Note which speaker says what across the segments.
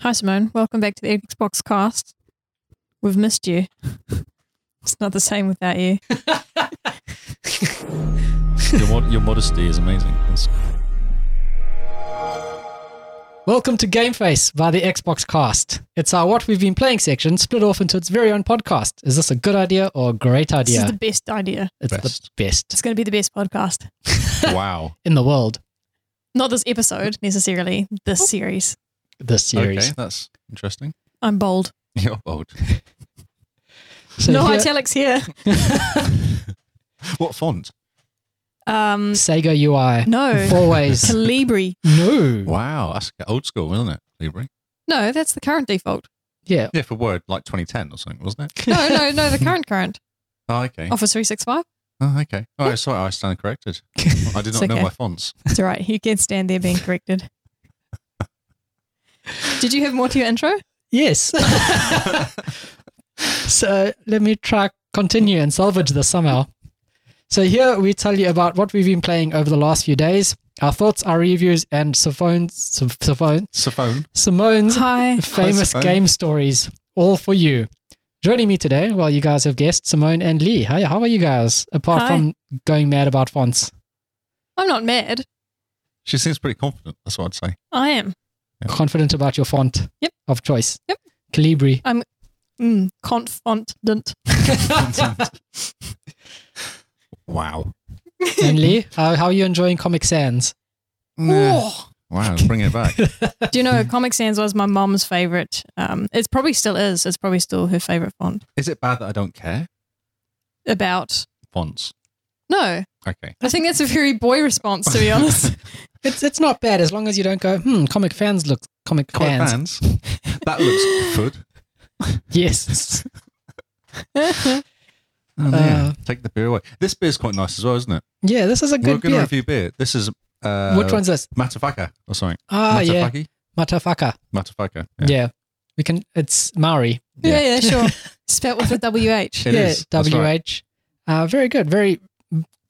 Speaker 1: Hi, Simone. Welcome back to the Xbox cast. We've missed you. it's not the same without you.
Speaker 2: your, mod- your modesty is amazing. It's-
Speaker 3: Welcome to Game Face by the Xbox Cast. It's our What We've Been Playing section split off into its very own podcast. Is this a good idea or a great
Speaker 1: This
Speaker 3: idea?
Speaker 1: is the best idea.
Speaker 3: it's
Speaker 2: best.
Speaker 3: the best
Speaker 1: It's going to be the best podcast.
Speaker 2: wow.
Speaker 3: in the world
Speaker 1: Not this episode necessarily, this series.
Speaker 3: this series.
Speaker 2: Okay, that's interesting.
Speaker 1: I'm bold.
Speaker 2: You're bold.
Speaker 3: So
Speaker 1: no
Speaker 3: here-
Speaker 1: italics here.
Speaker 2: What font?
Speaker 1: Um,
Speaker 3: Sega UI.
Speaker 1: no.
Speaker 3: Four ways.
Speaker 1: Calibri.
Speaker 3: no.
Speaker 2: Wow, that's old school, isn't it, Libri?
Speaker 1: No, that's the current default.
Speaker 3: Yeah.
Speaker 2: Yeah, for Word, like 2010 or something, wasn't it?
Speaker 1: No, no, no, the current current.
Speaker 2: Oh, okay.
Speaker 1: Office 365.
Speaker 2: Oh, okay. Oh, sorry, I stand corrected. I did
Speaker 1: It's
Speaker 2: not know
Speaker 1: okay.
Speaker 2: my fonts.
Speaker 1: It's all right. You can stand there being corrected. Did you have more to your intro?
Speaker 3: Yes. so let me try continue and salvage this somehow. So here we tell you about what we've been playing over the last few days, our thoughts, our reviews, and Savone's, Savone,
Speaker 2: Saphone.
Speaker 3: Simone's
Speaker 1: Hi.
Speaker 3: famous
Speaker 2: Simone.
Speaker 3: game stories, all for you. Joining me today, well, you guys have guessed Simone and Lee. Hi, how are you guys? Apart
Speaker 1: Hi.
Speaker 3: from going mad about fonts,
Speaker 1: I'm not mad.
Speaker 2: She seems pretty confident. That's what I'd say.
Speaker 1: I am.
Speaker 3: confident about your font
Speaker 1: Yep.
Speaker 3: of choice.
Speaker 1: Yep.
Speaker 3: Calibri.
Speaker 1: Mm, confident.
Speaker 2: Wow.
Speaker 3: and Lee, how, how are you enjoying Comic Sans?
Speaker 2: Nah.
Speaker 1: Oh.
Speaker 2: Wow, bring it back.
Speaker 1: Do you know
Speaker 2: Hmm.
Speaker 1: Comic Sans was my mom's favorite? Um, it probably still is. It's probably still her favorite font.
Speaker 2: Is it bad that I don't care?
Speaker 1: About
Speaker 2: Fonts.
Speaker 1: no,
Speaker 2: Okay.
Speaker 1: I think that's a very boy response to be honest.
Speaker 3: It's it's not bad as long as you don't go, hmm, Comic Fans looks Comic
Speaker 2: Quite
Speaker 3: Fans.
Speaker 2: fans. That looks good.
Speaker 3: Yes.
Speaker 2: Oh, man.
Speaker 3: Uh,
Speaker 2: Take the beer away. This beer's quite nice as well, isn't it?
Speaker 3: yeah, this is a
Speaker 2: We're
Speaker 3: good
Speaker 2: going to
Speaker 3: beer.
Speaker 2: review beer. This is. Uh,
Speaker 3: Which one's this?
Speaker 2: Matafaka or something.
Speaker 3: Ah, yeah.
Speaker 2: Matafaki?
Speaker 3: Matafaka.
Speaker 2: Matafaka.
Speaker 3: Yeah. We can, it's Maori.
Speaker 1: yeah, yeah, sure. Spelt with a WH.
Speaker 2: It
Speaker 3: yeah,
Speaker 2: is. That's
Speaker 3: WH.
Speaker 2: right.
Speaker 3: Uh, very good. Very,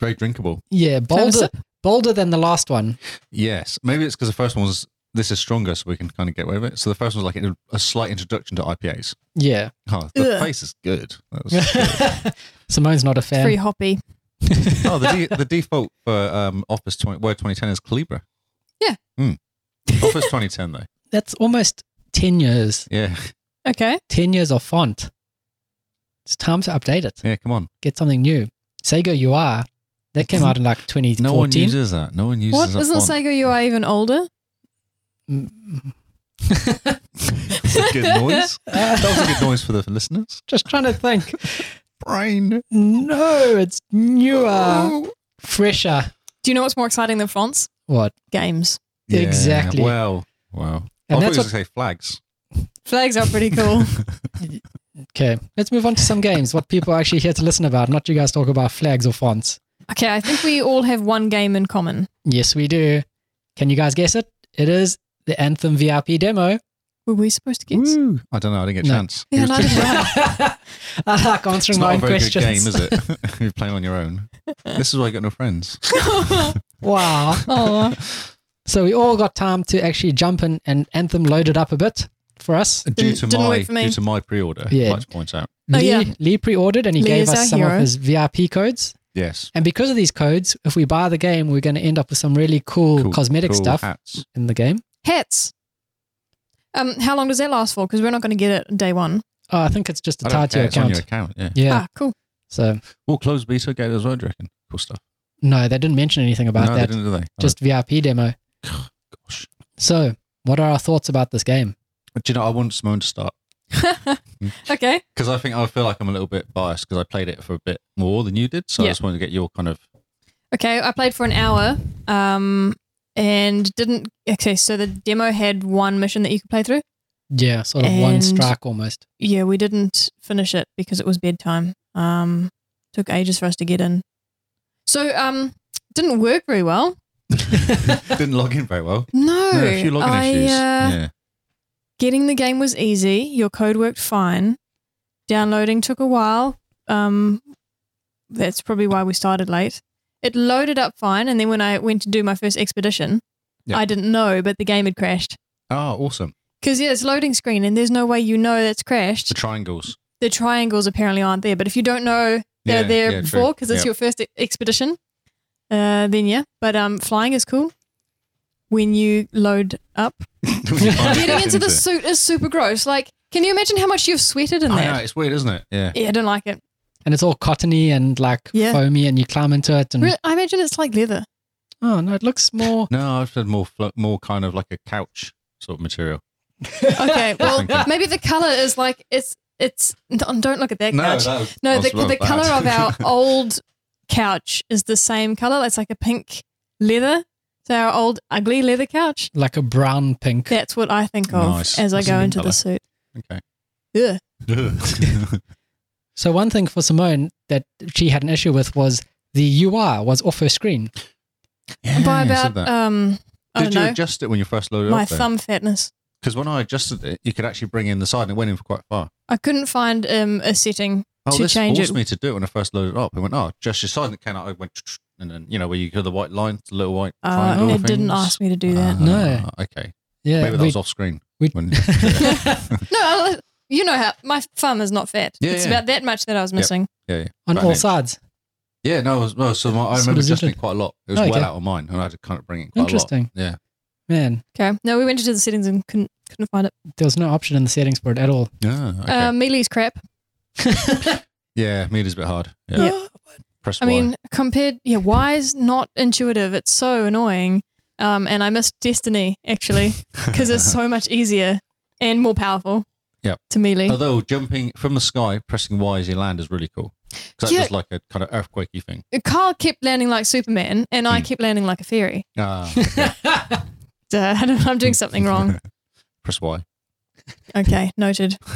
Speaker 2: Very drinkable.
Speaker 3: yeah, bolder, bolder than the last one.
Speaker 2: Yes. Maybe it's because the first one was this is stronger, so we can kind of get away with it. So the first one was like a, a slight introduction to IPAs.
Speaker 3: Yeah.
Speaker 2: Oh, the
Speaker 1: Ugh.
Speaker 2: face is good. That was good.
Speaker 3: Simone's not a fan.
Speaker 1: Free hoppy.
Speaker 2: oh, the, de- the default for um, Office 20, Word 2010 is Calibra.
Speaker 1: Yeah.
Speaker 2: Mm. Office 2010, though.
Speaker 3: That's almost 10 years.
Speaker 2: Yeah.
Speaker 1: Okay.
Speaker 3: 10 years of font. It's time to update it.
Speaker 2: Yeah, come on.
Speaker 3: Get something new. Sega UI. That came out in like 2014.
Speaker 2: No one uses that. No one uses
Speaker 1: What
Speaker 2: that.
Speaker 1: isn't
Speaker 2: font.
Speaker 1: Sega UI even older?
Speaker 3: Mm,
Speaker 2: That's a good noise. that was a good noise for the listeners.
Speaker 3: Just trying to think.
Speaker 2: Brain.
Speaker 3: No, it's newer, fresher.
Speaker 1: Do you know what's more exciting than fonts?
Speaker 3: What?
Speaker 1: Games.
Speaker 2: Yeah,
Speaker 3: Exactly.
Speaker 2: Well, wow.
Speaker 3: And
Speaker 2: I thought you were
Speaker 3: that's
Speaker 2: going
Speaker 3: what,
Speaker 2: to say flags.
Speaker 1: Flags are pretty cool.
Speaker 3: okay. Let's move on to some games. What people are actually here to listen about, not you guys talk about flags or fonts.
Speaker 1: okay, I think we all have one game in common.
Speaker 3: Yes, we do. Can you guys guess it? It is the Anthem VIP demo.
Speaker 1: Were we supposed to guess?
Speaker 2: Woo. I don't know. I didn't get a
Speaker 3: No.
Speaker 2: chance.
Speaker 1: Yeah,
Speaker 2: He was
Speaker 1: neither
Speaker 2: too
Speaker 1: did
Speaker 2: quick.
Speaker 1: I.
Speaker 3: I like answering
Speaker 2: It's
Speaker 3: my
Speaker 2: not a
Speaker 3: own
Speaker 2: very
Speaker 3: questions.
Speaker 2: good game, is it? You're playing on your own. This is why I got no friends.
Speaker 3: Wow.
Speaker 1: oh,
Speaker 3: So we all got time to actually jump in and Anthem loaded up a bit for us.
Speaker 2: Due to
Speaker 1: didn't
Speaker 2: my
Speaker 1: work for me.
Speaker 2: due to my pre-order,
Speaker 3: Yeah.
Speaker 2: I'd like to point out.
Speaker 1: Oh,
Speaker 3: Lee,
Speaker 1: yeah.
Speaker 3: Lee pre-ordered and he
Speaker 1: Lee
Speaker 3: gave
Speaker 1: is our
Speaker 3: us some
Speaker 1: hero.
Speaker 3: of his VIP codes.
Speaker 2: Yes,
Speaker 3: And because of these codes, if we buy the game, we're going to end up with some really cool,
Speaker 2: Cool-
Speaker 3: cosmetic
Speaker 2: cool
Speaker 3: stuff
Speaker 2: Hats.
Speaker 3: in the game.
Speaker 1: hats. Um, how long does that last for? Because we're not going to get it day one.
Speaker 3: Oh, I think it's just
Speaker 2: I don't
Speaker 3: tied to
Speaker 2: care.
Speaker 3: your
Speaker 2: It's on
Speaker 3: account.
Speaker 2: your account. Yeah.
Speaker 3: Yeah.
Speaker 1: Ah, cool.
Speaker 3: So
Speaker 2: Well, closed beta get it as well. Do you reckon? Cool stuff.
Speaker 3: no, they didn't mention anything about
Speaker 2: no,
Speaker 3: that.
Speaker 2: they didn't, do they?
Speaker 3: Just VIP demo.
Speaker 2: gosh.
Speaker 3: So what are our thoughts about this game?
Speaker 2: Oh. Do you know? I want Simone to start
Speaker 1: okay.
Speaker 2: because I think I feel like I'm a little bit biased because I played it for a bit more than you did. So
Speaker 1: Yeah.
Speaker 2: I just wanted to get your kind of
Speaker 1: Okay. I played for an hour um, and didn't. Okay. So the demo had one mission that you could play through.
Speaker 3: Yeah, sort of one
Speaker 1: And-
Speaker 3: strike almost.
Speaker 1: Yeah. We didn't finish it because it was bedtime. Um, took ages for us to get in. So um, didn't work very well.
Speaker 2: didn't log in very well.
Speaker 1: No.
Speaker 2: No, a few login
Speaker 1: I,
Speaker 2: issues.
Speaker 1: uh,
Speaker 2: yeah.
Speaker 1: Getting the game was easy. Your code worked fine. Downloading took a while. Um, that's probably why we started late. It loaded up fine, and then when I went to do my first expedition,
Speaker 2: Yeah.
Speaker 1: I didn't know, but the game had crashed.
Speaker 2: Oh, awesome.
Speaker 1: Because yeah, it's loading screen, and there's no way you know that's crashed.
Speaker 2: The triangles.
Speaker 1: the triangles apparently aren't there. But if you don't know they're
Speaker 2: Yeah,
Speaker 1: there
Speaker 2: yeah, true.
Speaker 1: before because it's
Speaker 2: Yeah.
Speaker 1: your first e- expedition, uh, then yeah. But um, flying is cool. When you load up, getting into the suit is super gross. Like, can you imagine how much you've sweated in
Speaker 2: I know,
Speaker 1: that?
Speaker 2: it's weird, isn't it? Oh, Yeah.
Speaker 1: Yeah, I don't like it.
Speaker 3: and it's all cottony and like
Speaker 1: Yeah.
Speaker 3: foamy, and you climb into
Speaker 2: Mm.
Speaker 3: it, and
Speaker 1: Re- I imagine it's like leather.
Speaker 3: oh no, it looks more.
Speaker 2: No, I've said more, fl- more kind of like a couch sort of material.
Speaker 1: Okay, well,
Speaker 2: thinking.
Speaker 1: maybe the color is like it's it's. Don't don't look at that couch.
Speaker 2: was,
Speaker 1: No, the, the color of our old couch is the same color. It's like a pink leather. So our old ugly leather couch.
Speaker 3: Like a brown pink.
Speaker 1: That's what I think of
Speaker 2: Nice.
Speaker 1: as I
Speaker 2: That's a
Speaker 1: go
Speaker 2: good
Speaker 1: into
Speaker 2: colour.
Speaker 1: the suit.
Speaker 2: okay.
Speaker 1: Ugh.
Speaker 3: So one thing for Simone that she had an issue with was the UI was off her screen.
Speaker 2: Yeah,
Speaker 1: By
Speaker 2: you said
Speaker 1: about
Speaker 2: that.
Speaker 1: um, I
Speaker 2: Did you
Speaker 1: don't know,
Speaker 2: adjust it when you first loaded it
Speaker 1: my
Speaker 2: up?
Speaker 1: thumb fatness.
Speaker 2: Because when I adjusted it, you could actually bring in the side and it went in for quite far.
Speaker 1: I couldn't find um a setting.
Speaker 2: Oh,
Speaker 1: to
Speaker 2: this
Speaker 1: change
Speaker 2: forced
Speaker 1: it.
Speaker 2: me to do it when I first loaded it up. It went, oh, just your side and it came out. I went, and then, you know, where you go the white line, the little white
Speaker 1: Uh,
Speaker 2: triangle
Speaker 1: it didn't
Speaker 2: things.
Speaker 1: ask me to do that.
Speaker 2: Ah,
Speaker 3: No.
Speaker 2: Okay.
Speaker 3: Yeah,
Speaker 2: Maybe that
Speaker 3: we-
Speaker 2: was off screen.
Speaker 3: we-
Speaker 2: when-
Speaker 1: no, I- you know how my thumb is not fat.
Speaker 2: Yeah,
Speaker 1: it's
Speaker 2: yeah.
Speaker 1: about that much that I was missing.
Speaker 2: yeah, yeah.
Speaker 3: on
Speaker 2: Right,
Speaker 3: all
Speaker 2: mate.
Speaker 3: sides.
Speaker 2: Yeah, no, it was, no so my, I
Speaker 3: Sort
Speaker 2: remember
Speaker 3: of
Speaker 2: adjusting it
Speaker 3: different.
Speaker 2: quite a lot. It was
Speaker 3: Oh,
Speaker 2: well
Speaker 3: okay.
Speaker 2: out of mine, and I had to kind of bring it quite
Speaker 3: Interesting.
Speaker 2: a lot. Yeah.
Speaker 3: Man,
Speaker 1: Okay. No, we went into the settings and couldn't couldn't find it.
Speaker 3: there was no option in the settings for it at all.
Speaker 2: Yeah. Okay.
Speaker 1: Uh, Mealy's crap.
Speaker 2: Um, yeah, meter's a bit hard. Yeah.
Speaker 1: Yeah.
Speaker 2: Press
Speaker 1: I mean, compared, yeah, why is not intuitive? It's so annoying. Um, and I missed Destiny actually because it's so much easier and more powerful.
Speaker 2: Yep. Uh,
Speaker 1: To melee.
Speaker 2: Although jumping from the sky, pressing Y as you land is really cool. Because that
Speaker 1: Yeah.
Speaker 2: does like a kind of earthquakey thing.
Speaker 1: Carl kept landing like Superman, and
Speaker 2: Hmm.
Speaker 1: I kept landing like a fairy.
Speaker 2: Ah,
Speaker 1: Duh, I don't know, I'm doing something wrong.
Speaker 2: press Y.
Speaker 1: Okay, noted.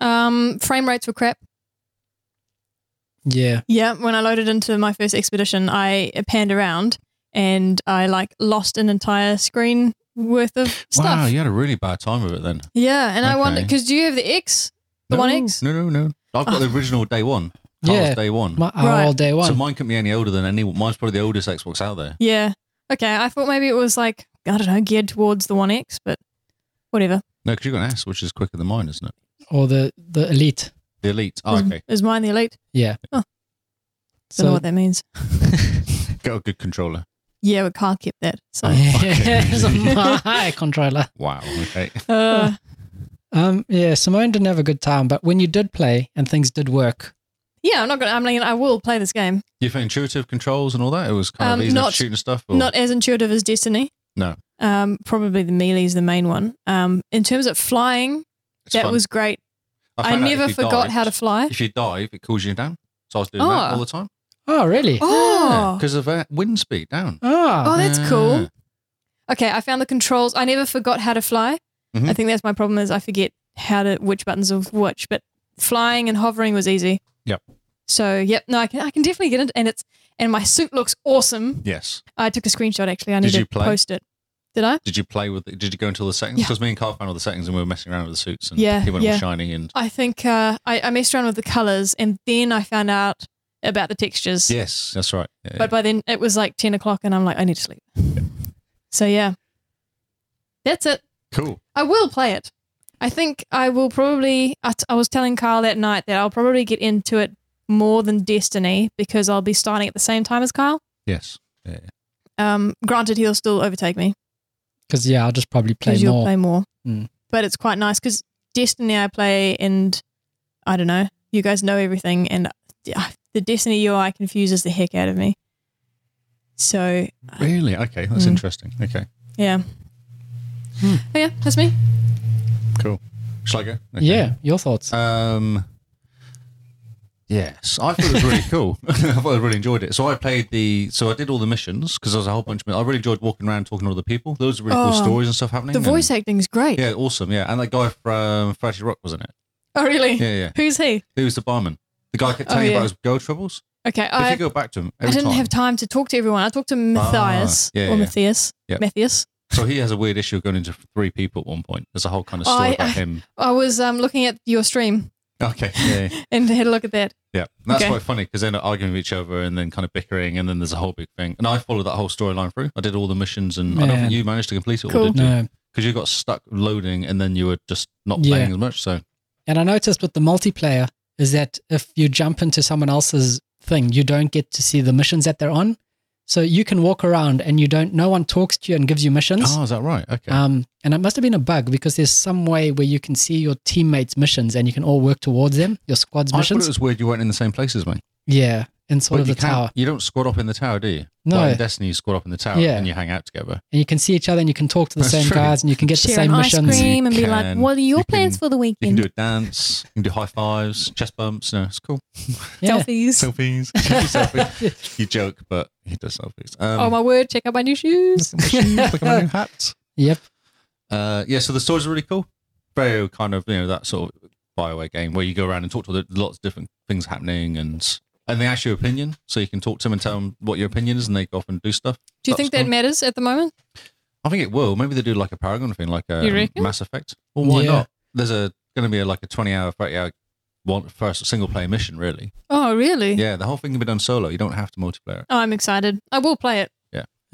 Speaker 1: Um, frame rates were crap.
Speaker 3: yeah.
Speaker 1: Yeah, when I loaded into my first expedition, I panned around and I like lost an entire screen worth of stuff.
Speaker 2: Wow, you had a really bad time of it then.
Speaker 1: Yeah, and I wonder
Speaker 2: Okay.
Speaker 1: because do you have the X? The
Speaker 2: no,
Speaker 1: one X? Ah.
Speaker 2: No, no, no. I've got the original day one. Carl's
Speaker 3: Yeah.
Speaker 2: day one.
Speaker 3: My, our
Speaker 1: Right.
Speaker 3: all day one.
Speaker 2: So mine couldn't be any older than any. Mine's probably the oldest Xbox out there.
Speaker 1: Yeah. Okay, I thought maybe it was like I don't know geared towards the one X, but whatever.
Speaker 2: No, because you got an S, which is quicker than mine, isn't it?
Speaker 3: or the, the elite.
Speaker 2: The Elite. Oh,
Speaker 1: Is-
Speaker 2: okay.
Speaker 1: Is mine the elite?
Speaker 3: Yeah.
Speaker 1: Oh. Don't know
Speaker 3: So
Speaker 1: what that means.
Speaker 2: Got a good controller.
Speaker 1: Yeah, but Carl kept that. So.
Speaker 3: Oh, yeah, it's a my controller.
Speaker 2: Wow. Okay.
Speaker 1: Uh,
Speaker 3: Um, yeah, Simone didn't have a good time, but when you did play and things did work,
Speaker 1: yeah, I'm not gonna. I mean, I will play this game.
Speaker 2: You for intuitive controls and all that? It was kind
Speaker 1: Um,
Speaker 2: of easy enough
Speaker 1: not-
Speaker 2: shooting stuff. Or?
Speaker 1: Not as intuitive as Destiny.
Speaker 2: No.
Speaker 1: Um, probably the melee is the main one. Um, in terms of flying,
Speaker 2: It's
Speaker 1: that
Speaker 2: fun.
Speaker 1: was great. I,
Speaker 2: found out
Speaker 1: never
Speaker 2: if you
Speaker 1: forgot
Speaker 2: dive-
Speaker 1: how to fly.
Speaker 2: If you dive, it cools you down. So I was doing that
Speaker 1: Oh.
Speaker 2: all the time.
Speaker 3: oh really?
Speaker 1: Oh,
Speaker 2: Because of uh, wind speed down.
Speaker 1: oh,
Speaker 3: Ah,
Speaker 1: that's
Speaker 2: Yeah.
Speaker 1: cool. Okay, I found the controls. I never forgot how to fly.
Speaker 2: Mhm.
Speaker 1: I think that's my problem is I forget how to which buttons of which. But flying and hovering was easy.
Speaker 2: Yep.
Speaker 1: So yep, no, I can I can definitely get it, and it's and my suit looks awesome.
Speaker 2: Yes.
Speaker 1: I took a screenshot actually. I
Speaker 2: Did
Speaker 1: need
Speaker 2: you
Speaker 1: to
Speaker 2: play?
Speaker 1: post it. Did I?
Speaker 2: Did you play with? It? Did you go into all the settings?
Speaker 1: Yeah.
Speaker 2: Because me and Carl found all the settings, and we were messing around with the suits, and
Speaker 1: Yeah,
Speaker 2: he went all
Speaker 1: yeah.
Speaker 2: shiny and
Speaker 1: I think uh, I, I messed around with the colors, and then I found out about the textures.
Speaker 2: yes, that's right. Yeah,
Speaker 1: But by then it was like ten o'clock, and I'm like, I need to sleep. So yeah, that's it.
Speaker 2: yeah. cool.
Speaker 1: I will play it. I think I will probably. I, t- I was telling Kyle that night that I'll probably get into it more than Destiny because I'll be starting at the same time as Kyle.
Speaker 2: Yes.
Speaker 1: Um, granted, he'll still overtake me
Speaker 3: because yeah, I'll just probably play
Speaker 1: because you'll
Speaker 3: more.
Speaker 1: play more.
Speaker 3: Mm.
Speaker 1: But it's quite nice because Destiny I play and I don't know. You guys know everything, and uh, the Destiny UI confuses the heck out of me. So
Speaker 2: Really? Okay, that's
Speaker 1: Mm.
Speaker 2: interesting. Okay,
Speaker 1: yeah.
Speaker 3: Hmm.
Speaker 1: Oh yeah, that's me.
Speaker 2: cool. Shall I go? Okay.
Speaker 3: Yeah, your thoughts?
Speaker 2: Um, yes, I thought it was really cool. I thought I really enjoyed it. So I played the. So I did all the missions because there was a whole bunch of. I really enjoyed walking around talking to other people. Those were really cool
Speaker 1: Oh,
Speaker 2: stories and stuff happening.
Speaker 1: The
Speaker 2: and-
Speaker 1: voice acting's great.
Speaker 2: Yeah, awesome. Yeah, and that guy from Fragile Rock was in it.
Speaker 1: Oh really?
Speaker 2: Yeah, yeah.
Speaker 1: Who's he?
Speaker 2: He was the barman. The guy I kept
Speaker 1: Oh,
Speaker 2: telling you
Speaker 1: yeah.
Speaker 2: about his girl troubles.
Speaker 1: Okay,
Speaker 2: if
Speaker 1: I
Speaker 2: you go back to him,
Speaker 1: I
Speaker 2: every
Speaker 1: didn't
Speaker 2: time. Ah,
Speaker 1: have time to talk to everyone. I talked to Matthias
Speaker 2: yeah,
Speaker 1: or
Speaker 2: yeah.
Speaker 1: Matthias.
Speaker 2: Yep.
Speaker 1: Matthias.
Speaker 2: so he has a weird issue of going into three people at one point. There's a whole kind of
Speaker 1: Oh,
Speaker 2: story
Speaker 1: I-
Speaker 2: about
Speaker 1: I-
Speaker 2: him.
Speaker 1: I was um, looking at your stream
Speaker 2: Okay. Yeah. yeah.
Speaker 1: and had a look at that.
Speaker 2: Yeah, and that's
Speaker 1: Okay.
Speaker 2: quite funny because they end up arguing with each other and then kind of bickering, and then there's a whole big thing. And I followed that whole storyline through. I did all the missions, and I don't
Speaker 3: Man.
Speaker 2: think you managed to complete it all,
Speaker 1: Cool.
Speaker 2: did you?
Speaker 3: No,
Speaker 2: because you got stuck loading and then you were just not
Speaker 3: Yeah.
Speaker 2: playing as much. So
Speaker 3: And I noticed with the multiplayer is that if you jump into someone else's thing, you don't get to see the missions that they're on. So you can walk around and you don't. No one talks to you and gives you missions.
Speaker 2: oh, is that right? Okay.
Speaker 3: Um, and it must have been a bug because there's some way where you can see your teammates' missions and you can all work towards them, your squad's
Speaker 2: Oh, I thought
Speaker 3: missions.
Speaker 2: it was weird you weren't in the same place as me.
Speaker 3: yeah, in sort
Speaker 2: But
Speaker 3: of
Speaker 2: you
Speaker 3: the
Speaker 2: can't-
Speaker 3: tower.
Speaker 2: You don't squad up in the tower, do you?
Speaker 3: No.
Speaker 2: Like in Destiny, you squad up in the tower
Speaker 3: Yeah.
Speaker 2: and you hang out together.
Speaker 3: And you can see each other and you can talk to the
Speaker 2: That's
Speaker 3: same
Speaker 2: true.
Speaker 3: guys and you can get the
Speaker 1: Share
Speaker 3: same
Speaker 1: an ice
Speaker 3: missions.
Speaker 1: cream and be like,
Speaker 2: Can-
Speaker 1: "What are your
Speaker 2: you
Speaker 1: plans
Speaker 2: can-
Speaker 1: for the
Speaker 2: You can
Speaker 1: weekend?"
Speaker 2: do a dance, you can do high fives, chest bumps. No, it's cool.
Speaker 3: Yeah.
Speaker 1: Selfies.
Speaker 2: Selfies. Selfies. you joke, but he does selfies. Um,
Speaker 1: oh my word! Check out my new shoes.
Speaker 2: look at my shoes, look at my new hat.
Speaker 3: Yep.
Speaker 2: Uh, yeah, so the stories are really cool. Very kind of you know that sort of Bioware game where you go around and talk to the, lots of different things happening and and they ask your opinion, so you can talk to them and tell them what your opinion is, and they go off and do stuff.
Speaker 1: Do you think
Speaker 2: That's
Speaker 1: that
Speaker 2: cool.
Speaker 1: matters at the moment?
Speaker 2: I think it will. Maybe they do like a Paragon thing, like
Speaker 1: You
Speaker 2: a
Speaker 1: reckon?
Speaker 2: Mass Effect. Well, why
Speaker 3: Yeah.
Speaker 2: not? There's a going to be a, like a 20 hour, 30 hour one first single player mission, really.
Speaker 1: Oh really?
Speaker 2: Yeah, the whole thing can be done solo. You don't have to multiplayer. it.
Speaker 1: Oh, I'm excited. I will play it.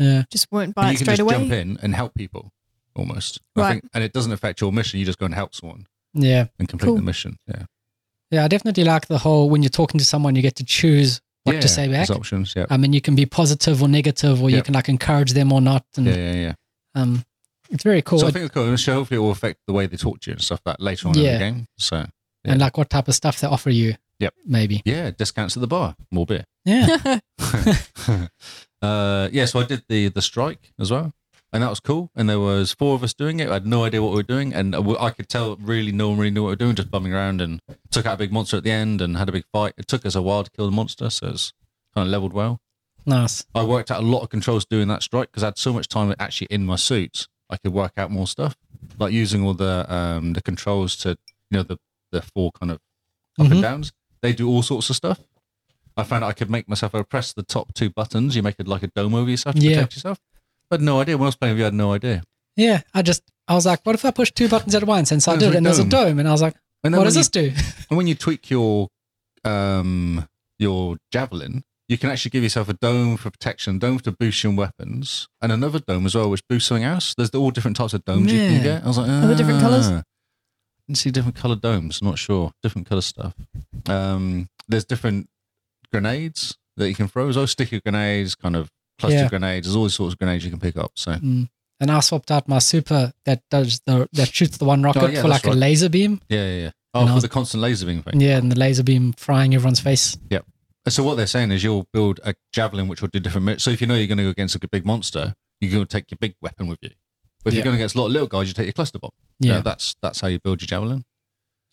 Speaker 3: Yeah.
Speaker 1: Just won't
Speaker 2: And
Speaker 1: buy
Speaker 2: you
Speaker 1: it
Speaker 2: can
Speaker 1: straight
Speaker 2: just
Speaker 1: away.
Speaker 2: jump in and help people almost. I
Speaker 1: Right.
Speaker 2: think, and it doesn't affect your mission. You just go and help someone
Speaker 3: Yeah.
Speaker 2: and complete
Speaker 1: Cool.
Speaker 2: the mission. Yeah.
Speaker 3: Yeah. I definitely like the whole when you're talking to someone, you get to choose what
Speaker 2: Yeah,
Speaker 3: to say back.
Speaker 2: there's options. Yeah.
Speaker 3: I mean, you can be positive or negative, or you
Speaker 2: Yep.
Speaker 3: can like encourage them or not. And
Speaker 2: yeah, yeah, yeah.
Speaker 3: um, it's very Mm. cool.
Speaker 2: So I think it's cool. And so hopefully it will affect the way they talk to you and stuff like that later on in
Speaker 3: Yeah.
Speaker 2: the game. So yeah.
Speaker 3: And like what type of stuff they offer you.
Speaker 2: Yep.
Speaker 3: Maybe.
Speaker 2: yeah, discounts at the bar, more beer.
Speaker 3: Yeah.
Speaker 2: uh, yeah, so I did the the strike as well, and that was cool. And there was four of us doing it. I had no idea what we were doing, and I w- I could tell really no one really knew what we were doing. Just bumming around and took out a big monster at the end and had a big fight. It took us a while to kill the monster, so it's kind of leveled well.
Speaker 3: nice.
Speaker 2: I worked out a lot of controls doing that strike because I had so much time actually in my suits. I could work out more stuff, like using all the um, the controls to you know the the four kind of up
Speaker 3: Mhm.
Speaker 2: and downs. They do all sorts of stuff. I found out I could make myself. I would press the top two buttons. You make it like a dome over yourself to
Speaker 3: Yeah.
Speaker 2: protect yourself. I had no idea. When I was playing with you, I had no idea.
Speaker 3: Yeah. I just, I was like, what if I push two buttons at once? And so I
Speaker 2: There's
Speaker 3: did,
Speaker 2: a
Speaker 3: and there's a
Speaker 2: dome.
Speaker 3: dome. And I was like,
Speaker 2: And
Speaker 3: what
Speaker 2: when
Speaker 3: does
Speaker 2: you-
Speaker 3: this do?
Speaker 2: And when you tweak your um your javelin, you can actually give yourself a dome for protection, dome to boost your weapons, and another dome as well, which boosts something else. There's all different types of domes you
Speaker 3: Man.
Speaker 2: can get. I was like, ah.
Speaker 1: Are there different colours?
Speaker 2: I didn't see different colored domes. Not sure. Different color stuff. Um, there's different grenades that you can throw. There's all sticky grenades, kind of cluster
Speaker 3: Yeah.
Speaker 2: grenades. There's all sorts of grenades you can pick up. So
Speaker 3: Mm. And I swapped out my super that does the, that shoots the one rocket
Speaker 2: Oh, yeah,
Speaker 3: for
Speaker 2: that's
Speaker 3: like a
Speaker 2: right.
Speaker 3: laser beam.
Speaker 2: yeah, yeah, yeah. Oh,
Speaker 3: And I
Speaker 2: for
Speaker 3: was-
Speaker 2: the constant laser beam thing.
Speaker 3: Yeah. And the laser beam frying everyone's face.
Speaker 2: So what they're saying is you'll build a javelin which will do different. mi- So if you know you're going to go against a big monster, you're going to take your big weapon with you. But if
Speaker 3: Yeah.
Speaker 2: you're going against a lot of little guys, you take your cluster bomb.
Speaker 3: Yeah.
Speaker 2: that's that's how you build your javelin.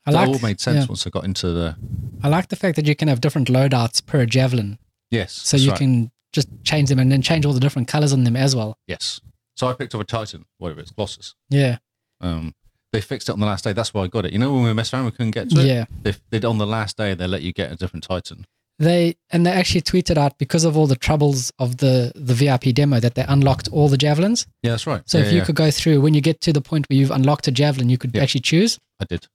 Speaker 3: I
Speaker 2: that
Speaker 3: like,
Speaker 2: all made sense
Speaker 3: yeah.
Speaker 2: once I got into the
Speaker 3: I like the fact that you can have different loadouts per javelin.
Speaker 2: yes.
Speaker 3: So
Speaker 2: that's
Speaker 3: you
Speaker 2: right.
Speaker 3: can just change them and then change all the different colors on them as well.
Speaker 2: yes. So I picked up a Titan, whatever it's Colossus.
Speaker 3: Yeah.
Speaker 2: Um, they fixed it on the last day. That's why I got it. You know when we messed around, we couldn't get to it.
Speaker 3: Yeah.
Speaker 2: They, they on the last day they let you get a different Titan.
Speaker 3: they and they actually tweeted out because of all the troubles of the the VIP demo that they unlocked all the javelins.
Speaker 2: Yeah, that's right.
Speaker 3: So
Speaker 2: Yeah,
Speaker 3: if you
Speaker 2: yeah,
Speaker 3: could go through when you get to the point where you've unlocked a javelin, you could
Speaker 2: Yeah.
Speaker 3: actually choose.
Speaker 2: I did.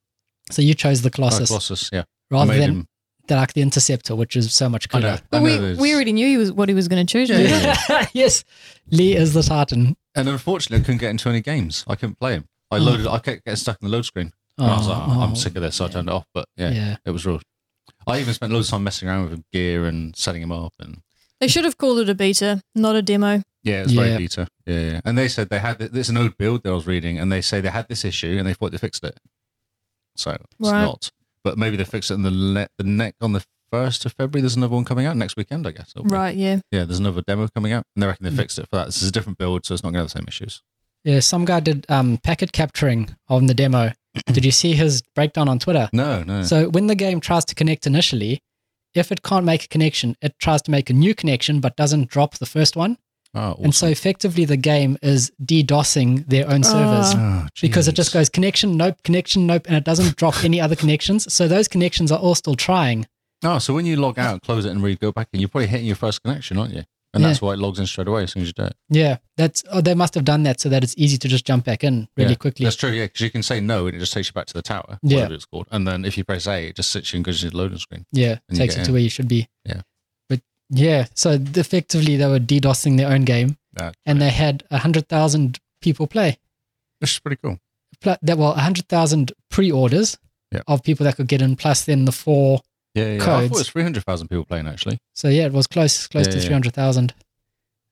Speaker 3: So you chose the
Speaker 2: Oh,
Speaker 3: Colossus
Speaker 2: Colossus, yeah. I
Speaker 3: rather
Speaker 2: made
Speaker 3: than
Speaker 2: him.
Speaker 3: the, like the interceptor, which is so much
Speaker 2: I know.
Speaker 3: cooler.
Speaker 2: I
Speaker 1: Well,
Speaker 2: know
Speaker 1: we,
Speaker 2: there's-
Speaker 1: we already knew he was what he was going to choose.
Speaker 2: Yeah, yeah,
Speaker 3: yes, Lee is the Titan.
Speaker 2: And unfortunately, I couldn't get into any games. I couldn't play him. I
Speaker 3: Oh.
Speaker 2: loaded. I kept getting stuck in the load screen. And I was like, "Oh, I'm sick of this. So I turned it off. But yeah,
Speaker 3: oh, Yeah.
Speaker 2: it was real. I even spent loads of time messing around with the gear and setting him up, and
Speaker 1: They should have called it a beta, not a demo.
Speaker 2: yeah, it's
Speaker 3: Yeah.
Speaker 2: very beta. Yeah, yeah. And they said they had th- this an old build that I was reading, and they say they had this issue and they thought they fixed it. So it's
Speaker 1: Right.
Speaker 2: not. But maybe they fixed it in the le- the neck on the first of February. There's another one coming out next weekend, I guess. it'll be.
Speaker 1: Right, yeah.
Speaker 2: Yeah, there's another demo coming out, and they reckon they
Speaker 3: Mm.
Speaker 2: fixed it for that. This is a different build, so it's not gonna have the same issues.
Speaker 3: Yeah, some guy did um, packet capturing on the demo. did you see his breakdown on Twitter?
Speaker 2: No, no.
Speaker 3: So when the game tries to connect initially, if it can't make a connection, it tries to make a new connection but doesn't drop the first one.
Speaker 2: oh,
Speaker 3: And so effectively the game is DDoSing their own servers
Speaker 1: Ah.
Speaker 2: Oh,
Speaker 3: because it just
Speaker 2: jeez.
Speaker 3: goes connection, nope, connection, nope, and it doesn't drop any other connections. So those connections are all still trying.
Speaker 2: Oh, so when you log out, close it, and re go back in, you're probably hitting your first connection, aren't you? And that's why it logs in straight away as soon as you do it.
Speaker 3: Yeah, that's oh, they must have done that so that it's easy to just jump back in really
Speaker 2: Yeah,
Speaker 3: quickly.
Speaker 2: That's true, yeah, because you can say no, and it just takes you back to the tower,
Speaker 3: Yeah.
Speaker 2: whatever it's called. And then if you press A, it just sits you and goes to the loading screen.
Speaker 3: yeah,
Speaker 2: and you
Speaker 3: takes
Speaker 2: get
Speaker 3: it to
Speaker 2: in.
Speaker 3: where you should be.
Speaker 2: Yeah.
Speaker 3: but yeah, so th- effectively they were DDoSing their own game
Speaker 2: That,
Speaker 3: and they had hundred thousand people play.
Speaker 2: Which is pretty cool.
Speaker 3: pl- there were 100,000 pre orders
Speaker 2: Yeah.
Speaker 3: of people that could get in, plus then the four.
Speaker 2: Yeah, yeah. I
Speaker 3: Codes.
Speaker 2: thought it was 300,000 people playing, actually.
Speaker 3: So, yeah, it was close, close
Speaker 2: Yeah,
Speaker 3: to
Speaker 2: yeah.
Speaker 3: 300,000.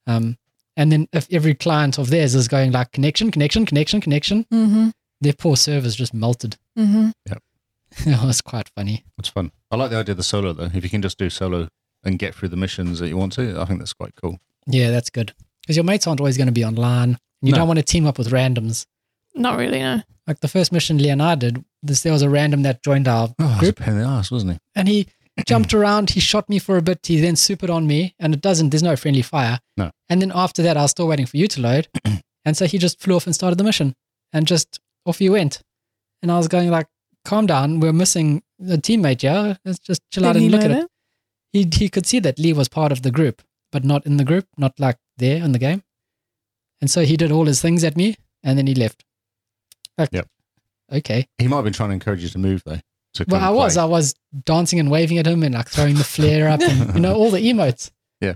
Speaker 3: Um, and then if every client of theirs is going like connection, connection, connection, connection,
Speaker 1: Mm-hmm.
Speaker 3: their poor servers just melted.
Speaker 1: Mm-hmm.
Speaker 3: it was quite funny.
Speaker 2: It's fun. I like the idea of the solo, though. If you can just do solo and get through the missions that you want to, I think that's quite cool.
Speaker 3: Yeah, that's good. Because your mates aren't always going to be online. You
Speaker 2: No.
Speaker 3: don't want to team up with randoms.
Speaker 1: Not really, no.
Speaker 3: Like the first mission Leon and I did, this, there was a random that joined our
Speaker 2: Oh, it was a
Speaker 3: Group-
Speaker 2: pain in the ass, wasn't it?
Speaker 3: and he jumped around. He shot me for a bit. He then supered on me, and it doesn't. There's no friendly fire.
Speaker 2: No.
Speaker 3: And then after that, I was still waiting for you to load, and so he just flew off and started the mission, and just off you went. And I was going like, "Calm down. We're missing a teammate. Yeah, let's just chill out
Speaker 1: Did he
Speaker 3: and look at
Speaker 1: know
Speaker 3: it." He he could see that Lee was part of the group, but not in the group, not like there in the game. And so he did all his things at me, and then he left. Like,
Speaker 2: Yep.
Speaker 3: Okay.
Speaker 2: He might have been trying to encourage you to move, though. To
Speaker 3: Well,
Speaker 2: come
Speaker 3: I was.
Speaker 2: play.
Speaker 3: I was dancing and waving at him and like throwing the flare up and, you know, all the emotes.
Speaker 2: Yeah.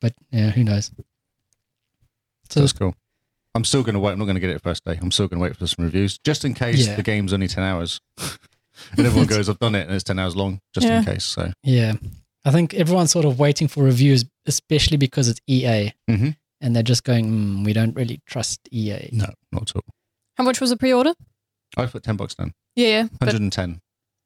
Speaker 3: But yeah, who knows?
Speaker 2: So that's cool. I'm still going to wait. I'm not going to get it first day. I'm still going to wait for some reviews, just in case
Speaker 3: Yeah.
Speaker 2: the game's only 10 hours. and everyone goes, I've done it, and it's 10 hours long, just
Speaker 1: Yeah.
Speaker 2: in case. So
Speaker 3: Yeah. I think everyone's sort of waiting for reviews, especially because it's EA.
Speaker 2: Mhm.
Speaker 3: And they're just going, mm, we don't really trust E EA.
Speaker 2: no, not at all.
Speaker 1: How much was the pre-order?
Speaker 2: I put 10 bucks down,
Speaker 1: Yeah, yeah. But,
Speaker 2: 110.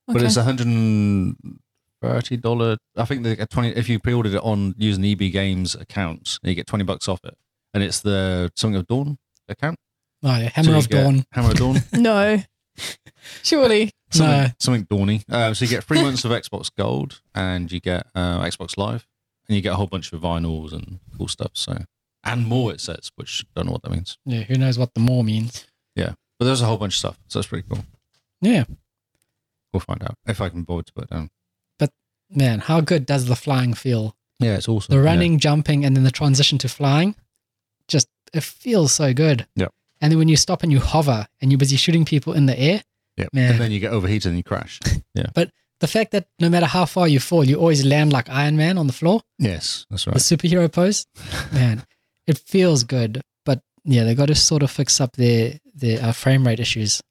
Speaker 2: But,
Speaker 1: okay.
Speaker 2: it's a $130. I think they get 20 if you pre ordered it on using EB Games accounts, you get 20 bucks off it. And it's the something of Dawn account.
Speaker 3: Oh, yeah.
Speaker 2: So
Speaker 3: Hammer
Speaker 2: you
Speaker 3: of
Speaker 2: get
Speaker 3: Dawn.
Speaker 2: Hammer of Dawn.
Speaker 1: no. Surely.
Speaker 2: Something,
Speaker 3: No.
Speaker 2: something dawny. Uh, so you get three months of Xbox Gold, and you get uh, Xbox Live, and you get a whole bunch of vinyls and cool stuff. So and more it says, which don't know what that means,
Speaker 3: Yeah. Who knows what the more means?
Speaker 2: but there's a whole bunch of stuff. So that's pretty cool.
Speaker 3: Yeah.
Speaker 2: We'll find out if I can bother to put it down.
Speaker 3: Man, how good does the flying feel?
Speaker 2: Yeah, it's awesome.
Speaker 3: The running, jumping, and then the transition to flying, just it feels so good.
Speaker 2: Yep.
Speaker 3: And then when you stop and you hover and you're busy shooting people in the air,
Speaker 2: Yeah.
Speaker 3: Man.
Speaker 2: And then you get overheated and you crash.
Speaker 3: the fact that no matter how far you fall, you always land like Iron Man on the floor,
Speaker 2: yes, that's
Speaker 3: the
Speaker 2: right.
Speaker 3: superhero pose. Man, it feels good, but yeah, they got to sort of fix up their their uh, frame rate issues.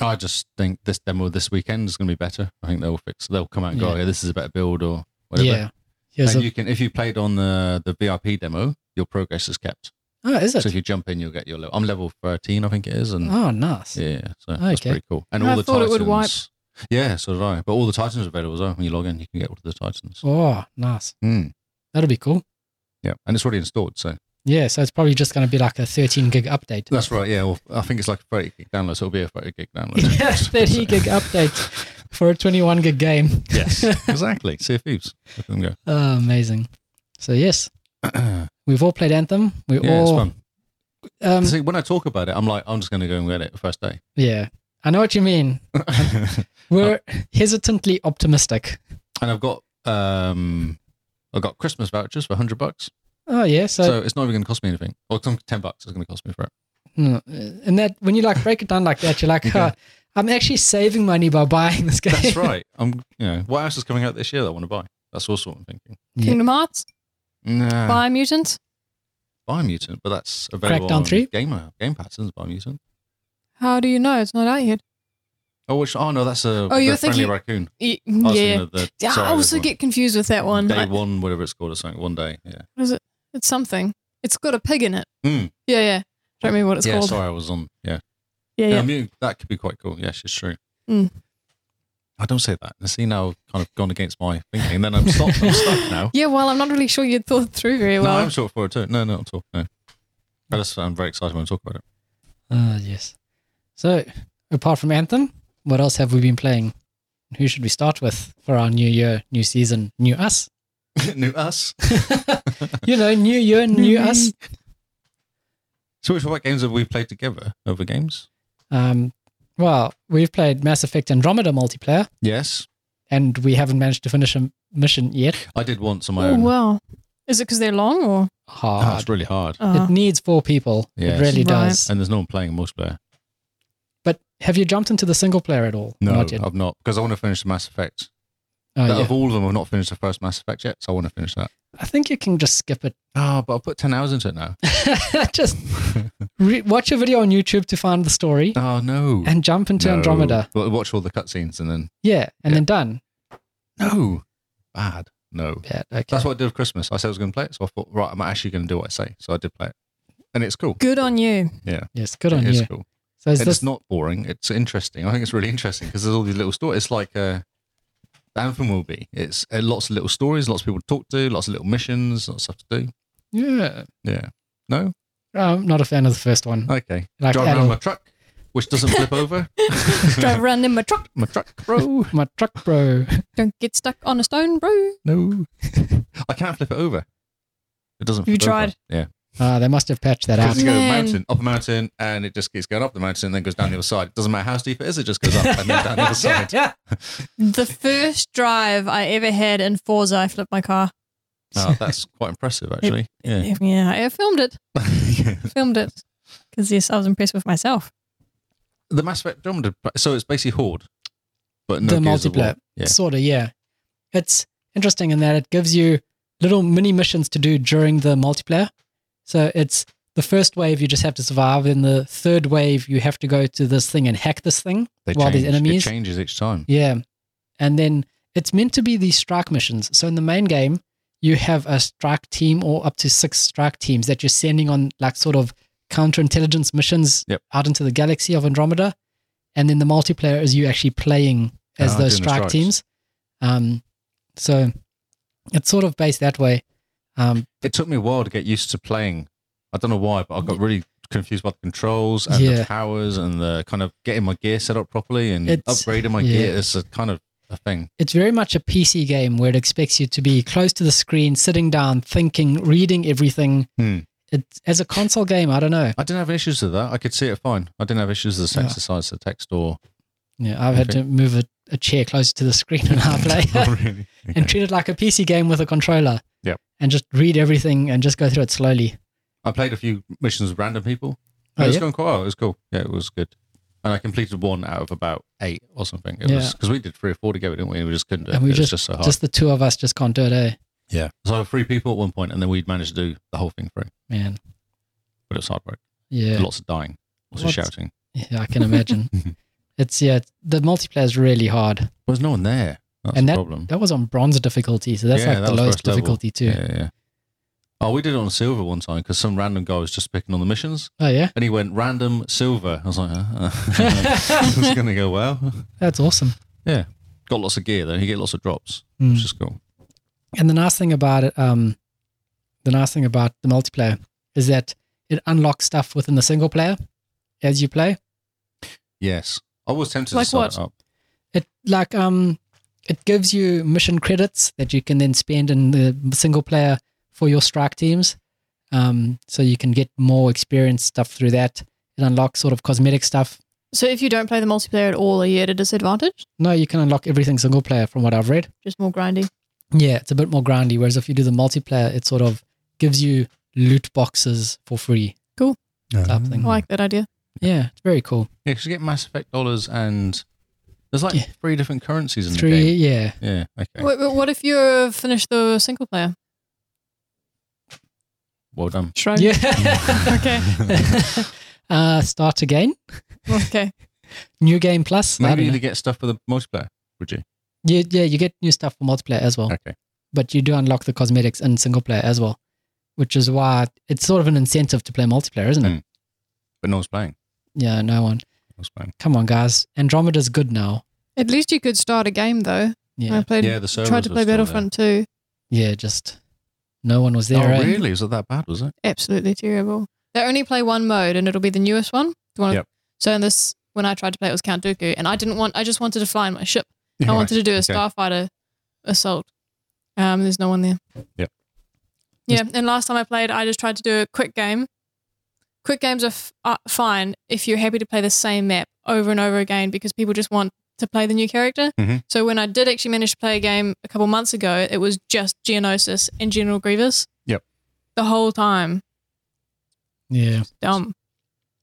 Speaker 2: I just think this demo this weekend is going to be better. I think they'll fix. They'll come out and go,
Speaker 3: Yeah.
Speaker 2: yeah, this is a better build or whatever.
Speaker 3: Yeah, here's
Speaker 2: and
Speaker 3: a,
Speaker 2: you can if you played on the the VIP demo, your progress is kept.
Speaker 3: oh, is
Speaker 2: So if
Speaker 3: it?
Speaker 2: you jump in, you'll get your level. I'm level 13, I think it is, and
Speaker 3: Oh, nice.
Speaker 2: yeah, so that's
Speaker 3: Okay.
Speaker 2: pretty cool. And
Speaker 1: I
Speaker 2: all the
Speaker 1: thought it
Speaker 2: titans.
Speaker 1: would wipe.
Speaker 2: Yeah, so did I. But all the titans are available as well. When you log in, you can get all of the titans.
Speaker 3: Oh, nice.
Speaker 2: Mm.
Speaker 3: That'll be cool.
Speaker 2: Yeah, and it's already installed. So
Speaker 3: Yeah, so it's probably just going to be like a 13 gig update.
Speaker 2: that's right. Yeah, well, I think it's like a 30 gig download. So it'll be a 30 gig download.
Speaker 3: Yeah, 30 gig update for a 21 gig game.
Speaker 2: yes, exactly. Sea of Thieves. Look at them go.
Speaker 3: Oh, amazing. So yes,
Speaker 2: yeah,
Speaker 3: we've all played Anthem. We
Speaker 2: it's
Speaker 3: all
Speaker 2: fun.
Speaker 3: um,
Speaker 2: See, when I talk about it, I'm like, I'm just going to go and get it first day.
Speaker 3: yeah. I know what you mean. We're
Speaker 2: Oh.
Speaker 3: hesitantly optimistic.
Speaker 2: and I've got um, I've got Christmas vouchers for 100 bucks.
Speaker 3: Oh yeah, so,
Speaker 2: So, it's not even going to cost me anything. Well, it's 10 bucks is going to cost me for it.
Speaker 3: no, uh, and that when you like break it down like that, you're like,
Speaker 2: Okay.
Speaker 3: huh, I'm actually saving money by buying this game.
Speaker 2: That's right. I'm, you know, what else is coming out this year that I want to buy? That's also what I'm thinking.
Speaker 3: Yeah.
Speaker 1: Kingdom Hearts,
Speaker 2: Nah,
Speaker 1: Fire Mutant.
Speaker 2: Biomutant, but that's available
Speaker 3: Crackdown
Speaker 2: on
Speaker 3: 3?
Speaker 2: Game, Game Pass, isn't it, Biomutant?
Speaker 1: How do you know it's not out yet?
Speaker 2: Oh, which, oh no, that's a
Speaker 1: Oh, you're
Speaker 2: the friendly
Speaker 1: thinking-
Speaker 2: raccoon.
Speaker 1: Y-
Speaker 2: I was
Speaker 1: yeah.
Speaker 2: thinking of the,
Speaker 1: Yeah,
Speaker 2: sorry,
Speaker 1: I also
Speaker 2: there's
Speaker 1: get confused with that one.
Speaker 2: Day
Speaker 1: Like,
Speaker 2: one, whatever it's called or something, one day. Yeah.
Speaker 1: it's something. It's got a pig in it.
Speaker 2: Hmm.
Speaker 1: Yeah, yeah. Don't remember what it's
Speaker 2: yeah,
Speaker 1: called.
Speaker 2: sorry, Um, I was on. Yeah.
Speaker 1: Yeah,
Speaker 2: yeah.
Speaker 1: yeah.
Speaker 2: Mutant, that could be quite cool. Yes, it's true.
Speaker 1: Mm.
Speaker 2: I don't say that. I see now I've kind of gone against my thinking. Then I'm stuck, I'm stuck now.
Speaker 1: Yeah, well, I'm not really sure you'd thought through very
Speaker 2: No,
Speaker 1: well.
Speaker 2: I'm short for it too. No, no, not at all. No. I just, I'm very excited when I talk about it.
Speaker 3: Ah yes. So apart from Anthem, what else have we been playing? Who should we start with for our new year, new season, new us?
Speaker 2: New us.
Speaker 3: You know, new year, new us.
Speaker 2: So, which what games have we played together? Other games?
Speaker 3: Um, well, we've played Mass Effect Andromeda multiplayer,
Speaker 2: Yes,
Speaker 3: and we haven't managed to finish a mission yet.
Speaker 2: I did once on my
Speaker 1: Oh,
Speaker 2: own.
Speaker 1: well. Is it because they're long or?
Speaker 2: Oh,
Speaker 3: Hard.
Speaker 2: it's really hard,
Speaker 1: Oh.
Speaker 3: It needs four people.
Speaker 2: Yes.
Speaker 3: It really
Speaker 1: Right.
Speaker 3: does.
Speaker 2: and there's no one playing multiplayer.
Speaker 3: But have you jumped into the single player at all?
Speaker 2: No,
Speaker 3: Not yet.
Speaker 2: I've not because I want to finish the Mass Effect.
Speaker 3: Oh,
Speaker 2: But
Speaker 3: yeah.
Speaker 2: Of all of them, I've not finished the first Mass Effect yet, so I want to finish that.
Speaker 3: I think you can just skip it.
Speaker 2: Oh, but I put 10 hours into it now.
Speaker 3: just re- watch a video on YouTube to find the story
Speaker 2: Oh, no.
Speaker 3: and jump into
Speaker 2: No.
Speaker 3: Andromeda.
Speaker 2: Wa- Watch all the cutscenes and then,
Speaker 3: Yeah, and
Speaker 2: Yeah.
Speaker 3: then done.
Speaker 2: no. Bad. No.
Speaker 3: Yeah, okay.
Speaker 2: That's what I did with Christmas. I said I was going to play it. So I thought, right, I'm actually going to do what I say. So I did play it. And it's cool.
Speaker 1: Good on you.
Speaker 3: yes, good on
Speaker 2: It is
Speaker 3: you.
Speaker 2: cool.
Speaker 3: So is
Speaker 2: And
Speaker 3: this
Speaker 2: it's not boring. It's interesting. I think it's really interesting because there's all these little stories. It's like uh, Anthem will be. It's uh, lots of little stories, lots of people to talk to, lots of little missions, lots of stuff to do.
Speaker 3: yeah.
Speaker 2: Yeah. No?
Speaker 3: I'm not a fan of the first one.
Speaker 2: Okay.
Speaker 3: Like
Speaker 2: Driving
Speaker 3: at
Speaker 2: around
Speaker 3: all.
Speaker 2: my truck, which doesn't flip over.
Speaker 1: Drive around in my truck.
Speaker 2: my truck, bro.
Speaker 3: my truck bro.
Speaker 1: Don't get stuck on a stone, bro.
Speaker 2: No. I can't flip it over. It doesn't
Speaker 1: You
Speaker 2: flip over.
Speaker 1: tried.
Speaker 2: Yeah.
Speaker 3: Ah, they must have patched that out.
Speaker 2: Because you go
Speaker 1: Man.
Speaker 2: mountain, up a mountain, and it just keeps going up the mountain and then goes down the other side. It doesn't matter how steep it is, it just goes up and then down the other side.
Speaker 3: yeah.
Speaker 1: The first drive I ever had in Forza, I flipped my car.
Speaker 2: Oh, that's quite impressive, actually. Yeah.
Speaker 1: Yeah, I filmed it. Filmed it. Because, yes, I was impressed with myself.
Speaker 2: the Mass Effect Andromeda, so it's basically Horde, but no
Speaker 3: The
Speaker 2: Gears of War.
Speaker 3: multiplayer.
Speaker 2: Yeah.
Speaker 3: Sort of, yeah. It's interesting in that it gives you little mini missions to do during the multiplayer. So it's the first wave you just have to survive, then the third wave you have to go to this thing and hack this thing.
Speaker 2: They
Speaker 3: While there's
Speaker 2: change-
Speaker 3: enemies-
Speaker 2: it changes each time.
Speaker 3: Yeah. And then it's meant to be these strike missions. So in the main game, you have a strike team or up to six strike teams that you're sending on like sort of counterintelligence missions
Speaker 2: Yep.
Speaker 3: out into the galaxy of Andromeda. And then the multiplayer is you actually playing as
Speaker 2: Ah,
Speaker 3: those
Speaker 2: doing the
Speaker 3: strike
Speaker 2: strikes.
Speaker 3: teams. Um, so it's sort of based that way. Um,
Speaker 2: It took me a while to get used to playing. I don't know why, but I got really confused by the controls and
Speaker 3: Yeah.
Speaker 2: the powers and the kind of getting my gear set up properly and
Speaker 3: It's-
Speaker 2: upgrading my
Speaker 3: yeah.
Speaker 2: gear. It's a kind of a thing.
Speaker 3: it's very much a PC game where it expects you to be close to the screen, sitting down, thinking, reading everything.
Speaker 2: Hmm.
Speaker 3: It, as a console game, I don't know.
Speaker 2: I didn't have issues with that. I could see it fine. I didn't have issues with the
Speaker 3: Yeah.
Speaker 2: exercise, the text, or
Speaker 3: Yeah, I've had
Speaker 2: Okay.
Speaker 3: to move a, a chair closer to the screen when I play
Speaker 2: Not really.
Speaker 3: and treat it like a PC game with a controller.
Speaker 2: Yep.
Speaker 3: And just read everything and just go through it slowly.
Speaker 2: I played a few missions with random people.
Speaker 3: Oh,
Speaker 2: it was
Speaker 3: yeah?
Speaker 2: going quite well. It was cool. Yeah, it was good. And I completed one out of about eight or something. It
Speaker 3: Yeah.
Speaker 2: was because we did three or four together, didn't we? And we just couldn't do it.
Speaker 3: And we
Speaker 2: it
Speaker 3: just-
Speaker 2: was just so hard.
Speaker 3: Just the two of us just can't do it, eh?
Speaker 2: yeah. So I had three people at one point, and then we'd managed to do the whole thing through.
Speaker 3: Man.
Speaker 2: But it was hard work.
Speaker 3: Yeah.
Speaker 2: Lots of dying, lots
Speaker 3: Lots.
Speaker 2: of shouting.
Speaker 3: Yeah, I can imagine.
Speaker 2: Mm-hmm.
Speaker 3: it's yeah, it's- the multiplayer is really hard.
Speaker 2: There was no one there. That's
Speaker 3: And
Speaker 2: the problem.
Speaker 3: That was on bronze difficulty, so that's
Speaker 2: Yeah,
Speaker 3: like
Speaker 2: that
Speaker 3: the
Speaker 2: was
Speaker 3: lowest
Speaker 2: first level.
Speaker 3: difficulty too.
Speaker 2: yeah, yeah. Oh, we did it on silver one time because some random guy was just picking on the missions,
Speaker 3: Oh yeah.
Speaker 2: and he went random silver. I was like, uh, uh. it's going to go well.
Speaker 3: That's awesome.
Speaker 2: Got lots of gear though. You get lots of drops,
Speaker 3: Mm.
Speaker 2: which is cool.
Speaker 3: And the nice thing about it, um, the nice thing about the multiplayer is that it unlocks stuff within the single player as you play.
Speaker 2: Yes, I was tempted
Speaker 1: Like
Speaker 2: to start
Speaker 1: what?
Speaker 2: it up.
Speaker 3: It like um, it gives you mission credits that you can then spend in the single player for your strike teams. Um, so you can get more experience stuff through that. It unlocks sort of cosmetic stuff.
Speaker 1: So, if you don't play the multiplayer at all, are you at a disadvantage?
Speaker 3: No, you can unlock everything single player from what I've read.
Speaker 1: Just more grindy.
Speaker 3: Yeah, it's a bit more grindy. Whereas if you do the multiplayer, it sort of gives you loot boxes for free. Type
Speaker 2: Hmm.
Speaker 3: thing.
Speaker 1: I like that idea.
Speaker 3: Yeah, it's very cool.
Speaker 2: Yeah, 'cause you get Mass Effect dollars and there's like
Speaker 3: Yeah.
Speaker 2: three different currencies in
Speaker 3: Three,
Speaker 2: the game.
Speaker 3: yeah.
Speaker 2: Yeah, okay.
Speaker 1: What, what if you uh, finish the single player?
Speaker 2: Well done.
Speaker 1: Shrug.
Speaker 3: Yeah.
Speaker 1: Okay.
Speaker 3: uh, start again.
Speaker 1: Okay.
Speaker 3: New game plus. I
Speaker 2: Maybe
Speaker 3: don't
Speaker 2: you
Speaker 3: know.
Speaker 2: get stuff for the multiplayer, would you?
Speaker 3: You, yeah, you get new stuff for multiplayer as well,
Speaker 2: Okay.
Speaker 3: but you do unlock the cosmetics in single player as well, which is why it's sort of an incentive to play multiplayer, isn't it?
Speaker 2: Mm. But no one's playing.
Speaker 3: Yeah, no one.
Speaker 2: No one's playing.
Speaker 3: Come on, guys. Andromeda's good now.
Speaker 1: At least you could start a game, though.
Speaker 3: Yeah.
Speaker 1: I played,
Speaker 2: yeah, the servers
Speaker 1: tried to
Speaker 2: were
Speaker 1: play
Speaker 2: still there.
Speaker 1: Battlefront 2.
Speaker 3: Yeah, just no one was there.
Speaker 2: Oh,
Speaker 3: eh?
Speaker 2: really? Was it that bad? Was it?
Speaker 1: absolutely terrible. They only play one mode, and it'll be the newest one. The one
Speaker 2: Yep.
Speaker 1: So in this, when I tried to play, it was Count Dooku, and I didn't want. I just wanted to fly in my ship. I wanted to do a starfighter assault. Um, there's no one there.
Speaker 2: Yep.
Speaker 1: Yeah, and last time I played, I just tried to do a quick game. Quick games are, f- are fine if you're happy to play the same map over and over again because people just want to play the new character.
Speaker 2: Mhm.
Speaker 1: So when I did actually manage to play a game a couple months ago, it was just Geonosis and General Grievous.
Speaker 2: Yep.
Speaker 1: The whole time.
Speaker 3: Yeah.
Speaker 1: Dumb.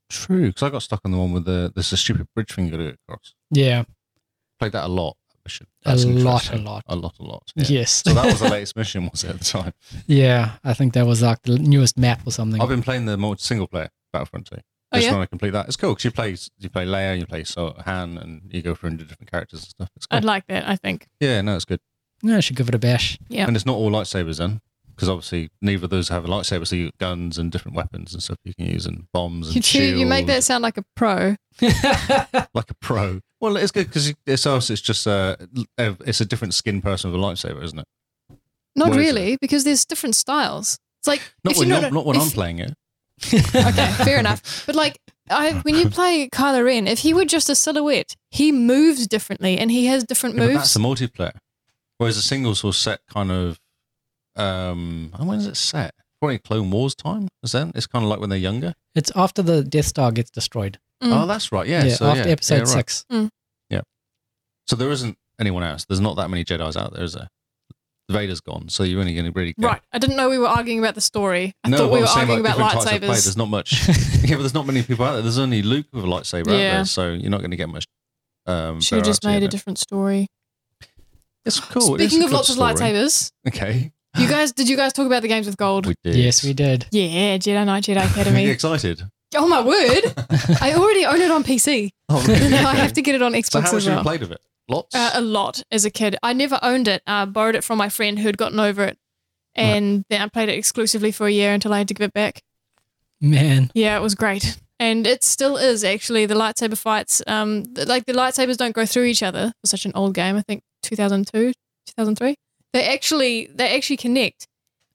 Speaker 2: True, because I got stuck on the one with the there's a stupid bridge thing you got to get across.
Speaker 3: Yeah.
Speaker 2: Played that a lot. mission.
Speaker 3: A
Speaker 2: That's
Speaker 3: lot, a
Speaker 2: interesting.
Speaker 3: lot.
Speaker 2: A lot, a lot. Yeah.
Speaker 3: Yes.
Speaker 2: So that was the latest mission, was it, at the time?
Speaker 3: yeah, I think that was like the newest map or something.
Speaker 2: I've been playing the multi single player Battlefront 2.
Speaker 1: Oh,
Speaker 2: Just
Speaker 1: yeah?
Speaker 2: want to complete that. It's cool because you play you play Leia, you play so Han, and you go through into different characters and stuff. It's cool.
Speaker 1: I'd like that. I think.
Speaker 2: yeah, no, it's good.
Speaker 3: Yeah, I should give it a bash.
Speaker 1: Yeah.
Speaker 2: And it's not all lightsabers then, because obviously neither of those have a lightsaber. So you got guns and different weapons and stuff you can use, and bombs and
Speaker 1: You, two- you make that
Speaker 2: shields,
Speaker 1: sound like a pro.
Speaker 2: like a pro. Well, it's good because it's us. It's just uh, it's a different skin person with a lightsaber, isn't it?
Speaker 1: Not
Speaker 2: What is
Speaker 1: really, because there's different styles. It's like
Speaker 2: Not
Speaker 1: if
Speaker 2: when
Speaker 1: you know
Speaker 2: not, not when
Speaker 1: if-
Speaker 2: I'm playing it.
Speaker 1: Okay, fair enough. But like, I when you play Kylo Ren, if he were just a silhouette, he moves differently and he has different
Speaker 2: Yeah, but that's
Speaker 1: moves.
Speaker 2: the multiplayer. Whereas the singles was set kind of, um, and when is it set? Probably Clone Wars time. Is then it's kind of like when they're younger.
Speaker 3: It's after the Death Star gets destroyed.
Speaker 1: Mm.
Speaker 2: Oh, that's right. Yeah. so
Speaker 3: after
Speaker 2: yeah,
Speaker 3: episode
Speaker 2: yeah, right.
Speaker 3: six.
Speaker 2: So there isn't anyone else. There's not that many Jedi's out there, is there? Vader's gone, so you're only going to really get-
Speaker 1: Right. I didn't know we were arguing about the story. I
Speaker 2: no,
Speaker 1: thought
Speaker 2: what
Speaker 1: we
Speaker 2: I'm
Speaker 1: were
Speaker 2: saying
Speaker 1: arguing about
Speaker 2: different types of play,
Speaker 1: lightsabers.
Speaker 2: There's not much. yeah, but there's not many people out there. There's only Luke with a lightsaber out
Speaker 1: Yeah.
Speaker 2: there, so you're not going to get much. Um,
Speaker 1: Should have just made a
Speaker 2: variety in it.
Speaker 1: different story.
Speaker 2: It's cool. it is
Speaker 1: Speaking
Speaker 2: a
Speaker 1: of
Speaker 2: good
Speaker 1: lots
Speaker 2: story.
Speaker 1: of lightsabers,
Speaker 2: okay.
Speaker 1: you guys did you guys talk about the games with gold?
Speaker 2: We did.
Speaker 3: Yes, we did.
Speaker 1: yeah, Jedi Knight, Jedi
Speaker 2: Are you
Speaker 1: Academy.
Speaker 2: excited?
Speaker 1: oh my word! I already own it on PC.
Speaker 2: Oh,
Speaker 1: And now I have to get it on Xbox
Speaker 2: So how much
Speaker 1: as
Speaker 2: have
Speaker 1: well.
Speaker 2: you played of it? Lots.
Speaker 1: uh, a lot as a kid. I never owned it. I borrowed it from my friend who'd gotten over it. And then I played it exclusively for a year until I had to give it back.
Speaker 3: Man.
Speaker 1: Yeah, it was great. And it still is actually the lightsaber fights. Um, th- like the lightsabers don't go through each other. It's such an old game. I think 2002, 2003. They actually they actually connect,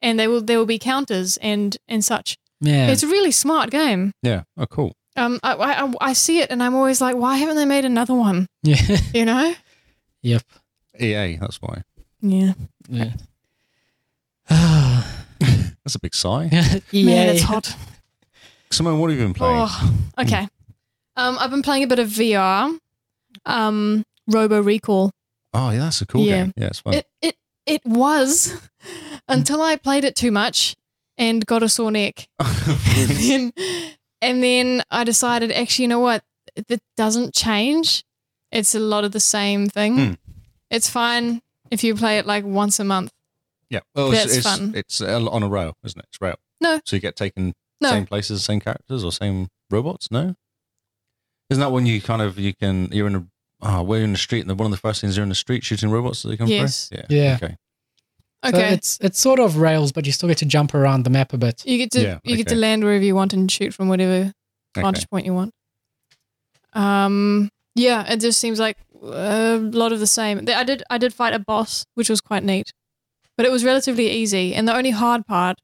Speaker 1: and they will there will be counters and and such.
Speaker 3: Man.
Speaker 1: It's a really smart game.
Speaker 2: yeah. Oh, cool.
Speaker 1: Um, I, I I- I see it and I'm always like, why haven't they made another one?
Speaker 3: yeah.
Speaker 1: You know?
Speaker 3: yep.
Speaker 2: EA. E That's why.
Speaker 1: Yeah.
Speaker 3: Yeah. Ah.
Speaker 2: That's a big sigh.
Speaker 1: Man, it's
Speaker 3: Yay.
Speaker 1: hot.
Speaker 2: Simone, what have you been playing?
Speaker 1: Oh, okay. Um, I've been playing a bit of VR. Um, Robo Recall.
Speaker 2: Oh, yeah, that's a cool
Speaker 1: Yeah.
Speaker 2: game. Yeah, it's fun.
Speaker 1: It it it was until I played it too much and got a sore neck. and then and then I decided actually, you know what? That doesn't change. It's a lot of the same thing.
Speaker 2: Hmm.
Speaker 1: It's fine if you play it like once a month.
Speaker 2: yeah. Well, it's,
Speaker 1: That's
Speaker 2: it's,
Speaker 1: fun.
Speaker 2: it's uh, on a row, isn't it? It's rail.
Speaker 1: No.
Speaker 2: So you get taken
Speaker 1: No.
Speaker 2: same places, same characters, or same robots? No. Isn't that when you kind of you can you're in a oh, we're in the street and one of the first things you're in the street shooting robots that they come
Speaker 1: Yes.
Speaker 2: through? Yeah.
Speaker 3: Yeah.
Speaker 2: Okay.
Speaker 3: So
Speaker 1: Okay.
Speaker 3: it's it's sort of rails, but you still get to jump around the map a bit.
Speaker 1: you get to
Speaker 2: Yeah,
Speaker 1: you get to
Speaker 2: okay.
Speaker 1: land wherever you want and shoot from whatever
Speaker 2: okay.
Speaker 1: vantage point you want. Um, yeah, it just seems like a lot of the same. I did I did fight a boss, which was quite neat, but it was relatively easy. And the only hard part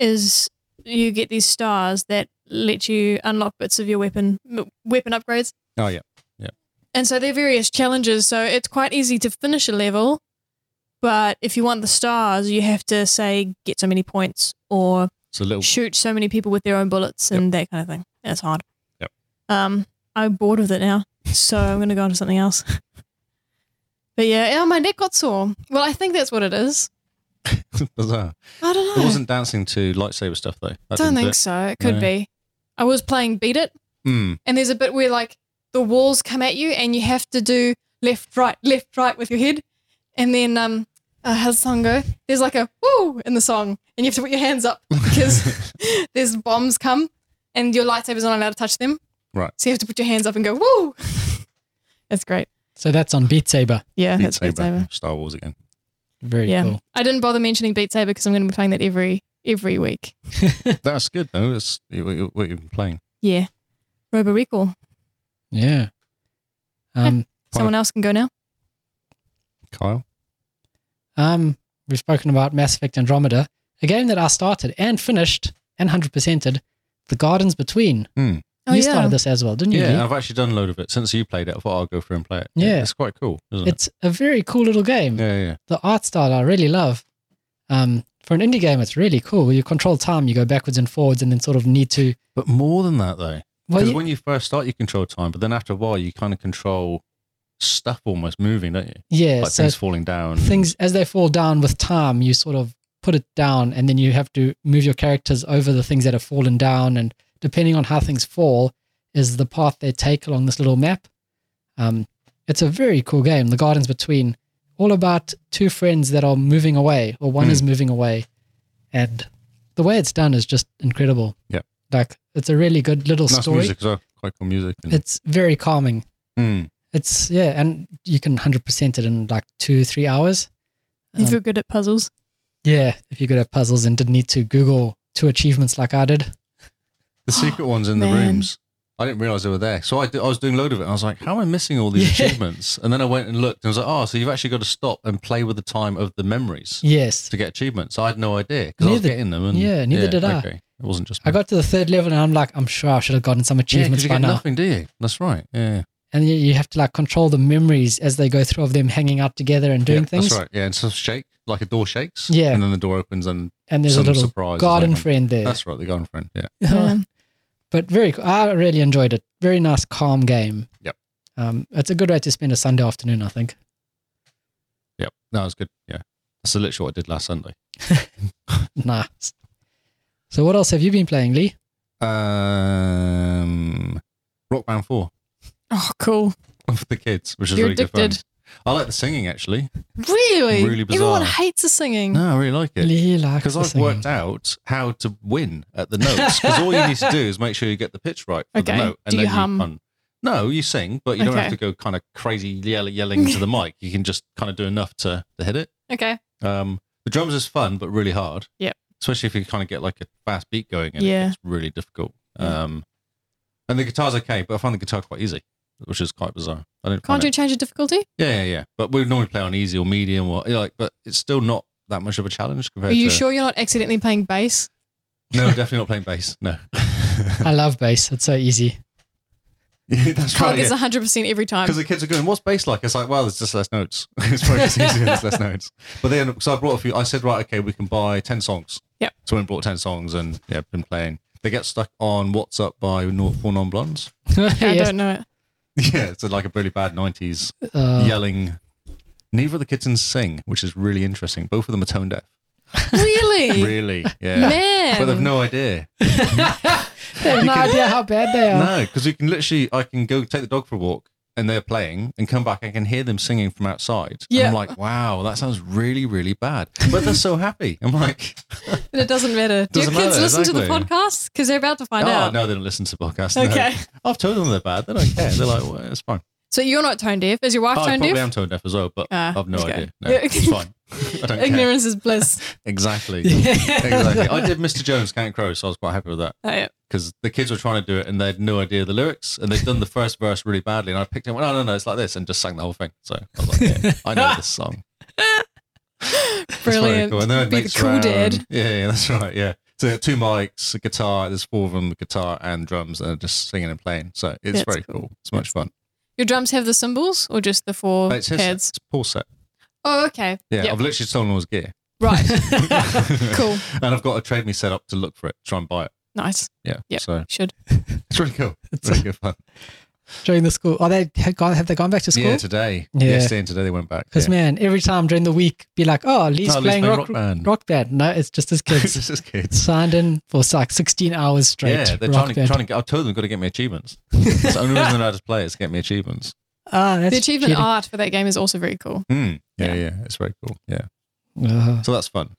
Speaker 1: is you get these stars that let you unlock bits of your weapon m- weapon upgrades.
Speaker 2: Oh yeah.
Speaker 1: And so there are various challenges. So it's quite easy to finish a level, but if you want the stars, you have to say get so many points or
Speaker 2: It's a little
Speaker 1: shoot so many people with their own bullets and that kind of thing. That's hard.
Speaker 2: Yep.
Speaker 1: Um, I'm bored with it now, so I'm going to go on to something else. but yeah, oh, my neck got sore. Well, I think that's what it is.
Speaker 2: bizarre.
Speaker 1: I don't know.
Speaker 2: It wasn't dancing to lightsaber stuff though. That
Speaker 1: don't
Speaker 2: didn't do
Speaker 1: think
Speaker 2: it.
Speaker 1: so. It could
Speaker 2: No.
Speaker 1: be. I was playing Beat It,
Speaker 2: Hmm.
Speaker 1: and there's a bit where like the walls come at you, and you have to do left, right, left, right with your head, and then um, uh, how's the song go? There's like a woo in the song, and you have to put your hands up because there's bombs come and your lightsabers aren't allowed to touch them.
Speaker 2: Right.
Speaker 1: So you have to put your hands up and go, woo. that's great.
Speaker 3: So that's on Beat Saber.
Speaker 1: Yeah,
Speaker 2: Beat
Speaker 1: that's Beat
Speaker 2: Saber.
Speaker 1: Saber.
Speaker 2: Star Wars again.
Speaker 3: Very
Speaker 1: Yeah.
Speaker 3: cool.
Speaker 1: I didn't bother mentioning Beat Saber because I'm going to be playing that every every week.
Speaker 2: That's good though. That's what you- what you've been playing.
Speaker 1: Yeah. Robo Recall.
Speaker 3: Yeah. Um,
Speaker 1: Someone else can go now.
Speaker 2: Kyle?
Speaker 3: um, we've spoken about Mass Effect Andromeda, a game that I started and finished and hundred percented. The Gardens Between.
Speaker 1: Oh,
Speaker 3: you
Speaker 1: yeah.
Speaker 3: started this as well, didn't you?
Speaker 2: Hmm. Yeah,
Speaker 3: Lee?
Speaker 2: I've actually done a load of it since you played it. I thought I'll go through and play it.
Speaker 3: Yeah.
Speaker 2: it's quite cool, isn't it?
Speaker 3: It's a very cool little game.
Speaker 2: Yeah, yeah,
Speaker 3: The art style I really love. Um, for an indie game, it's really cool. You control time, you go backwards and forwards, and then sort of need to.
Speaker 2: but more than that though,
Speaker 3: Well,
Speaker 2: because
Speaker 3: you-
Speaker 2: when you first start, you control time, but then after a while, you kind of control stuff almost moving, don't you?
Speaker 3: yeah,
Speaker 2: Like
Speaker 3: so
Speaker 2: things falling down.
Speaker 3: things as they fall down with time, you sort of put it down, and then you have to move your characters over the things that have fallen down, and depending on how things fall, is the path they take along this little map. Um, It's a very cool game, The Gardens Between, all about two friends that are moving away, or one
Speaker 2: Mm.
Speaker 3: is moving away. And the way it's done is just incredible.
Speaker 2: Yeah.
Speaker 3: Like, it's a really good little
Speaker 2: Nice
Speaker 3: story.
Speaker 2: music as well. Quite cool music. and-
Speaker 3: It's very calming.
Speaker 2: Mm.
Speaker 3: It's, yeah, and you can 100% it in like two, three hours.
Speaker 1: If
Speaker 3: Um,
Speaker 1: you're good at puzzles,
Speaker 3: Yeah, if you're good at puzzles and didn't need to Google two achievements like I did.
Speaker 2: The secret ones in the
Speaker 1: Man.
Speaker 2: rooms. I didn't realize they were there. So I, did, I was doing a load of it. And I was like, how am I missing all these
Speaker 3: Yeah.
Speaker 2: achievements? And then I went and looked and I was like, oh, so you've actually got to stop and play with the time of the memories
Speaker 3: Yes.
Speaker 2: to get achievements. I had no idea because I was
Speaker 3: Neither-
Speaker 2: getting them. And,
Speaker 3: yeah, neither did I.
Speaker 2: Okay. It wasn't just
Speaker 3: I got to the third level and I'm like, I'm sure I should have gotten some
Speaker 2: Yeah, 'cause
Speaker 3: achievements
Speaker 2: you
Speaker 3: by
Speaker 2: get
Speaker 3: now.
Speaker 2: nothing, do you? That's right. Yeah.
Speaker 3: And you, you have to like control the memories as they go through of them hanging out together and doing
Speaker 2: yeah,
Speaker 3: things.
Speaker 2: That's right. Yeah, and so shake like a door shakes.
Speaker 3: Yeah.
Speaker 2: and then the door opens and
Speaker 3: And there's
Speaker 2: some
Speaker 3: a little
Speaker 2: surprise. or
Speaker 3: garden
Speaker 2: something.
Speaker 3: friend there.
Speaker 2: That's right, the garden friend. Yeah,
Speaker 1: man.
Speaker 3: but very cool. I really enjoyed it. Very nice, calm game.
Speaker 2: Yep.
Speaker 3: Um, it's a good way to spend a Sunday afternoon, I think.
Speaker 2: yeah. No, it's good. Yeah, that's literally what I did last Sunday.
Speaker 3: Nice. So what else have you been playing, Lee?
Speaker 2: Um, Rock Band Four
Speaker 1: oh, cool.
Speaker 2: for the kids, which is
Speaker 1: You're
Speaker 2: really good
Speaker 1: addicted.
Speaker 2: fun. I like the singing actually.
Speaker 1: Really?
Speaker 2: Really
Speaker 1: Everyone
Speaker 2: bizarre.
Speaker 1: hates the singing.
Speaker 2: No, I really like it.
Speaker 3: Lee likes
Speaker 2: Because
Speaker 3: the
Speaker 2: I've
Speaker 3: singing.
Speaker 2: worked out how to win at the notes. Because all you need to do is make sure you get the pitch right for
Speaker 1: Okay.
Speaker 2: the note,
Speaker 1: Do you
Speaker 2: then
Speaker 1: hum?
Speaker 2: run. No, you sing, but you don't
Speaker 1: Okay.
Speaker 2: have to go kind of crazy yell- yelling into the mic. You can just kind of do enough to, to hit it.
Speaker 1: Okay.
Speaker 2: Um, the drums is fun, but really hard.
Speaker 1: Yep.
Speaker 2: Especially if you kind of get like a fast beat going, and
Speaker 1: Yeah.
Speaker 2: it's really difficult.
Speaker 1: Yeah.
Speaker 2: Um, and the guitar's okay, but I find the guitar quite easy, which is quite bizarre. I don't.
Speaker 1: Can't
Speaker 2: find
Speaker 1: you
Speaker 2: it-
Speaker 1: change the difficulty?
Speaker 2: Yeah, yeah, yeah. But we would normally play on easy or medium, or you know, like, but it's still not that much of a challenge compared.
Speaker 1: Are you
Speaker 2: to,
Speaker 1: sure you're not accidentally playing bass?
Speaker 2: No, definitely not playing bass. No.
Speaker 3: I love bass. It's so easy.
Speaker 2: Oh, Yeah, that's
Speaker 1: Can't
Speaker 2: right.
Speaker 1: get
Speaker 2: Because
Speaker 1: 100% every time.
Speaker 2: the kids are going, what's bass like? It's like, well, there's just less notes. it's probably just easier. There's less notes. But then, so I brought a few. I said, right, okay, we can buy ten songs.
Speaker 1: Yep.
Speaker 2: So we brought ten songs, and yeah, been playing. They get stuck on "What's Up" by Nor- Four Non Blondes.
Speaker 1: I
Speaker 3: Yes.
Speaker 1: don't know it.
Speaker 2: Yeah, it's like a really bad '90s
Speaker 3: Uh,
Speaker 2: yelling. Neither of the kittens sing, which is really interesting. Both of them are tone deaf.
Speaker 1: Really?
Speaker 2: Really, yeah.
Speaker 1: Man.
Speaker 2: But they've no idea.
Speaker 3: They have no idea how bad they are.
Speaker 2: No, because you can literally, I can go take the dog for a walk and they're playing and come back. I can hear them singing from outside.
Speaker 1: Yeah.
Speaker 2: I'm like, wow, that sounds really, really bad. But they're so happy. I'm like,
Speaker 1: But it doesn't matter. Do your
Speaker 2: Doesn't
Speaker 1: kids
Speaker 2: matter,
Speaker 1: listen to the
Speaker 2: exactly.
Speaker 1: podcast? Because they're about to find
Speaker 2: oh,
Speaker 1: out.
Speaker 2: no, they don't listen to podcasts. no.
Speaker 1: Okay.
Speaker 2: I've told them they're bad. They don't care. They're like, well, it's fine.
Speaker 1: So you're not tone deaf. Is your wife
Speaker 2: Oh, I
Speaker 1: tone
Speaker 2: probably
Speaker 1: deaf?
Speaker 2: am tone deaf as well, but
Speaker 1: Ah,
Speaker 2: I've no
Speaker 1: okay.
Speaker 2: idea. No,
Speaker 1: Yeah.
Speaker 2: it's fine. I don't care.
Speaker 1: Ignorance is bliss.
Speaker 2: Exactly. exactly.
Speaker 3: exactly.
Speaker 2: I did Mr. Jones Can't Crow, so I was quite happy with that.
Speaker 1: Oh, yeah.
Speaker 2: because the kids were trying to do it and they had no idea the lyrics and they'd done the first verse really badly and I picked it and went, no, no, no, it's like this and just sang the whole thing. So I was like, yeah, I know this song. It's very
Speaker 1: Brilliant.
Speaker 2: cool. And then I'd
Speaker 1: Be the
Speaker 2: mix
Speaker 1: cool
Speaker 2: around.
Speaker 1: dad.
Speaker 2: Yeah, yeah, that's right. Yeah. So there are two mics, a guitar, there's four of them, guitar and drums and just singing and playing. So it's
Speaker 1: That's
Speaker 2: very
Speaker 1: cool.
Speaker 2: cool. It's much fun.
Speaker 1: Your drums have the cymbals or just the four
Speaker 2: But it's his
Speaker 1: pads?
Speaker 2: it's Paul's set.
Speaker 1: Oh, okay.
Speaker 2: Yeah,
Speaker 1: Yep.
Speaker 2: I've literally stolen all his gear.
Speaker 1: Right. Cool.
Speaker 2: And I've got a trade me set up to look for it, try and buy it.
Speaker 1: Nice.
Speaker 2: Yeah.
Speaker 1: Yep.
Speaker 2: So
Speaker 1: Should.
Speaker 2: it's really cool. It's really good fun.
Speaker 3: During the school, are they have gone? Have they gone back to school?
Speaker 2: Yeah, today.
Speaker 3: Yeah.
Speaker 2: Yesterday and today they went back.
Speaker 3: Because
Speaker 2: yeah.
Speaker 3: man, every time during the week, be like, oh, Lee's
Speaker 2: No, at least playing
Speaker 3: playing rock,
Speaker 2: Rock
Speaker 3: rock
Speaker 2: Band.
Speaker 3: band. No, it's just his kids
Speaker 2: this is kids.
Speaker 3: signed in for like 16 hours straight.
Speaker 2: Yeah, they're
Speaker 3: rock
Speaker 2: trying to,
Speaker 3: band.
Speaker 2: trying to get. I told them, got to get me achievements. That's the only reason I just play is to get me achievements.
Speaker 3: Ah, that's
Speaker 1: The achievement
Speaker 3: cheating.
Speaker 1: art for that game is also very cool.
Speaker 2: Mm. Yeah,
Speaker 1: Yeah.
Speaker 2: yeah, it's very cool. Yeah,
Speaker 3: Ah,
Speaker 2: so that's fun.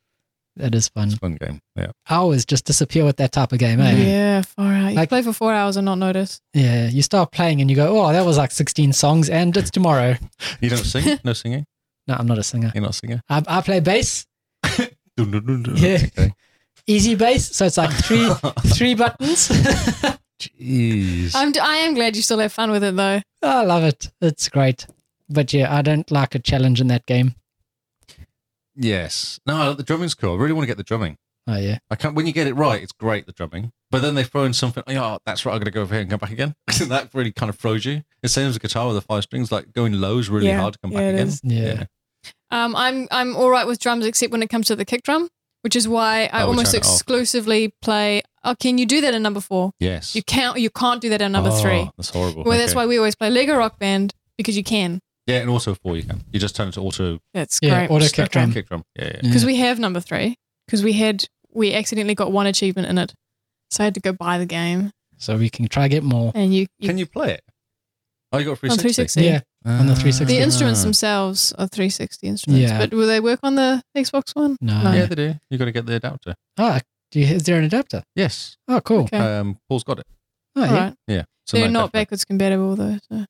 Speaker 3: that is fun.
Speaker 2: It's a fun game. Yeah,
Speaker 3: Hours just disappear with that type of game, eh?
Speaker 1: Yeah, far out. You
Speaker 3: Like-
Speaker 1: play for four hours and not notice.
Speaker 3: Yeah, you start playing and you go, oh, that was like 16 songs and it's tomorrow.
Speaker 2: you don't sing? No singing?
Speaker 3: No, I'm not a singer.
Speaker 2: You're not a singer?
Speaker 3: I, I play bass,
Speaker 2: Dun, dun, dun, dun.
Speaker 3: Yeah.
Speaker 2: Okay.
Speaker 3: easy bass. So it's like three three buttons.
Speaker 2: Jeez.
Speaker 1: I'm, d- I am glad you still have fun with it though.
Speaker 3: I love it. It's great. But yeah, I don't like a challenge in that game.
Speaker 2: yes. No, the drumming's cool. I really want to get the drumming.
Speaker 3: Oh, yeah.
Speaker 2: I can't. When you get it right, it's great. The drumming, but then they throw in something. Oh, that's right. I'm gonna go over here and come back again. that really kind of throws you. It's same as a guitar with the five strings. Like going low is really
Speaker 1: Yeah.
Speaker 2: hard to come
Speaker 1: Yeah,
Speaker 2: back
Speaker 1: it
Speaker 2: again.
Speaker 1: is.
Speaker 3: Yeah.
Speaker 1: Um, I'm I'm all right with drums except when it comes to the kick drum, which is why I
Speaker 2: Oh, we
Speaker 1: almost
Speaker 2: turn it off.
Speaker 1: exclusively play. Oh, can you do that in number four?
Speaker 2: Yes.
Speaker 1: You can't. You can't do that in number
Speaker 2: Oh,
Speaker 1: three.
Speaker 2: That's horrible.
Speaker 1: Well, that's
Speaker 2: Okay.
Speaker 1: why we always play Lego Rock Band because you can.
Speaker 2: Yeah, and also four you can. You just turn it to auto
Speaker 1: That's
Speaker 3: Yeah,
Speaker 1: great.
Speaker 3: auto
Speaker 2: step-
Speaker 3: kick drum.
Speaker 2: Kick drum. Yeah, yeah.
Speaker 3: Yeah.
Speaker 1: Because we have number three. Because we had we accidentally got one achievement in it, so I had to go buy the game.
Speaker 3: So we can try get more.
Speaker 1: And you, you
Speaker 2: Can you play it? Oh, you got
Speaker 1: on
Speaker 2: 360.
Speaker 1: 360.
Speaker 3: Yeah, on the
Speaker 2: Ah.
Speaker 3: 360.
Speaker 1: The instruments
Speaker 2: Ah.
Speaker 1: themselves are 360 instruments,
Speaker 3: Yeah.
Speaker 1: but will they work on the Xbox One?
Speaker 3: no.
Speaker 1: No.
Speaker 2: Yeah, they do. You got to get the adapter.
Speaker 3: Ah, do you, is there an adapter?
Speaker 2: Yes.
Speaker 3: Oh, cool.
Speaker 1: Okay.
Speaker 2: Um, Paul's got it.
Speaker 3: Oh,
Speaker 1: All
Speaker 3: yeah.
Speaker 1: right.
Speaker 2: Yeah. So
Speaker 1: They're
Speaker 2: no,
Speaker 1: not
Speaker 2: definitely.
Speaker 1: backwards compatible though. So.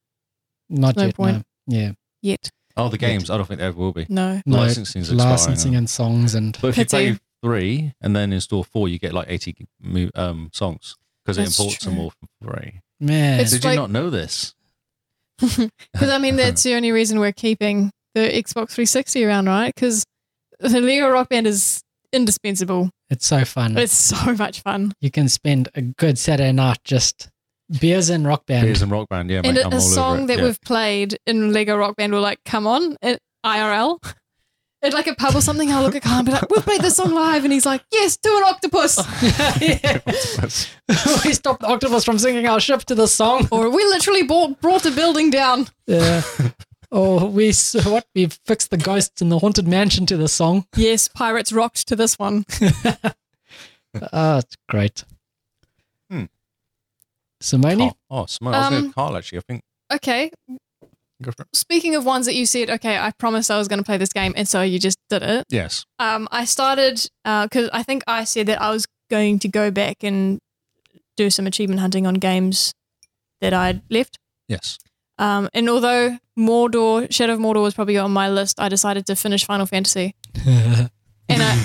Speaker 3: Not
Speaker 1: No
Speaker 3: yet.
Speaker 1: point.
Speaker 3: No. Yeah.
Speaker 1: Yet,
Speaker 2: Oh, the games. I don't think they ever will be.
Speaker 1: no.
Speaker 3: No,
Speaker 2: Licensing's expiring.
Speaker 3: licensing and songs and
Speaker 2: But if you
Speaker 1: Pity.
Speaker 2: play three and then install four, you get like 80 mo- um, songs because it
Speaker 1: That's
Speaker 2: imports them
Speaker 1: true.
Speaker 2: all from three.
Speaker 3: man.
Speaker 1: It's-
Speaker 2: Did you
Speaker 1: like-
Speaker 2: not know this?
Speaker 1: Because I mean, that's the only reason we're keeping the Xbox 360 around, right? Because the Lego Rock Band is indispensable.
Speaker 3: It's so fun.
Speaker 2: Mm.
Speaker 1: But it's so much fun,
Speaker 3: you can spend a good Saturday night just beers and rock band.
Speaker 2: Beers and Rock Band, yeah,
Speaker 1: and
Speaker 2: mate.
Speaker 1: a,
Speaker 2: I'm
Speaker 1: a
Speaker 2: all
Speaker 1: song
Speaker 2: over it.
Speaker 1: that
Speaker 2: yeah.
Speaker 1: we've played in Lego Rock Band will like come on at IRL. At like a pub or something, I'll look at Kyle and be like, "We've played this song live," and he's like, "Yes, do an octopus,"
Speaker 2: That's-
Speaker 3: we stopped the octopus from singing our ship to the song.
Speaker 1: or "We literally bought, brought a building down."
Speaker 3: Yeah. Oh, we s- what we fixed the ghosts in the haunted mansion to the song.
Speaker 1: Yes, pirates rocked to this one.
Speaker 3: Oh, it's great.
Speaker 2: Hmm.
Speaker 3: Simone,
Speaker 2: Carl. Oh, smart. I was going
Speaker 1: Um,
Speaker 2: to Carl, actually. I think.
Speaker 1: Okay,
Speaker 2: Go for it.
Speaker 1: speaking of ones that you said, okay, I promised I was going to play this game, and so you just did it.
Speaker 2: Yes.
Speaker 1: um, I started because I think I said that I was going to go back and do some achievement hunting on games that I'd left.
Speaker 2: Yes.
Speaker 1: Um, and although Mordor, Shadow of Mordor was probably on my list, I decided to finish Final Fantasy. And I,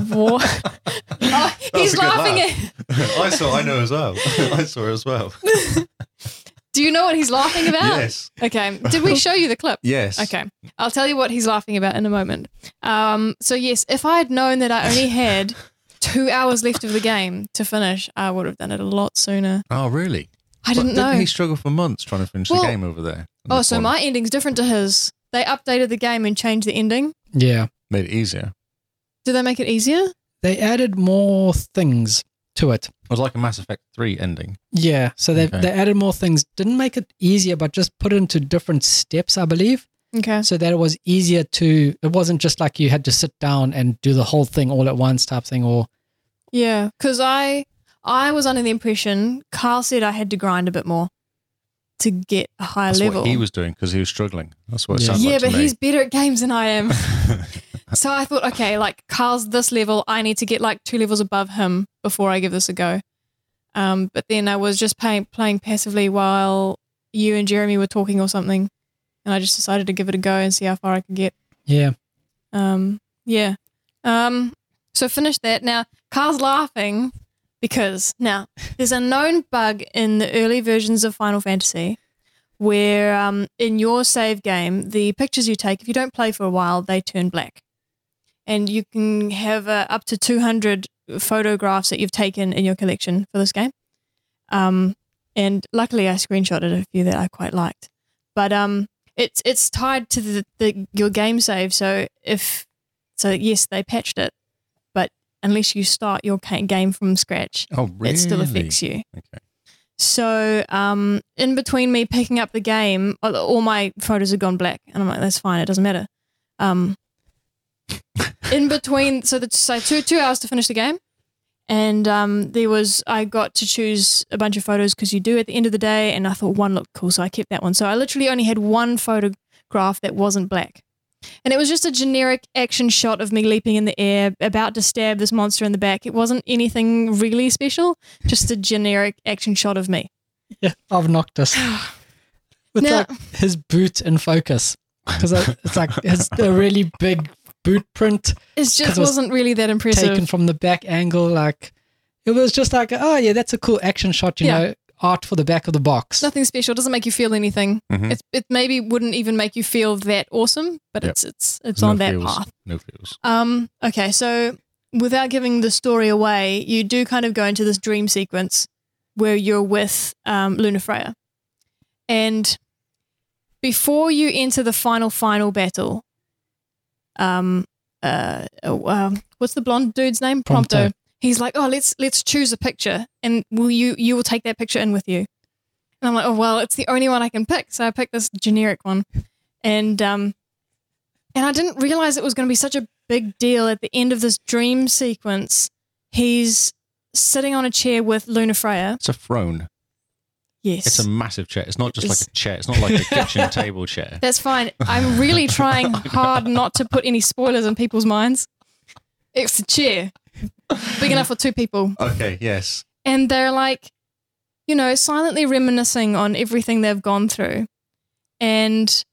Speaker 1: Wha- Oh,
Speaker 2: was
Speaker 1: he's
Speaker 2: a good
Speaker 1: laughing
Speaker 2: laugh.
Speaker 1: at.
Speaker 2: I saw, I know as well. I saw as well.
Speaker 1: Do you know what he's laughing about? Okay. Did we show you the clip?
Speaker 2: Yes.
Speaker 1: Okay. I'll tell you what he's laughing about in a moment. Um, so, yes, if I had known that I only had two hours left of the game to finish, I would have done it a lot sooner.
Speaker 2: Oh, really?
Speaker 1: I didn't
Speaker 2: But
Speaker 1: know.
Speaker 2: He struggled for months trying to finish
Speaker 1: Well-
Speaker 2: the game over there.
Speaker 1: Oh, so
Speaker 2: One
Speaker 1: my ending's different to his. They updated the game and changed the ending.
Speaker 3: yeah,
Speaker 2: made it easier.
Speaker 1: Did they make it easier?
Speaker 3: they added more things to it.
Speaker 2: It was like a Mass Effect three ending.
Speaker 3: Yeah, so they
Speaker 2: Okay.
Speaker 3: they added more things. Didn't make it easier, but just put it into different steps, I believe,
Speaker 1: Okay.
Speaker 3: so that it was easier to. It wasn't just like you had to sit down and do the whole thing all at once type thing. Or
Speaker 1: Yeah, because I I was under the impression Carl said I had to grind a bit more to get a higher
Speaker 2: That's
Speaker 1: level.
Speaker 2: what he was doing because he was struggling. That's what it
Speaker 3: Yeah.
Speaker 2: sounds
Speaker 1: yeah,
Speaker 2: like.
Speaker 1: but
Speaker 2: to me.
Speaker 1: he's better at games than I am. so I thought, okay, like Carl's this level, I need to get like two levels above him before I give this a go. Um, but then I was just playing playing passively while you and Jeremy were talking or something, and I just decided to give it a go and see how far I could get.
Speaker 3: yeah,
Speaker 1: Um, yeah. Um, so finish that. Now, Carl's laughing because now there's a known bug in the early versions of Final Fantasy where um, in your save game, the pictures you take, if you don't play for a while, they turn black. And you can have uh, up to 200 photographs that you've taken in your collection for this game. Um, and luckily, I screenshotted a few that I quite liked. But um, it's it's tied to the, the your game save. So if so, yes, they patched it, but unless you start your ca- game from scratch,
Speaker 2: oh, really?
Speaker 1: it still affects you.
Speaker 2: Okay.
Speaker 1: So um, in between me picking up the game, all- all my photos have gone black, and I'm like, that's fine, it doesn't matter. Um, in between, so the, so two two hours to finish the game, and um, there was I got to choose a bunch of photos because you do at the end of the day, and I thought one looked cool, so I kept that one. So I literally only had one photograph that wasn't black. And it was just a generic action shot of me leaping in the air, about to stab this monster in the back. It wasn't anything really special just a generic action shot of me.
Speaker 3: yeah, I've knocked us with
Speaker 1: Now-
Speaker 3: like his boot in focus because it's like it's a really big boot print
Speaker 1: It just
Speaker 3: 'Cause it was
Speaker 1: wasn't really that impressive.
Speaker 3: taken from the back angle. Like it was just like, oh yeah, that's a cool action shot. You
Speaker 1: Yeah.
Speaker 3: know, art for the back of the box.
Speaker 1: Nothing special. Doesn't make you feel anything.
Speaker 2: Mhm.
Speaker 3: Hmm.
Speaker 1: It's, it maybe wouldn't even make you feel that awesome, but
Speaker 2: Yep.
Speaker 1: it's it's it's
Speaker 2: No
Speaker 1: on that
Speaker 2: feels.
Speaker 1: path.
Speaker 2: No feels.
Speaker 1: Um. Okay. So without giving the story away, you do kind of go into this dream sequence where you're with um, Luna Freya, and before you enter the final final battle, um, uh, oh, um, what's the blonde dude's name?
Speaker 3: Prompto.
Speaker 1: He's like, oh, let's let's choose a picture, and will you you will take that picture in with you? And I'm like, oh well, it's the only one I can pick, so I picked this generic one, and um, and I didn't realize it was going to be such a big deal at the end of this dream sequence. He's sitting on a chair with Luna Freya.
Speaker 2: It's a throne.
Speaker 1: Yes.
Speaker 2: It's a massive chair. It's not just
Speaker 1: It's-
Speaker 2: like a chair. It's not like a kitchen table chair.
Speaker 1: That's fine. I'm really trying hard not to put any spoilers in people's minds. It's a chair big enough for two people.
Speaker 2: Okay. Yes.
Speaker 1: And they're like, you know, silently reminiscing on everything they've gone through. And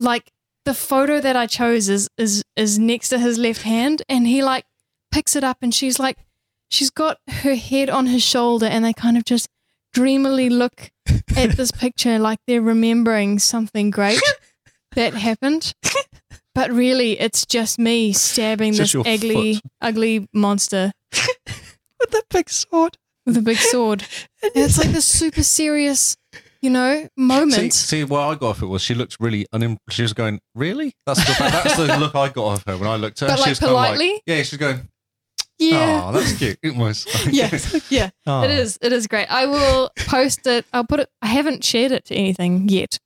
Speaker 1: like the photo that I chose is is is next to his left hand and he like picks it up and she's like she's got her head on his shoulder and they kind of just dreamily look at this picture like they're remembering something great that happened. But really it's just me stabbing
Speaker 2: It's just
Speaker 1: this
Speaker 2: your
Speaker 1: ugly
Speaker 2: foot.
Speaker 1: ugly monster
Speaker 3: with the big sword.
Speaker 1: with a big sword.
Speaker 3: And
Speaker 1: And it's like this super serious, you know,
Speaker 2: See,
Speaker 1: moment.
Speaker 2: see, what I got off it was she looked really unim. She was going, really? That's the, that's the look I got off her when I looked at her.
Speaker 1: But, like,
Speaker 2: she was kind of
Speaker 1: politely?
Speaker 2: yeah, she's going,
Speaker 1: yeah.
Speaker 2: oh, that's cute. It was.
Speaker 1: Yes. Yeah.
Speaker 2: Aw.
Speaker 1: It is. It is great. I will post it. I'll put it. I haven't shared it to anything yet.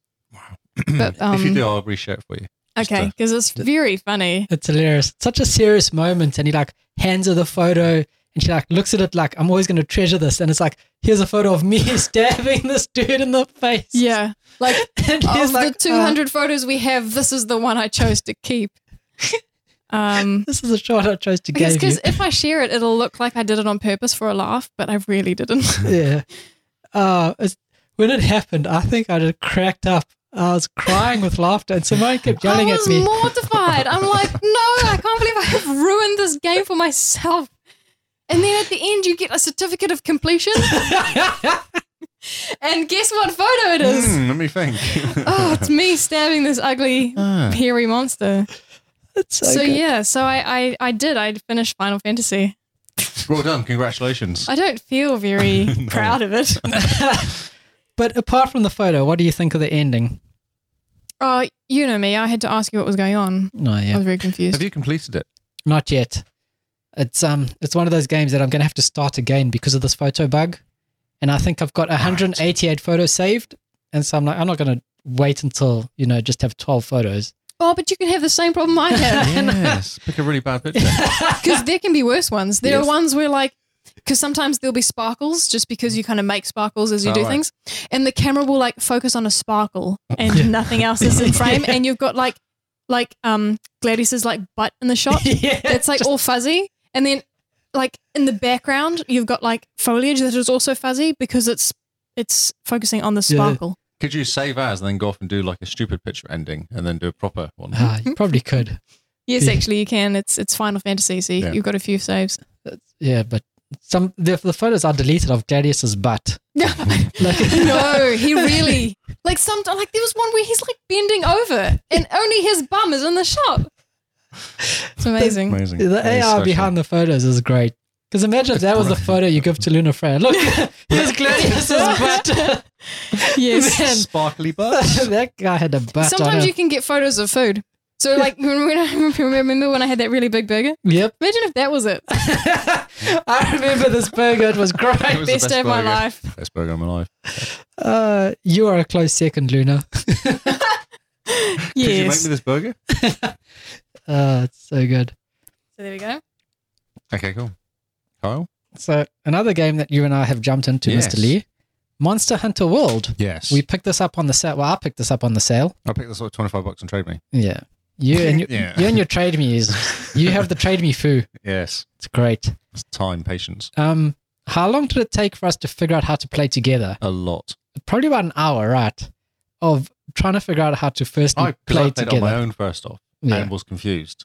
Speaker 1: But um,
Speaker 2: if you do, I'll reshare it for you. just
Speaker 1: okay,
Speaker 2: to-
Speaker 1: because it's very funny.
Speaker 3: It's hilarious. It's such a serious moment, and he like hands her the photo, and she like looks at it like I'm always going to treasure this, and it's like here's a photo of me stabbing this dude in the face.
Speaker 1: Yeah. Like
Speaker 3: and he's
Speaker 1: of
Speaker 3: oh, like uh,
Speaker 1: the 200 photos we have, this is the one I chose to keep. um,
Speaker 3: "Oh, this is a shot I chose to
Speaker 1: I guess
Speaker 3: give you.
Speaker 1: because if I share it, it'll look like I did it on purpose for a laugh, but I really didn't.
Speaker 3: yeah. Uh, it's, when it happened, I think I just cracked up. I was crying with laughter, and Simone kept yelling
Speaker 1: I
Speaker 3: at
Speaker 1: was
Speaker 3: me.
Speaker 1: mortified. I'm like, no, I can't believe I have ruined this game for myself. And then at the end, you get a certificate of completion, and guess what photo it is?
Speaker 2: Hmm, let me think.
Speaker 1: Oh, it's me stabbing this ugly,
Speaker 2: Ah.
Speaker 1: hairy monster.
Speaker 3: It's Hmm. so,
Speaker 1: So,
Speaker 3: good.
Speaker 1: yeah, so I, I, I did. I finished Final Fantasy.
Speaker 2: Well done. Congratulations.
Speaker 1: I don't feel very proud of it.
Speaker 3: But apart from the photo, what do you think of the ending?
Speaker 1: Oh, you know me. I had to ask you what was going on.
Speaker 3: No,
Speaker 1: I
Speaker 3: yeah,
Speaker 1: was very confused.
Speaker 2: Have you completed it?
Speaker 3: not yet. It's um, it's one of those games that I'm gonna have to start again because of this photo bug, and I think I've got 188 photos saved, and so I'm like, I'm not gonna wait until you know just have 12 photos.
Speaker 1: oh, but you can have the same problem I have.
Speaker 2: Yes. Pick a really bad picture.
Speaker 1: because there can be worse ones. There are
Speaker 3: Yes.
Speaker 1: ones where like, because sometimes there'll be sparkles just because you kind of make sparkles as you
Speaker 2: Oh,
Speaker 1: do
Speaker 2: right.
Speaker 1: things, and the camera will like focus on a sparkle and nothing else is in frame, and you've got like, like um Gladys's like butt in the shot.
Speaker 3: yeah,
Speaker 1: It's like all fuzzy, and then like in the background you've got like foliage that is also fuzzy because it's it's focusing on the
Speaker 3: Yeah.
Speaker 1: sparkle.
Speaker 2: Could you save as and then go off and do like a stupid picture ending and then do a proper one?
Speaker 3: Ah, you probably could.
Speaker 1: Yes,
Speaker 3: Yeah.
Speaker 1: actually you can. It's it's Final Fantasy, so you-
Speaker 2: Yeah.
Speaker 1: you've got a few saves.
Speaker 3: Yeah, but some the, the photos are deleted of Gladius's butt. Like,
Speaker 1: No, he really like some like there was one where he's like bending over and only his bum is in the shot. It's amazing.
Speaker 2: Amazing.
Speaker 3: The
Speaker 2: That is
Speaker 3: AR
Speaker 2: so
Speaker 3: behind the photos is great. Because imagine if that was the photo you give to Luna Freya. Look, here's Gladius's butt.
Speaker 2: cool.
Speaker 3: Man,
Speaker 2: sparkly butt.
Speaker 3: that guy had a butt on
Speaker 1: Sometimes
Speaker 3: him.
Speaker 1: you can get photos of food. So like when, when I remember when I had that really big burger.
Speaker 3: Yep.
Speaker 1: Imagine if that was it.
Speaker 3: I remember this burger. It was
Speaker 2: It
Speaker 3: great.
Speaker 2: was the
Speaker 1: Best day of my
Speaker 2: burger.
Speaker 1: life.
Speaker 2: Best burger of my life.
Speaker 3: Uh, you are a close second, Luna.
Speaker 2: Could you make
Speaker 1: Yes.
Speaker 2: me this burger?
Speaker 3: Uh, it's so good.
Speaker 1: So there we go.
Speaker 2: Okay, cool. Kyle?
Speaker 3: So another game that you and I have jumped into,
Speaker 2: Yes.
Speaker 3: Mr. Lee, Monster Hunter World.
Speaker 2: Yes.
Speaker 3: We picked this up on the sale. Well, I picked this up on the sale.
Speaker 2: I picked this up at 25 bucks on Trade Me.
Speaker 3: Yeah. You and your,
Speaker 2: Yeah.
Speaker 3: you and your trade me is you have the trade me foo.
Speaker 2: Yes.
Speaker 3: It's great.
Speaker 2: It's time, patience.
Speaker 3: Um, how long did it take for us to figure out how to play together?
Speaker 2: A lot.
Speaker 3: Probably about an hour, right? Of trying to figure out how to first
Speaker 2: I, Oh, 'cause I
Speaker 3: play
Speaker 2: played it on my
Speaker 3: together.
Speaker 2: own first off
Speaker 3: Yeah.
Speaker 2: and was confused.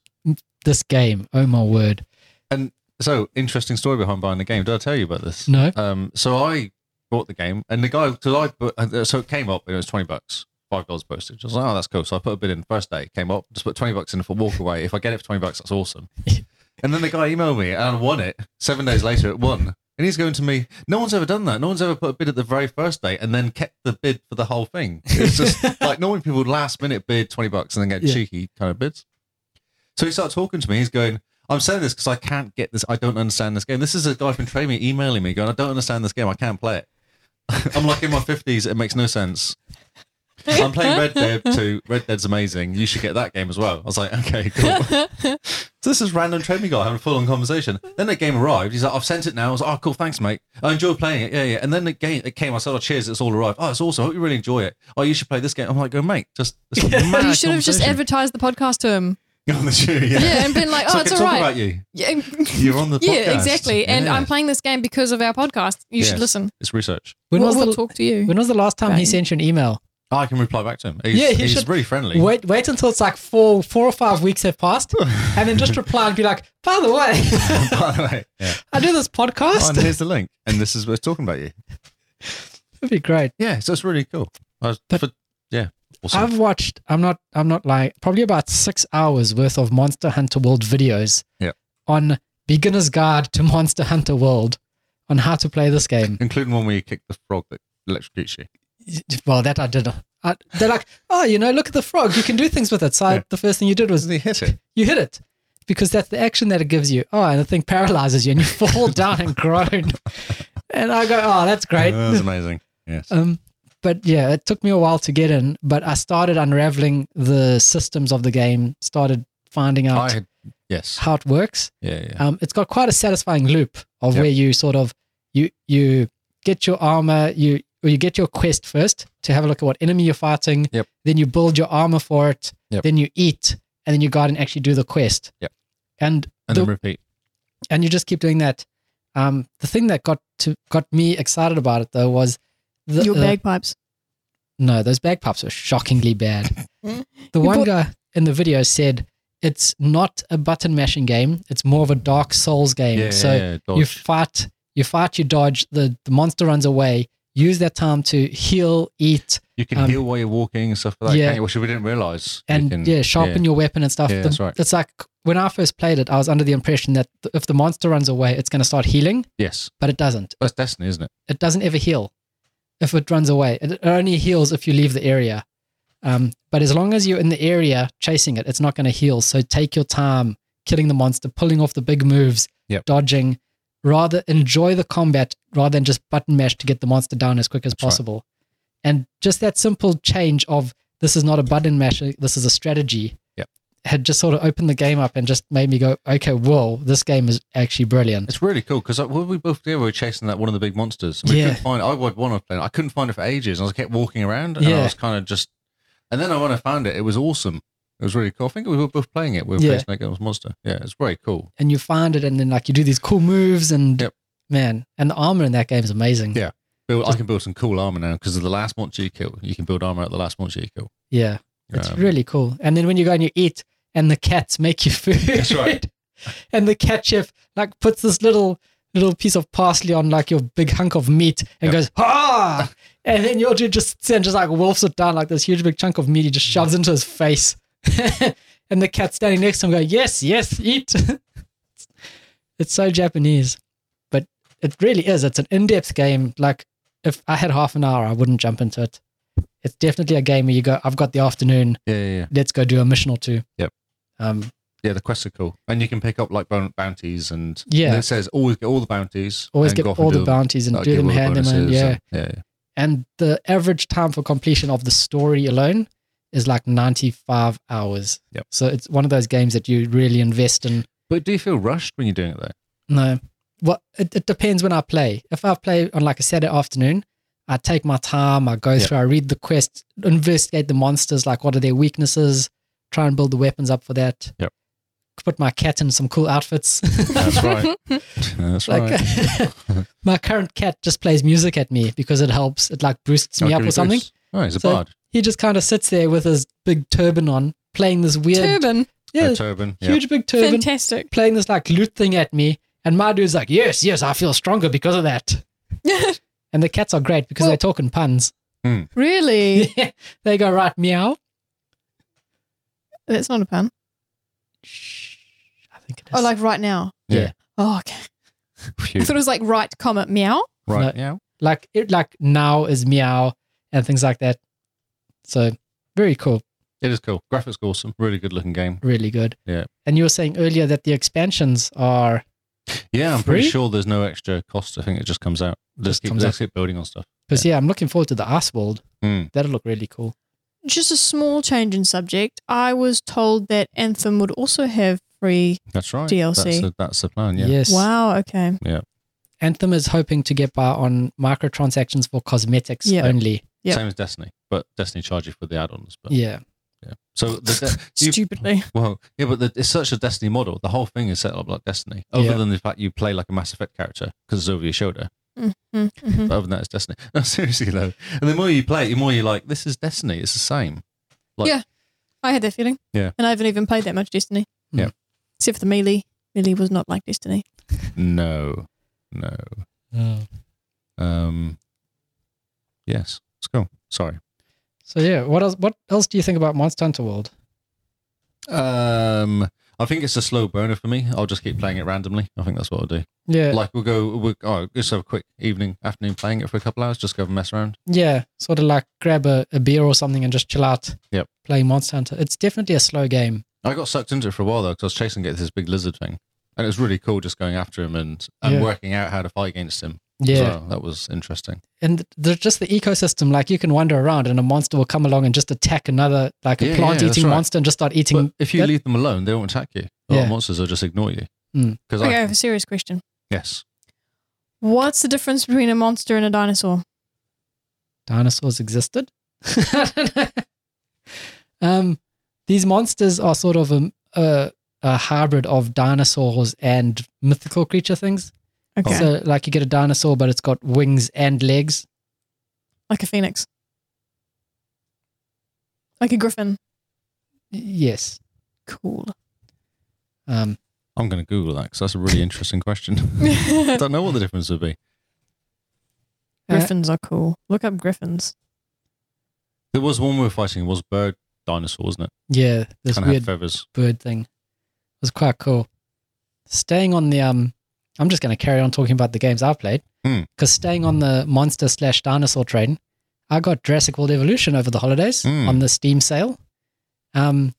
Speaker 3: This game, oh my word!
Speaker 2: So, interesting story behind buying the game. Did I tell you about this?
Speaker 3: No,
Speaker 2: Um, so I bought the game, and the guy, so I, bu- uh, so it came up, and it was twenty bucks, five dollars postage. I was like, oh, that's cool. So I put a bid in first day, came up, just put twenty bucks in for walk away. If I get it for twenty bucks, that's awesome. and then the guy emailed me, and I won it. Seven days later, it won. And he's going to me, no one's ever done that. No one's ever put a bid at the very first day and then kept the bid for the whole thing. It's just like normally people last minute bid 20 bucks and then get
Speaker 3: Yeah.
Speaker 2: cheeky kind of bids. So he started talking to me. He's going, I'm saying this because I can't get this. I don't understand this game. This is a guy from Trade Me emailing me going, I don't understand this game. I can't play it. I'm like in my 50s. It makes no sense. I'm playing Red Dead 2. Red Dead's amazing. You should get that game as well. I was like, okay, cool. So this is random trading guy having a full-on conversation. Then that game arrived. He's like, I've sent it now. I was like, oh, cool, thanks, mate. I enjoyed playing it. Yeah, yeah. And then the game it came. I said, oh, cheers, it's all arrived. Oh, it's awesome. I hope you really enjoy it. Oh, you should play this game. I'm like, go, mate, just. This is mad
Speaker 1: you should have just
Speaker 2: conversation."
Speaker 1: advertised the podcast to him.
Speaker 2: on the shoe, yeah.
Speaker 1: Yeah, and been like,
Speaker 2: so
Speaker 1: oh,
Speaker 2: I
Speaker 1: it's
Speaker 2: can
Speaker 1: all
Speaker 2: talk
Speaker 1: right.
Speaker 2: about you.
Speaker 1: Yeah,
Speaker 2: You're on the podcast.
Speaker 1: yeah exactly. And
Speaker 2: Yeah.
Speaker 1: I'm playing this game because of our podcast. You
Speaker 2: Yes.
Speaker 1: should listen.
Speaker 2: It's research.
Speaker 3: When
Speaker 1: we'll,
Speaker 3: was,
Speaker 1: we'll
Speaker 3: the,
Speaker 1: talk to you.
Speaker 3: when was the last time he
Speaker 1: Right.
Speaker 3: sent you an email?
Speaker 2: I can reply back to him. He's,
Speaker 3: Yeah, he
Speaker 2: he's
Speaker 3: should-
Speaker 2: really friendly.
Speaker 3: Wait, wait until it's like four, four or five weeks have passed, and then just reply and be like, "By the way,
Speaker 2: By the way, yeah.
Speaker 3: I do this
Speaker 2: oh,
Speaker 3: podcast."
Speaker 2: and here's the link. And this is we're talking about you.
Speaker 3: That'd be great.
Speaker 2: Yeah, so it's really cool. I was,
Speaker 3: But-
Speaker 2: but, yeah, awesome.
Speaker 3: I've watched. I'm not. I'm not lying. Probably about six hours worth of Monster Hunter World videos.
Speaker 2: Yeah.
Speaker 3: On beginner's guide to Monster Hunter World, on how to play this game.
Speaker 2: including one where you kick the frog that electrocutes you.
Speaker 3: Well, that I did. I, they're like, oh, you know, look at the frog. You can do things with it. So I-
Speaker 2: Yeah.
Speaker 3: the first thing you did was
Speaker 2: Doesn't he hit it?
Speaker 3: you hit it because that's the action that it gives you. Oh, and the thing paralyzes you and you fall down and groan. And I go, oh, that's great.
Speaker 2: That was amazing. Yes.
Speaker 3: Um, but yeah, it took me a while to get in, but I started unraveling the systems of the game, started finding out
Speaker 2: I, yes.
Speaker 3: how it works
Speaker 2: Yeah, yeah.
Speaker 3: um, it's got quite a satisfying loop of
Speaker 2: Yep.
Speaker 3: where you sort of you you get your armor you or you get your quest first to have a look at what enemy you're fighting
Speaker 2: Yep.
Speaker 3: then you build your armor for it
Speaker 2: Yep.
Speaker 3: then you eat and then you go out and actually do the quest
Speaker 2: Yep.
Speaker 3: and
Speaker 2: And
Speaker 3: the-
Speaker 2: then repeat.
Speaker 3: and you just keep doing that um, the thing that got to got me excited about it though was the,
Speaker 1: Your
Speaker 3: the- uh,
Speaker 1: bagpipes.
Speaker 3: no, those bagpipes were shockingly bad.
Speaker 1: Mm.
Speaker 3: the
Speaker 1: You
Speaker 3: one
Speaker 1: bought-
Speaker 3: guy in the video said it's not a button mashing game; it's more of a Dark Souls game.
Speaker 2: Yeah,
Speaker 3: so
Speaker 2: yeah, yeah.
Speaker 3: you
Speaker 2: dodge.
Speaker 3: fight, you fight, you dodge. The, the monster runs away. Use that time to heal, eat,
Speaker 2: You can
Speaker 3: um,
Speaker 2: heal while you're walking and stuff like that,
Speaker 3: yeah.
Speaker 2: can't you? Which we didn't realize. You
Speaker 3: and
Speaker 2: can-
Speaker 3: yeah, sharpen your weapon and stuff.
Speaker 2: Yeah,
Speaker 3: The-
Speaker 2: that's right.
Speaker 3: It's like when I first played it, I was under the impression that th- if the monster runs away, it's going to start healing,
Speaker 2: Yes.
Speaker 3: but it doesn't.
Speaker 2: That's Destiny, isn't it?
Speaker 3: It doesn't ever heal if it runs away. It it only heals if you leave the area. Um, but as long as you're in the area chasing it, it's not going to heal. So take your time killing the monster, pulling off the big moves,
Speaker 2: Yep.
Speaker 3: dodging. Rather enjoy the combat rather than just button mash to get the monster down as quick as
Speaker 2: That's right.
Speaker 3: possible. And just that simple change of this is not a button mash, this is a strategy.
Speaker 2: Yep.
Speaker 3: Had just sort of opened the game up and just made me go, okay, whoa, this game is actually brilliant.
Speaker 2: It's really cool because we both did, we were chasing that one of the big monsters. And we
Speaker 3: Yeah.
Speaker 2: couldn't find I would want to play it. I couldn't find it for ages. And I was- kept walking around and
Speaker 3: Yeah.
Speaker 2: I was kind of just. And then I when I found it, it was awesome. It was really cool. I think we were both playing it. We were
Speaker 3: Yeah.
Speaker 2: facing that girl's monster. Yeah, it's very cool.
Speaker 3: and you find it, and then like you do these cool moves, and
Speaker 2: Yep.
Speaker 3: man, and the armor in that game is amazing.
Speaker 2: Yeah. Build, I
Speaker 3: Just-
Speaker 2: can build some cool armor now because of the last monster you kill. You can build armor at the last monster you kill.
Speaker 3: Yeah, it's
Speaker 2: Um,
Speaker 3: really cool. And then when you go and you eat, and the cats make you food.
Speaker 2: That's right.
Speaker 3: and the cat chef like puts this little little piece of parsley on like your big hunk of meat
Speaker 2: Yep.
Speaker 3: and goes ah, and then your dude just sits and just like wolfs it down like this huge big chunk of meat he just
Speaker 2: Mm.
Speaker 3: shoves into his face, and the cat standing next to him go yes yes eat. it's so Japanese, but it really is. It's an in depth game. Like if I had half an hour, I wouldn't jump into it. It's definitely a game where you go, I've got the afternoon
Speaker 2: Yeah, yeah, yeah.
Speaker 3: let's go do a mission or two.
Speaker 2: Yep.
Speaker 3: Um,
Speaker 2: Yeah, the quests are cool, and you can pick up like bon- bounties and
Speaker 3: Yeah.
Speaker 2: and it says always get all the bounties,
Speaker 3: always
Speaker 2: and
Speaker 3: get
Speaker 2: go off
Speaker 3: all
Speaker 2: and
Speaker 3: the
Speaker 2: do them.
Speaker 3: bounties and
Speaker 2: Like,
Speaker 3: do
Speaker 2: get
Speaker 3: them,
Speaker 2: all the
Speaker 3: hand them in.
Speaker 2: bonuses
Speaker 3: Yeah.
Speaker 2: and- yeah, yeah.
Speaker 3: And the average time for completion of the story alone is like 95 hours.
Speaker 2: Yep.
Speaker 3: So it's one of those games that you really invest in.
Speaker 2: But do you feel rushed when you're doing it though?
Speaker 3: No. Well, it, it depends when I play. If I play on like a Saturday afternoon, I take my time, I go
Speaker 2: Yeah.
Speaker 3: through, I read the quest, investigate the monsters, like what are their weaknesses, try and build the weapons up for that.
Speaker 2: Yep.
Speaker 3: Put my cat in some cool outfits.
Speaker 2: That's right. That's
Speaker 3: like
Speaker 2: right.
Speaker 3: my current cat just plays music at me because it helps it like boosts me
Speaker 2: I'll
Speaker 3: up
Speaker 2: give
Speaker 3: or
Speaker 2: you
Speaker 3: something
Speaker 2: boosts. Oh, he's a
Speaker 3: So-
Speaker 2: bard.
Speaker 3: he just kind of sits there with his big turban on playing this weird
Speaker 1: Turban.
Speaker 3: yeah
Speaker 2: a turban. Yeah.
Speaker 3: huge big turban
Speaker 1: Fantastic.
Speaker 3: playing this like loot thing at me and my dude's like yes yes i feel stronger because of that and the cats are great because
Speaker 1: Well-
Speaker 3: they're talking puns
Speaker 1: really?
Speaker 3: they go right meow
Speaker 1: That's not a pun.
Speaker 3: Shh, i think it is
Speaker 1: Oh, like right now.
Speaker 3: Yeah.
Speaker 1: Oh, okay. I
Speaker 2: Phew.
Speaker 1: thought it was like right, comma, meow.
Speaker 2: Right.
Speaker 3: No.
Speaker 2: Yeah.
Speaker 3: like it like now is meow and things like that so very cool
Speaker 2: It is cool. Graphics are awesome. Really good looking game.
Speaker 3: really good
Speaker 2: Yeah.
Speaker 3: and you were saying earlier that the expansions are
Speaker 2: Yeah, I'm pretty
Speaker 3: Free?
Speaker 2: sure there's no extra cost. I think it just comes out. Just,
Speaker 3: Just
Speaker 2: keep,
Speaker 3: comes
Speaker 2: just keep building on stuff.
Speaker 3: Because yeah. I'm looking forward to the Ice World.
Speaker 2: Mm.
Speaker 3: That'll look really cool.
Speaker 1: just a small change in subject. I was told that Anthem would also have free.
Speaker 2: That's right.
Speaker 1: DLC.
Speaker 2: That's the, that's the plan. Yeah.
Speaker 3: Yes.
Speaker 1: Wow. Okay.
Speaker 3: Anthem is hoping to get by on microtransactions for cosmetics
Speaker 1: Yeah.
Speaker 3: only.
Speaker 1: Yeah.
Speaker 2: Same as Destiny, but Destiny charges for the add-ons. But yeah.
Speaker 3: Yeah.
Speaker 2: So the de- you-
Speaker 1: Stupidly.
Speaker 2: Well, yeah, but the, it's such a Destiny model. The whole thing is set up like Destiny, other
Speaker 3: Yeah.
Speaker 2: than the fact you play like a Mass Effect character because it's over your shoulder.
Speaker 1: Mm, mhm.
Speaker 2: But other than that, it's Destiny. No, seriously though. And the more you play, it, the more you're like, this is Destiny. It's the same. Like-
Speaker 1: yeah. I had that feeling.
Speaker 2: Yeah.
Speaker 1: And I haven't even played that much Destiny.
Speaker 2: Yeah.
Speaker 1: Except for the melee. Melee was not like Destiny.
Speaker 2: No, no.
Speaker 3: Mm.
Speaker 2: Um, yes, let's go. Sorry.
Speaker 3: So yeah, what else? What else do you think about Monster Hunter World?
Speaker 2: Um, I think it's a slow burner for me. I'll just keep playing it randomly. I think that's what I'll do.
Speaker 3: Yeah,
Speaker 2: Like we'll go, we'll oh, just have a quick evening, afternoon playing it for a couple hours. Just go and mess around.
Speaker 3: yeah, sort of like grab a, a beer or something and just chill out.
Speaker 2: Yep.
Speaker 3: Play Monster Hunter. It's definitely a slow game.
Speaker 2: I got sucked into it for a while though, because I was chasing it this big lizard thing, and it was really cool just going after him and and
Speaker 3: Yeah.
Speaker 2: working out how to fight against him. as
Speaker 3: Yeah,
Speaker 2: well. that was interesting.
Speaker 3: and there's just the ecosystem. Like you can wander around, and a monster will come along and just attack another, like a
Speaker 2: Yeah, yeah,
Speaker 3: plant-eating
Speaker 2: that's right.
Speaker 3: monster, and just start eating.
Speaker 2: But if you
Speaker 3: that-
Speaker 2: leave them alone, they won't attack you. A lot
Speaker 3: Yeah.
Speaker 2: of monsters will just ignore you.
Speaker 3: Mm.
Speaker 2: Because
Speaker 1: Okay, I
Speaker 2: I
Speaker 1: have a serious question.
Speaker 2: yes,
Speaker 1: What's the difference between a monster and a dinosaur?
Speaker 3: dinosaurs existed. um, these monsters are sort of a, a a hybrid of dinosaurs and mythical creature things.
Speaker 1: Okay.
Speaker 3: So like you get a dinosaur, but it's got wings and legs.
Speaker 1: like a phoenix. Like a griffin.
Speaker 3: Y- Yes.
Speaker 1: Cool.
Speaker 3: Um,
Speaker 2: I'm going to Google that because that's a really interesting question. I
Speaker 1: Griffins
Speaker 2: don't know what the difference would be.
Speaker 1: are cool. Look up griffins.
Speaker 2: There was one we were fighting. It was bird dinosaur, wasn't it?
Speaker 3: yeah, this
Speaker 2: Kind of had
Speaker 3: weird
Speaker 2: feathers.
Speaker 3: bird thing it was quite cool. Staying on the um, I'm just going to carry on talking about the games I've played
Speaker 2: Hmm.
Speaker 3: because staying on the monster slash dinosaur train, I got Jurassic World Evolution over the holidays
Speaker 2: Hmm.
Speaker 3: on the Steam sale, um,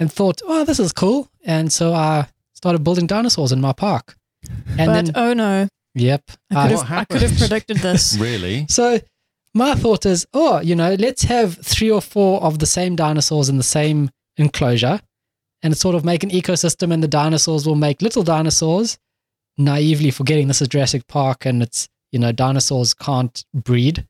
Speaker 3: and thought, oh, this is cool, and so I started building dinosaurs in my park, and
Speaker 1: but
Speaker 3: then
Speaker 1: oh no,
Speaker 3: yep,
Speaker 1: I
Speaker 3: I-
Speaker 1: could,
Speaker 2: What
Speaker 1: have, I could have
Speaker 2: happened?
Speaker 1: predicted this.
Speaker 2: Really?
Speaker 3: So my thought is, oh, you know, let's have three or four of the same dinosaurs in the same enclosure and sort of make an ecosystem and the dinosaurs will make little dinosaurs, naively forgetting this is Jurassic Park and it's, you know, dinosaurs can't breed.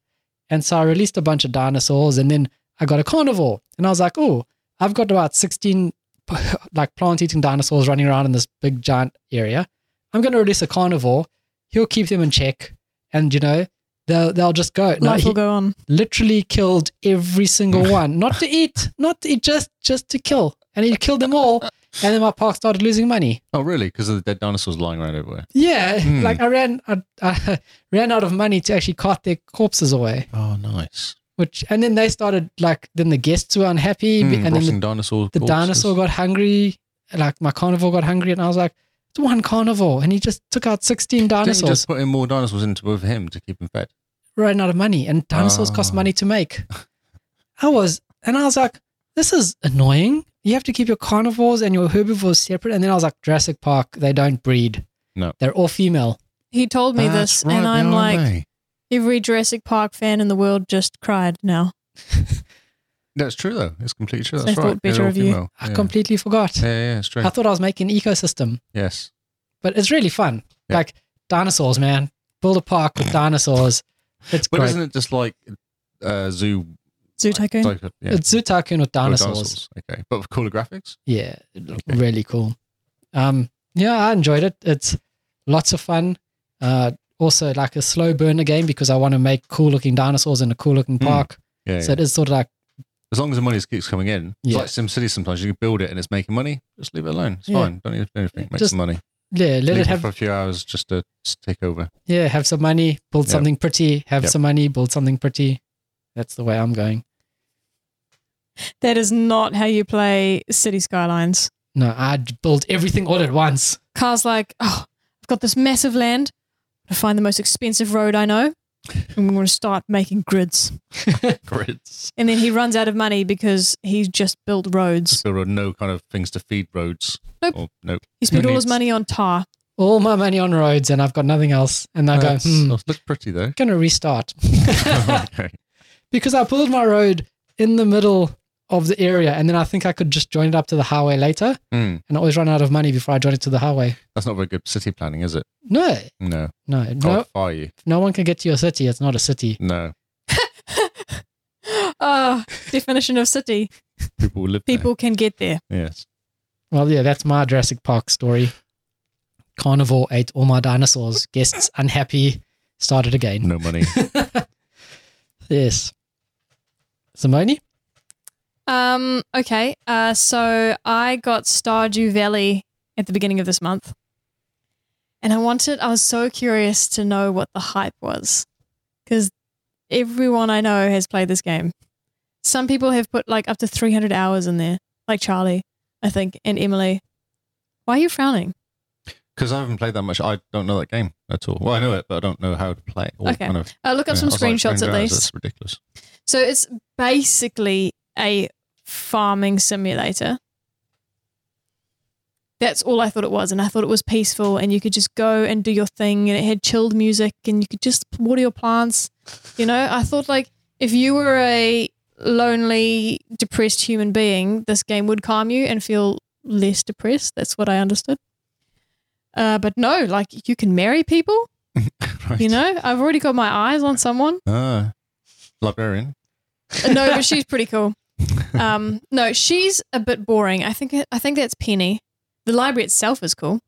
Speaker 3: And so I released a bunch of dinosaurs and then I got a carnivore and I was like, oh, I've got about 16 like plant eating dinosaurs running around in this big giant area. I'm going to release a carnivore. He'll keep them in check and, you know, they'll, they'll just go. No,
Speaker 1: Life
Speaker 3: he-
Speaker 1: will go on.
Speaker 3: literally killed every single one. Not to eat, not to eat, just just to kill. And he killed them all. And then my park started losing money.
Speaker 2: Oh, really? Because of the dead dinosaurs lying around everywhere.
Speaker 3: Yeah,
Speaker 2: Hmm.
Speaker 3: like I ran, I, I ran out of money to actually cart their corpses away.
Speaker 2: Oh, nice.
Speaker 3: Which and then they started like then the guests were unhappy,
Speaker 2: Mm,
Speaker 3: and then
Speaker 2: rotting
Speaker 3: the,
Speaker 2: dinosaur.
Speaker 3: the dinosaur got hungry. Like my carnivore got hungry, and I was like, "It's one carnivore," and he just took out sixteen
Speaker 2: Didn't you
Speaker 3: dinosaurs.
Speaker 2: just put in more dinosaurs into with him to keep him fed?
Speaker 3: ran out of money and dinosaurs cost
Speaker 2: Oh.
Speaker 3: money to make. I was, and I was like, this is annoying. You have to keep your carnivores and your herbivores separate. And then I was like, Jurassic Park, they don't breed.
Speaker 2: No.
Speaker 3: They're all female.
Speaker 1: He told me
Speaker 2: That's
Speaker 1: this,
Speaker 2: right,
Speaker 1: and
Speaker 2: they
Speaker 1: I'm
Speaker 2: are,
Speaker 1: like,
Speaker 2: aren't they?
Speaker 1: every Jurassic Park fan in the world just cried now.
Speaker 2: that's true though. It's completely true.
Speaker 1: So
Speaker 2: That's
Speaker 1: I
Speaker 2: right.
Speaker 1: thought better
Speaker 2: They're all
Speaker 1: of you.
Speaker 2: female.
Speaker 3: I
Speaker 2: Yeah.
Speaker 3: completely forgot.
Speaker 2: yeah, yeah, it's true.
Speaker 3: I thought I was making an ecosystem,
Speaker 2: yes.
Speaker 3: but it's really fun.
Speaker 2: Yeah.
Speaker 3: Like dinosaurs, man. Build a park with dinosaurs. It's
Speaker 2: But
Speaker 3: great.
Speaker 2: isn't it just like uh, zoo?
Speaker 1: Zoo Tycoon.
Speaker 2: Like, yeah.
Speaker 3: It's Zoo Tycoon with
Speaker 2: or
Speaker 3: dinosaurs.
Speaker 2: Okay, but with cooler graphics.
Speaker 3: Yeah, it looked
Speaker 2: Okay.
Speaker 3: really cool. Um, yeah, I enjoyed it. It's lots of fun. Uh, also, like a slow burner game because I want to make cool looking dinosaurs in a cool looking
Speaker 2: Hmm,
Speaker 3: park.
Speaker 2: Yeah. yeah.
Speaker 3: So it is sort of like,
Speaker 2: as long as the money keeps coming in,
Speaker 3: Yeah.
Speaker 2: it's like SimCity. Sometimes you can build it and it's making money. Just leave it alone. It's
Speaker 3: Yeah.
Speaker 2: fine. Don't need to do anything. Make
Speaker 3: Just
Speaker 2: some money.
Speaker 3: yeah, let
Speaker 2: leave
Speaker 3: it
Speaker 2: for
Speaker 3: have,
Speaker 2: a few hours just to s- take over.
Speaker 3: yeah, have some money, build
Speaker 2: Yep.
Speaker 3: something pretty, have
Speaker 2: Yep.
Speaker 3: some money, build something pretty. That's the way I'm going.
Speaker 1: That is not how you play City Skylines.
Speaker 3: No, I'd build everything all at once.
Speaker 1: Car's like, oh, I've got this massive land. I find the most expensive road I know. I'm going to start making grids.
Speaker 2: Grids.
Speaker 1: And then he runs out of money because he's just built roads.
Speaker 2: There are no kind of things to feed roads.
Speaker 1: Nope.
Speaker 2: Or, nope.
Speaker 1: He spent
Speaker 2: Who
Speaker 1: all his
Speaker 2: needs-
Speaker 1: money on tar.
Speaker 3: All my money on roads and I've got nothing else. And I go,
Speaker 2: That's-
Speaker 3: hmm,
Speaker 2: that's- Looks pretty though.
Speaker 3: going to restart.
Speaker 2: okay.
Speaker 3: because I pulled my road in the middle of the area, and then I think I could just join it up to the highway later,
Speaker 2: Hmm.
Speaker 3: and I always run out of money before I join it to the highway.
Speaker 2: That's not very good city planning, is it?
Speaker 3: No,
Speaker 2: No.
Speaker 3: no,
Speaker 2: I
Speaker 3: no,
Speaker 2: would fire you.
Speaker 3: no one can get to your city. It's not a city.
Speaker 2: No.
Speaker 1: Ah, definition of city.
Speaker 2: People will live
Speaker 1: People can get there.
Speaker 2: there. Yes.
Speaker 3: Well, yeah, that's my Jurassic Park story. Carnivore ate all my dinosaurs. Guests unhappy. Started again.
Speaker 2: No money.
Speaker 3: Yes. Simone?
Speaker 1: Um, okay. Uh, so I got Stardew Valley at the beginning of this month. And I wanted, I was so curious to know what the hype was. Because everyone I know has played this game. Some people have put like up to 300 hours in there, like Charlie, I think, and Emily. Why are you frowning?
Speaker 2: Because I haven't played that much. I don't know that game at all. Well, I know it, but I don't know how to play it. or
Speaker 1: Okay.
Speaker 2: kind of-
Speaker 1: Uh, look up
Speaker 2: yeah,
Speaker 1: some
Speaker 2: I was like,
Speaker 1: screenshots at
Speaker 2: "Grand Hours,
Speaker 1: least.
Speaker 2: That's ridiculous.
Speaker 1: So it's basically a farming simulator. That's all I thought it was. And I thought it was peaceful and you could just go and do your thing and it had chilled music and you could just water your plants. You know, I thought like if you were a lonely, depressed human being, this game would calm you and feel less depressed. That's what I understood. Uh, but no, like you can marry people.
Speaker 2: Right.
Speaker 1: You know, I've already got my eyes on someone.
Speaker 2: Ah. Librarian.
Speaker 1: no, but she's pretty cool. Um, no, she's a bit boring. I think I think that's Penny. The library itself is cool.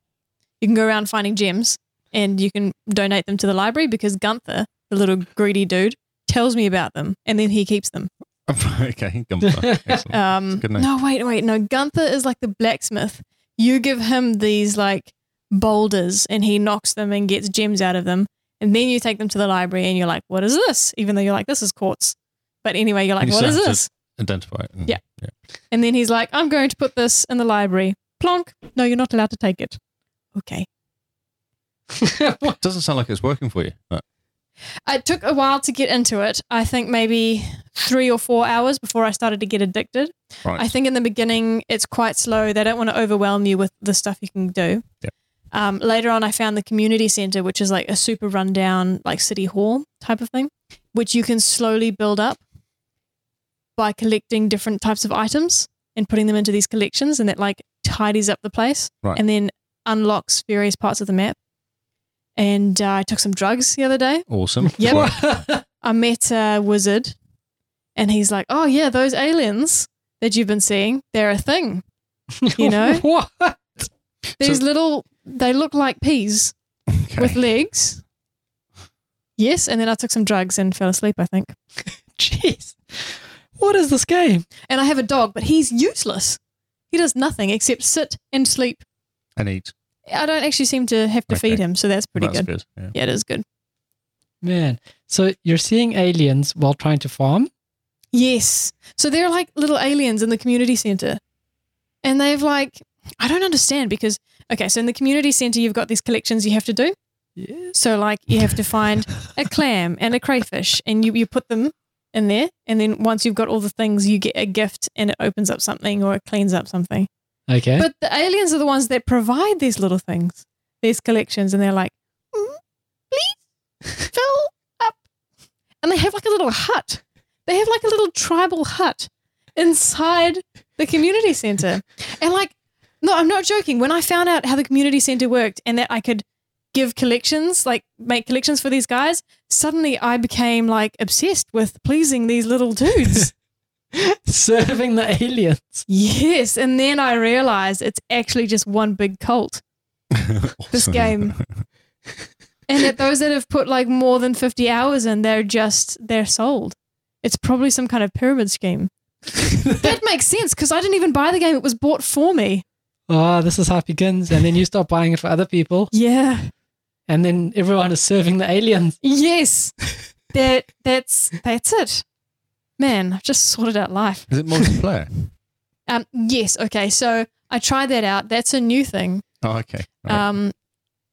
Speaker 1: You can go around finding gems, and you can donate them to the library because Gunther, the little greedy dude, tells me about them, and then he keeps them.
Speaker 2: okay. Gunpla. Excellent.
Speaker 1: Um,
Speaker 2: Good name.
Speaker 1: no, wait, wait, no. Gunther is like the blacksmith. You give him these like boulders, and he knocks them and gets gems out of them. And then you take them to the library, and you're like, "What is this?" Even though you're like, "This is quartz," but anyway, you're like,
Speaker 2: You
Speaker 1: "What
Speaker 2: still
Speaker 1: is
Speaker 2: have to
Speaker 1: this?"
Speaker 2: Identify it. and-
Speaker 1: Yeah. And then he's like, I'm going to put this in the library. Plonk. No, you're not allowed to take it. Okay.
Speaker 2: It doesn't sound like it's working for you. but-
Speaker 1: It took a while to get into it. I think maybe three or four hours before I started to get addicted.
Speaker 2: right.
Speaker 1: I think in the beginning, it's quite slow. They don't want to overwhelm you with the stuff you can do.
Speaker 2: Yeah.
Speaker 1: Um, later on, I found the community center, which is like a super rundown, like city hall type of thing, which you can slowly build up by collecting different types of items and putting them into these collections, and that like tidies up the place
Speaker 2: Right.
Speaker 1: and then unlocks various parts of the map. And uh, I took some drugs the other day.
Speaker 2: awesome.
Speaker 1: Yeah.
Speaker 2: Well,
Speaker 1: I met a wizard and he's like, Oh, yeah, those aliens that you've been seeing, they're a thing. You know?
Speaker 3: What?
Speaker 1: These little, they look like peas
Speaker 2: okay.
Speaker 1: with legs. Yes. And then I took some drugs and fell asleep, I think.
Speaker 3: Jeez. What is this game?
Speaker 1: And I have a dog, but he's useless. He does nothing except sit and sleep.
Speaker 2: and eat.
Speaker 1: I don't actually seem to have to
Speaker 2: Okay.
Speaker 1: feed him. So that's pretty
Speaker 2: That's
Speaker 1: good.
Speaker 2: good. Yeah.
Speaker 1: Yeah, it is good.
Speaker 3: Man. So you're seeing aliens while trying to farm?
Speaker 1: Yes. So they're like little aliens in the community center. And they've like, I don't understand because, okay, so in the community center, you've got these collections you have to do.
Speaker 3: Yes.
Speaker 1: So, like, you have to find a clam and a crayfish and you, you put them in there. And then once you've got all the things, you get a gift and it opens up something or it cleans up something.
Speaker 3: Okay.
Speaker 1: But the aliens are the ones that provide these little things, these collections. And they're like, "Mm, please fill up. And they have like a little hut. They have like a little tribal hut inside the community center. And like, no, I'm not joking. When I found out how the community center worked and that I could give collections, like make collections for these guys, suddenly I became like obsessed with pleasing these little dudes.
Speaker 3: Serving the aliens.
Speaker 1: yes. And then I realized it's actually just one big cult. This
Speaker 2: Awesome.
Speaker 1: game. And that those that have put like more than 50 hours in, they're just, they're sold. It's probably some kind of pyramid scheme. that makes sense because I didn't even buy the game. It was bought for me.
Speaker 3: Oh, this is how it begins. And then you start buying it for other people.
Speaker 1: Yeah.
Speaker 3: And then everyone is serving the aliens.
Speaker 1: Yes. that that's that's it. Man, I've just sorted out life.
Speaker 2: Is it multiplayer?
Speaker 1: Um yes, okay. So I tried that out. That's a new thing.
Speaker 2: oh, okay. Right.
Speaker 1: Um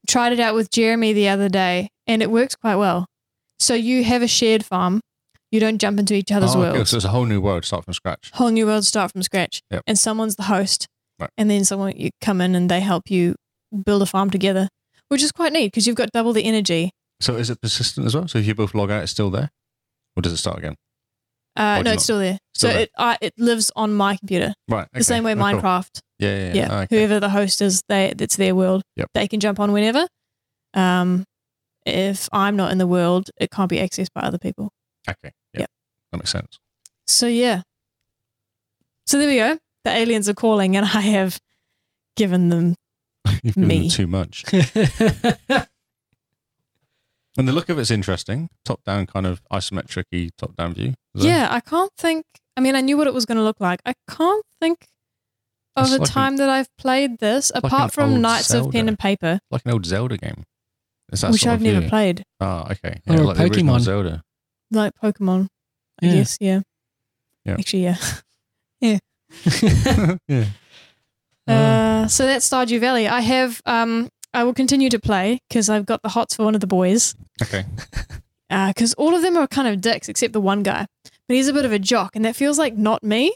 Speaker 1: tried it out with Jeremy the other day and it works quite well. So you have a shared farm. You don't jump into each other's
Speaker 2: Oh, okay,
Speaker 1: worlds.
Speaker 2: So it's a whole new world, start from scratch.
Speaker 1: Whole new world start from scratch.
Speaker 2: Yep.
Speaker 1: And someone's the host.
Speaker 2: Right.
Speaker 1: And then someone you come in and they help you build a farm together. Which is quite neat because you've got double the energy.
Speaker 2: So is it persistent as well? So if you both log out, it's still there, or does it start again?
Speaker 1: Uh,
Speaker 2: Or
Speaker 1: no,
Speaker 2: do
Speaker 1: it's still there. So
Speaker 2: there.
Speaker 1: it I it lives on my computer
Speaker 2: right.
Speaker 1: the same way
Speaker 2: okay, Oh, cool.
Speaker 1: Minecraft.
Speaker 2: Yeah, yeah, yeah.
Speaker 1: Yeah,
Speaker 2: Oh, okay.
Speaker 1: whoever the host is, they that's their world.
Speaker 2: Yep.
Speaker 1: They can jump on whenever. Um, if I'm not in the world, it can't be accessed by other people.
Speaker 2: Okay. Yeah.
Speaker 1: Yep.
Speaker 2: That makes sense.
Speaker 1: So yeah. So there we go. The aliens are calling, and I have given them.
Speaker 2: You've given
Speaker 1: Me.
Speaker 2: them too much.
Speaker 3: yeah,
Speaker 2: And the look of it's interesting. Top down, kind of isometric y top down view. Is that-
Speaker 1: Yeah, I can't think. I mean, I knew what it was going to look like. I can't think of a
Speaker 2: It's like an-
Speaker 1: time that I've played this
Speaker 2: like an
Speaker 1: apart from
Speaker 2: old
Speaker 1: Knights of Pen
Speaker 2: Zelda.
Speaker 1: and Paper,
Speaker 2: Like an old Zelda game. Is that
Speaker 1: which
Speaker 2: sort
Speaker 1: I've
Speaker 2: of
Speaker 1: never
Speaker 2: view?
Speaker 1: played,
Speaker 2: Ah, okay.
Speaker 3: Or a
Speaker 2: like the original
Speaker 3: Pokemon.
Speaker 2: Zelda.
Speaker 1: like Pokemon. I
Speaker 3: Yeah.
Speaker 1: guess, yeah.
Speaker 2: Yeah.
Speaker 1: Actually, yeah.
Speaker 2: yeah.
Speaker 1: Uh, so that's Stardew Valley. I have. Um, I will continue to play because I've got the hots for one of the boys.
Speaker 2: Okay.
Speaker 1: Because Uh, all of them are kind of dicks except the one guy, but he's a bit of a jock, and that feels like not me.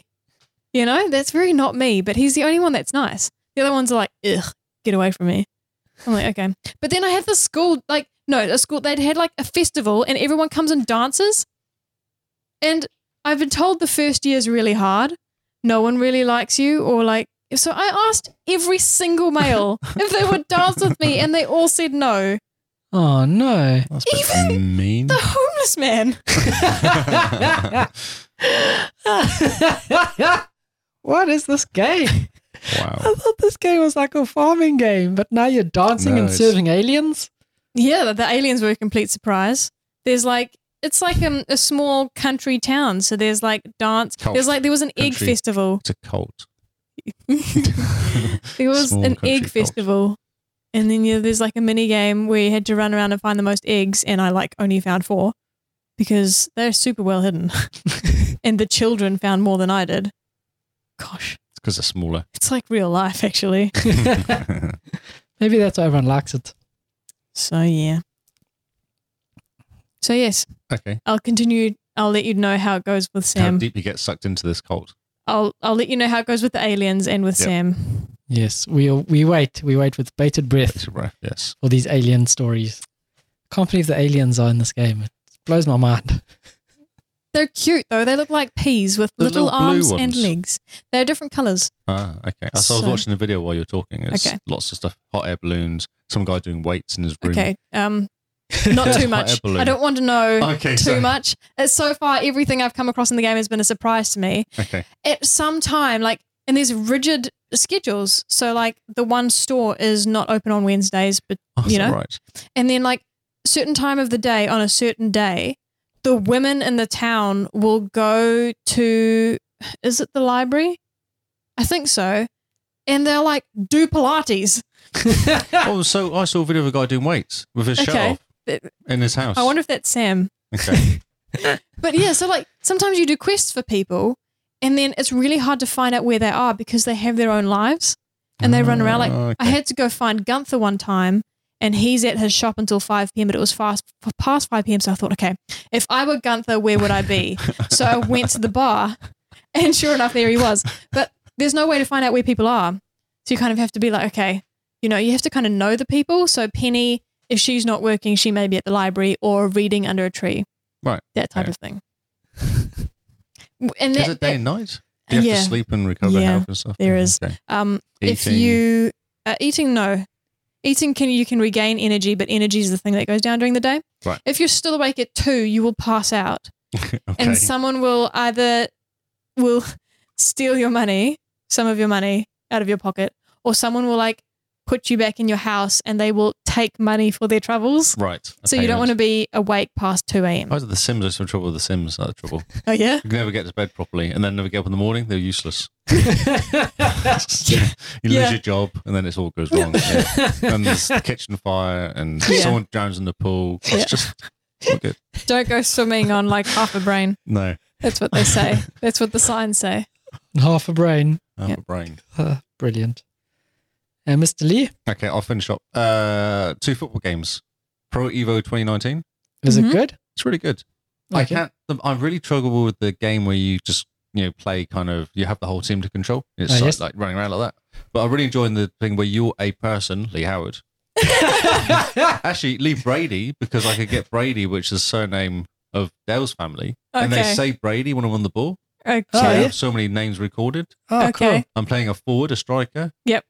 Speaker 1: You know, that's very not me. But he's the only one that's nice. The other ones are like, ugh, get away from me. I'm like, okay. But then I had the school, like, no, a school. They'd had like a festival, and everyone comes and dances. And I've been told the first year is really hard. No one really likes you, or like. So I asked every single male if they would dance with me, and they all said no.
Speaker 3: Oh no.
Speaker 2: That's a bit mean.
Speaker 1: The homeless man.
Speaker 3: what is this game?
Speaker 2: wow.
Speaker 3: I thought this game was like a farming game, but now you're dancing
Speaker 2: No,
Speaker 3: and
Speaker 2: it's-
Speaker 3: serving aliens?
Speaker 1: Yeah, the, the aliens were a complete surprise. There's like it's like um, a small country town, so there's like dance.
Speaker 2: Cult.
Speaker 1: There's like there was an egg
Speaker 2: Country.
Speaker 1: festival.
Speaker 2: It's a cult.
Speaker 1: There was
Speaker 2: Small
Speaker 1: an
Speaker 2: country
Speaker 1: egg
Speaker 2: cult.
Speaker 1: festival. And then yeah, there's like a mini game where you had to run around and find the most eggs, and I like only found four because they're super well hidden, and the children found more than I did. Gosh,
Speaker 2: It's because they're smaller.
Speaker 1: it's like real life actually.
Speaker 3: Maybe that's why everyone likes it.
Speaker 1: So yeah. So yes,
Speaker 2: okay.
Speaker 1: I'll continue. I'll let you know how it goes with
Speaker 2: How
Speaker 1: Sam.
Speaker 2: deep you get sucked into this cult.
Speaker 1: I'll I'll let you know how it goes with the aliens and with
Speaker 2: Yep.
Speaker 1: Sam.
Speaker 3: Yes, we we wait. We wait with bated breath
Speaker 2: Yes.
Speaker 3: for these alien stories. Can't believe the aliens are in this game. It blows my mind.
Speaker 1: They're cute though. They look like peas with
Speaker 2: The
Speaker 1: little,
Speaker 2: little blue
Speaker 1: arms and
Speaker 2: ones.
Speaker 1: legs. They're different colors.
Speaker 2: Ah, okay. So, I was
Speaker 1: So-
Speaker 2: watching a video while you were talking. It's
Speaker 1: Okay.
Speaker 2: lots of stuff. Hot air balloons. Some guy doing weights in his room.
Speaker 1: Okay. Um not
Speaker 2: Quite
Speaker 1: too
Speaker 2: a
Speaker 1: much.
Speaker 2: balloon.
Speaker 1: I don't want to know
Speaker 2: Okay.
Speaker 1: too
Speaker 2: so-
Speaker 1: much. It's so far everything I've come across in the game has been a surprise to me.
Speaker 2: Okay.
Speaker 1: At some time, like and there's rigid schedules. So like the one store is not open on Wednesdays, but
Speaker 2: Oh, is
Speaker 1: You
Speaker 2: that
Speaker 1: know?
Speaker 2: right.
Speaker 1: and then like certain time of the day on a certain day the women in the town will go to is it the library i think so and they'll like do pilates
Speaker 2: Oh, so I saw a video of a guy doing weights with his shirt
Speaker 1: Okay.
Speaker 2: off in his house.
Speaker 1: i wonder if that's sam
Speaker 2: Okay.
Speaker 1: but yeah so like sometimes you do quests for people and then it's really hard to find out where they are because they have their own lives and they run around like
Speaker 2: Ah,
Speaker 1: I
Speaker 2: okay.
Speaker 1: had to go find Gunther one time, and he's at his shop until 5 p.m., but it was fast f- past 5 p.m. So I thought, okay, if I were Gunther, where would I be? so I went to the bar, and sure enough, there he was. But there's no way to find out where people are. So you kind of have to be like, okay, you know, you have to kind of know the people. So Penny, if she's not working, she may be at the library or reading under a tree.
Speaker 2: Right.
Speaker 1: That type
Speaker 2: Okay.
Speaker 1: of thing. And
Speaker 2: Is
Speaker 1: that,
Speaker 2: it day and night? Do you have
Speaker 1: yeah.
Speaker 2: to sleep and recover
Speaker 1: Yeah,
Speaker 2: health and stuff?
Speaker 1: there
Speaker 2: Yeah,
Speaker 1: is.
Speaker 2: Okay.
Speaker 1: um, if
Speaker 2: Eating.
Speaker 1: you uh, eating no eating can you can regain energy but energy is the thing that goes down during the day
Speaker 2: Right.
Speaker 1: if you're still awake at two you will pass out
Speaker 2: okay.
Speaker 1: and someone will either will steal your money some of your money out of your pocket or someone will like put you back in your house and they will take money for their troubles
Speaker 2: right.
Speaker 1: so you don't want to be awake past 2 a.m
Speaker 2: I was at The Sims. I had some trouble with The Sims. That's the trouble.
Speaker 1: oh yeah
Speaker 2: You can never get to bed properly, and then never get up in the morning. They're useless. you
Speaker 1: Yeah.
Speaker 2: lose your job, and then it's all goes wrong. Yeah. and there's the kitchen fire, and
Speaker 1: Yeah.
Speaker 2: someone drowns in the pool. It's
Speaker 1: Yeah.
Speaker 2: just not good.
Speaker 1: don't go swimming on like half a brain
Speaker 2: No,
Speaker 1: that's what they say that's what the signs say
Speaker 3: Half a brain.
Speaker 2: half
Speaker 1: Yeah.
Speaker 2: a brain.
Speaker 3: Ah, brilliant. And Mr. Lee,
Speaker 2: Okay, I'll finish up. Uh, two football games. Pro Evo 2019.
Speaker 3: is
Speaker 1: Mhm.
Speaker 3: it good?
Speaker 2: It's really good. I
Speaker 3: Like it?
Speaker 2: can't. I really struggle with the game where you just you know play kind of you have the whole team to control. It's
Speaker 3: Oh,
Speaker 2: like,
Speaker 3: yes.
Speaker 2: like running around like that. But I'm really enjoying the thing where you're a person, Lee Howard. Actually, Lee Brady because I could get Brady, which is the surname of Dale's family, and they
Speaker 1: okay
Speaker 2: say Brady when I'm on the ball.
Speaker 1: Okay.
Speaker 2: So
Speaker 3: Oh,
Speaker 2: we
Speaker 3: yeah.
Speaker 2: have so many names recorded.
Speaker 3: Oh,
Speaker 1: okay.
Speaker 2: I'm playing a forward, a striker.
Speaker 1: Yep.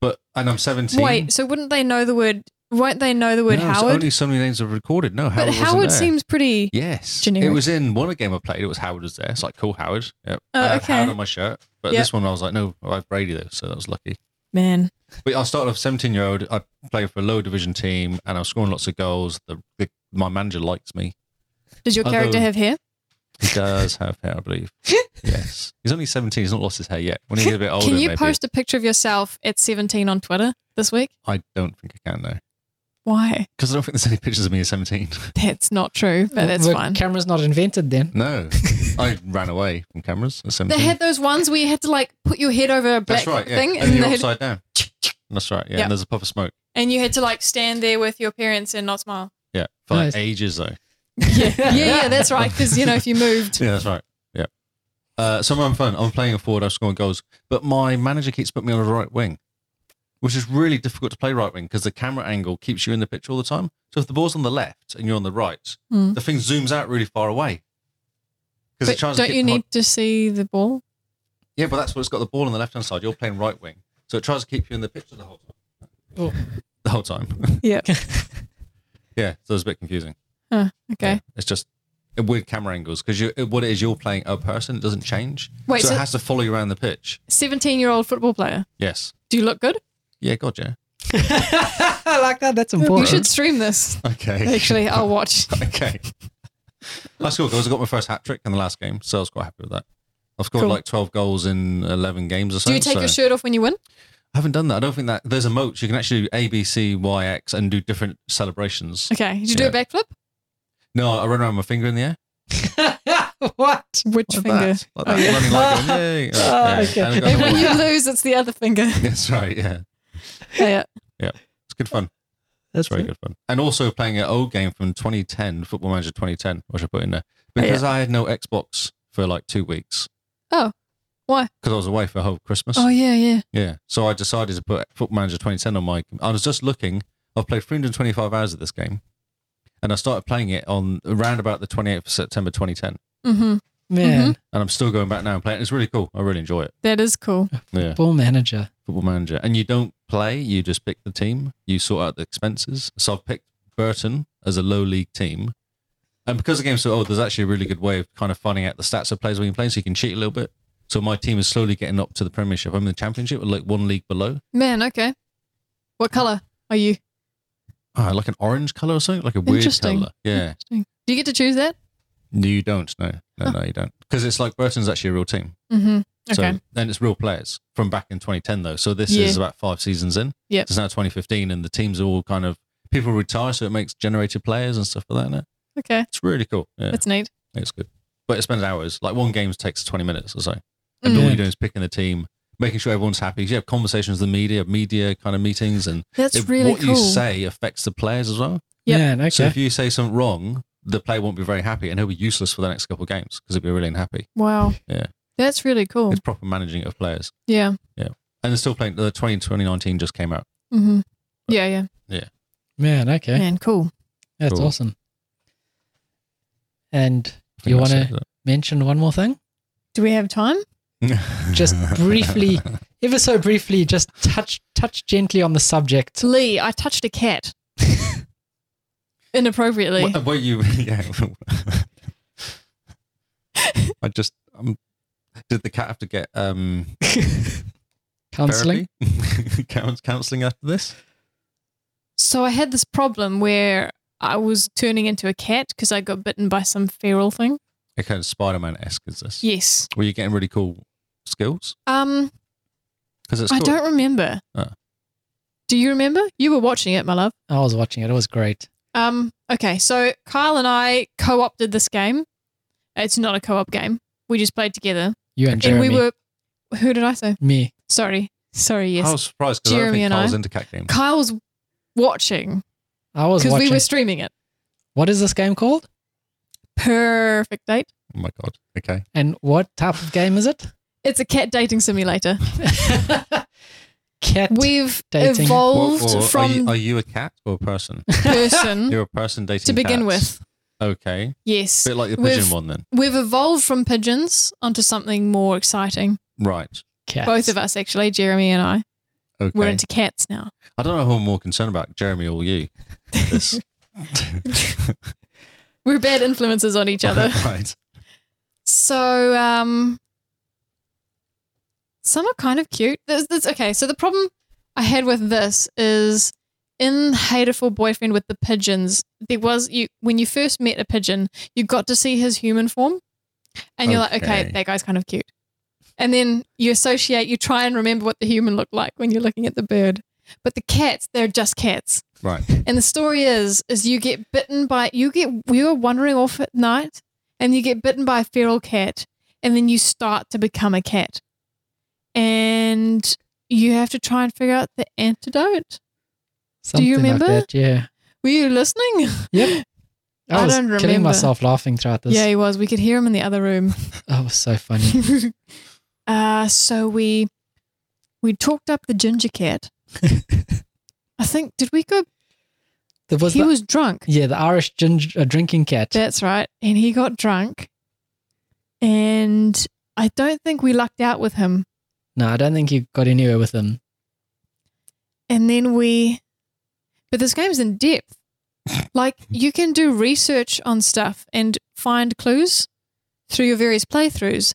Speaker 2: But and I'm 17.
Speaker 1: Wait, so wouldn't they know the word? Won't they know the word
Speaker 2: no, it's
Speaker 1: Howard?
Speaker 2: Only so many names are recorded. No, Howard
Speaker 1: but
Speaker 2: wasn't
Speaker 1: Howard
Speaker 2: there.
Speaker 1: seems pretty.
Speaker 2: Yes,
Speaker 1: generic.
Speaker 2: it was in one game I played. It was Howard was there. It's like cool Howard. Yep.
Speaker 1: Oh,
Speaker 2: I had
Speaker 1: okay.
Speaker 2: Howard on my shirt, but
Speaker 1: Yep.
Speaker 2: this one I was like, no, I have Brady though, so that was lucky.
Speaker 1: Man.
Speaker 2: But I started off 17 year old. I played for a low division team, and I was scoring lots of goals. The, the my manager likes me.
Speaker 1: Does your character
Speaker 2: Although-
Speaker 1: have hair?
Speaker 2: He does have hair, I believe. yes, he's only 17. He's not lost his hair yet. When he gets a bit older,
Speaker 1: Can you
Speaker 2: maybe.
Speaker 1: post a picture of yourself at 17 on Twitter this week?
Speaker 2: I don't think I can though,
Speaker 1: Why?
Speaker 2: because I don't think there's any pictures of me at 17.
Speaker 1: That's not true, but that's
Speaker 3: the
Speaker 1: fine.
Speaker 3: Camera's not invented then.
Speaker 2: no, I ran away from cameras at 17.
Speaker 1: They had those ones where you had to like put your head over a black
Speaker 2: That's right. Yeah.
Speaker 1: thing
Speaker 2: and
Speaker 1: and,
Speaker 2: you're
Speaker 1: they had,
Speaker 2: upside down. That's right. Yeah.
Speaker 1: Yeah.
Speaker 2: And there's a puff of smoke.
Speaker 1: and you had to like stand there with your parents and not smile.
Speaker 2: Yeah. For like
Speaker 3: Nice.
Speaker 2: ages though.
Speaker 1: Yeah, yeah, yeah that's right. Because, you know, if you moved.
Speaker 2: Yeah, that's right. Yeah. Uh, so I'm having fun. I'm playing a forward. I'm scoring goals, but my manager keeps putting me on the right wing, which is really difficult to play right wing because the camera angle keeps you in the picture all the time. So if the ball's on the left and you're on the right,
Speaker 1: Hmm.
Speaker 2: the thing zooms out really far away. Because
Speaker 1: But
Speaker 2: it tries
Speaker 1: don't
Speaker 2: to keep
Speaker 1: you
Speaker 2: the
Speaker 1: need
Speaker 2: hot-
Speaker 1: to see the ball?
Speaker 2: yeah, but that's what it's got the ball on the left hand side. You're playing right wing, so it tries to keep you in the picture the whole time.
Speaker 3: Oh.
Speaker 2: The whole time.
Speaker 1: Yeah.
Speaker 2: Yeah, so it's a bit confusing.
Speaker 1: Huh, okay.
Speaker 2: Yeah, it's just weird camera angles because you uh, what it is you're playing a person, it doesn't change.
Speaker 1: Wait,
Speaker 2: so,
Speaker 1: so
Speaker 2: it has to follow you around the pitch.
Speaker 1: 17 year old football player.
Speaker 2: Yes.
Speaker 1: Do you look good?
Speaker 2: Yeah, God, yeah.
Speaker 3: I like that. That's
Speaker 1: You
Speaker 3: important.
Speaker 1: should stream this.
Speaker 2: Okay.
Speaker 1: Actually, I'll watch.
Speaker 2: okay. That's cool because I got my first hat trick in the last game, so I was quite happy with that. I've scored
Speaker 1: Cool.
Speaker 2: like 12 goals in 11 games or so.
Speaker 1: Do you take
Speaker 2: so-
Speaker 1: your shirt off when you win?
Speaker 2: I haven't done that. I don't think that there's a moat. You can actually do A, B, C, Y, X and do different celebrations.
Speaker 1: Okay. Did you do a backflip?
Speaker 2: No, I run around with my finger in the air.
Speaker 3: what?
Speaker 1: Which
Speaker 2: Like
Speaker 1: finger?
Speaker 2: that. Like
Speaker 3: Oh,
Speaker 2: that.
Speaker 3: yeah.
Speaker 2: Running like going, yay.
Speaker 3: Oh,
Speaker 2: Yeah.
Speaker 3: okay.
Speaker 2: And I got
Speaker 1: And
Speaker 2: the
Speaker 1: when
Speaker 2: one-
Speaker 1: you lose, it's the other finger.
Speaker 2: That's right. Yeah.
Speaker 1: yeah.
Speaker 2: It's good fun. It's
Speaker 3: That's
Speaker 2: very good fun. And also playing an old game from 2010, Football Manager 2010, which I put in there because I had no Xbox for like two weeks.
Speaker 1: Oh, why?
Speaker 2: Because I was away for whole Christmas.
Speaker 1: Oh, yeah, yeah.
Speaker 2: Yeah. So I decided to put Football Manager 2010 on my. I was just looking. I've played 325 hours of this game, and I started playing it on around about the 28th of September 2010,
Speaker 1: Mm-hmm.
Speaker 3: Man,
Speaker 2: and I'm still going back now and playing. it. It's really cool. I really enjoy it.
Speaker 1: That is cool.
Speaker 2: Yeah.
Speaker 3: ball manager.
Speaker 2: Football Manager, and you don't play. You just pick the team. You sort out the expenses. So I've picked Burton as a low league team. And because the game's so old, there's actually a really good way of kind of finding out the stats of players when you play, so you can cheat a little bit. So my team is slowly getting up to the Premiership. I'm in the Championship, like one league below.
Speaker 1: Man, okay. What color are you?
Speaker 2: Ah, like an orange color or something, like a weird
Speaker 1: Interesting.
Speaker 2: color. Yeah.
Speaker 1: Do you get to choose that?
Speaker 2: No, you don't. No, no, no, you don't. Because it's like Burton's actually a real team.
Speaker 1: Mm-hmm. Okay.
Speaker 2: So then it's real players from back in 2010 though. So this
Speaker 1: Yeah.
Speaker 2: is about five seasons in.
Speaker 1: Yep.
Speaker 2: It's now 2015, and the teams are all kind of people retire, so it makes generated players and stuff like that. innit?
Speaker 1: okay.
Speaker 2: It's really cool. Yeah,
Speaker 1: That's neat.
Speaker 2: it's good. But it spends hours. Like one game takes 20 minutes or so, and
Speaker 1: Mm.
Speaker 2: all you're doing is picking the team, making sure everyone's happy. You have conversations with the media, media kind of meetings, and
Speaker 1: That's
Speaker 2: if-
Speaker 1: really
Speaker 2: what
Speaker 1: cool.
Speaker 2: you say affects the players as well.
Speaker 1: Yep.
Speaker 3: Man, okay.
Speaker 2: So if you say something wrong, the player won't be very happy, and he'll be useless for the next couple of games because he'll be really unhappy.
Speaker 1: Wow.
Speaker 2: Yeah.
Speaker 1: That's really cool.
Speaker 2: It's proper managing of players,
Speaker 1: yeah.
Speaker 2: and they're still playing. The 20 2019 just came out.
Speaker 1: Mm-hmm. Yeah, yeah.
Speaker 3: Man, okay.
Speaker 1: Man, cool.
Speaker 3: That's
Speaker 2: Cool.
Speaker 3: awesome. And
Speaker 2: I think
Speaker 3: You
Speaker 2: that's
Speaker 3: wanna- mention one more thing?
Speaker 1: Do we have time?
Speaker 2: it.
Speaker 3: Just
Speaker 2: uh,
Speaker 3: briefly, ever so briefly, just touch touch gently on the subject.
Speaker 1: Lee, I touched a cat. Inappropriately.
Speaker 2: Were were you? Yeah. I just um, did the cat have to get um
Speaker 3: Counseling.
Speaker 2: therapy? Coun- counseling after this?
Speaker 1: So I had this problem where I was turning into a cat because I got bitten by some feral thing.
Speaker 2: It kind of Spider Man esque is this?
Speaker 1: Yes.
Speaker 2: Were you getting really cool skills?
Speaker 1: Um,
Speaker 2: Because it's
Speaker 1: I
Speaker 2: cool.
Speaker 1: don't remember.
Speaker 2: Ah.
Speaker 1: Do you remember? You were watching it, my love.
Speaker 3: I was watching it. It was great.
Speaker 1: Um, okay, so Kyle and I co-opted this game. It's not a co-op game. We just played together,
Speaker 3: You and Jeremy.
Speaker 1: and we were. Who did I say?
Speaker 3: Me.
Speaker 1: Sorry, sorry. Yes,
Speaker 2: I was surprised because I don't
Speaker 1: Jeremy
Speaker 2: think
Speaker 1: and
Speaker 2: I
Speaker 1: I.
Speaker 2: was into cat games.
Speaker 1: Kyle was watching
Speaker 3: I was
Speaker 1: because
Speaker 3: watching.
Speaker 1: we were streaming it.
Speaker 3: what is this game called?
Speaker 1: Perfect date.
Speaker 2: Oh my god. Okay.
Speaker 3: And what type of game is it?
Speaker 1: It's a cat dating simulator.
Speaker 3: Cat.
Speaker 1: We've
Speaker 3: Dating.
Speaker 2: Well,
Speaker 1: evolved
Speaker 2: well,
Speaker 1: from
Speaker 2: are, you, are you a cat or a person?
Speaker 1: person
Speaker 2: You're a person dating
Speaker 1: to begin
Speaker 2: cats.
Speaker 1: with.
Speaker 2: Okay.
Speaker 1: Yes.
Speaker 2: bit like the
Speaker 1: With-
Speaker 2: pigeon one then.
Speaker 1: We've evolved from pigeons onto something more exciting.
Speaker 2: Right.
Speaker 3: Cats.
Speaker 1: Both of us, actually, Jeremy and I.
Speaker 2: Okay.
Speaker 1: We're into cats now.
Speaker 2: I don't know who I'm more concerned about, Jeremy or you. This.
Speaker 1: We're bad influences on each other.
Speaker 2: right.
Speaker 1: So, um, some are kind of cute. There's, there's, okay, so the problem I had with this is in Hateful Boyfriend with the pigeons, there was you when you first met a pigeon, you got to see his human form, and you're like, okay,
Speaker 2: Okay.
Speaker 1: that guy's kind of cute. And then you associate, you try and remember what the human looked like when you're looking at the bird. But the cats, they're just cats.
Speaker 2: Right.
Speaker 1: And the story is, is you get bitten by you get we were wandering off at night, and you get bitten by a feral cat, and then you start to become a cat, and you have to try and figure out the antidote.
Speaker 3: Something
Speaker 1: remember?
Speaker 3: Like that, yeah.
Speaker 1: Were you listening?
Speaker 3: Yep. I,
Speaker 1: I
Speaker 3: was
Speaker 1: don't
Speaker 3: killing
Speaker 1: remember.
Speaker 3: myself laughing throughout this.
Speaker 1: Yeah, he was. We could hear him in the other room.
Speaker 3: That was so funny.
Speaker 1: uh, so we we talked up the ginger cat. I think did we go?
Speaker 3: There was
Speaker 1: he
Speaker 3: the,
Speaker 1: was drunk.
Speaker 3: yeah, the Irish ginger, uh, drinking cat.
Speaker 1: That's right. And he got drunk. And I don't think we lucked out with him.
Speaker 3: No, I don't think you got anywhere with him.
Speaker 1: And then we. But this game's in depth. Like, you can do research on stuff and find clues through your various playthroughs.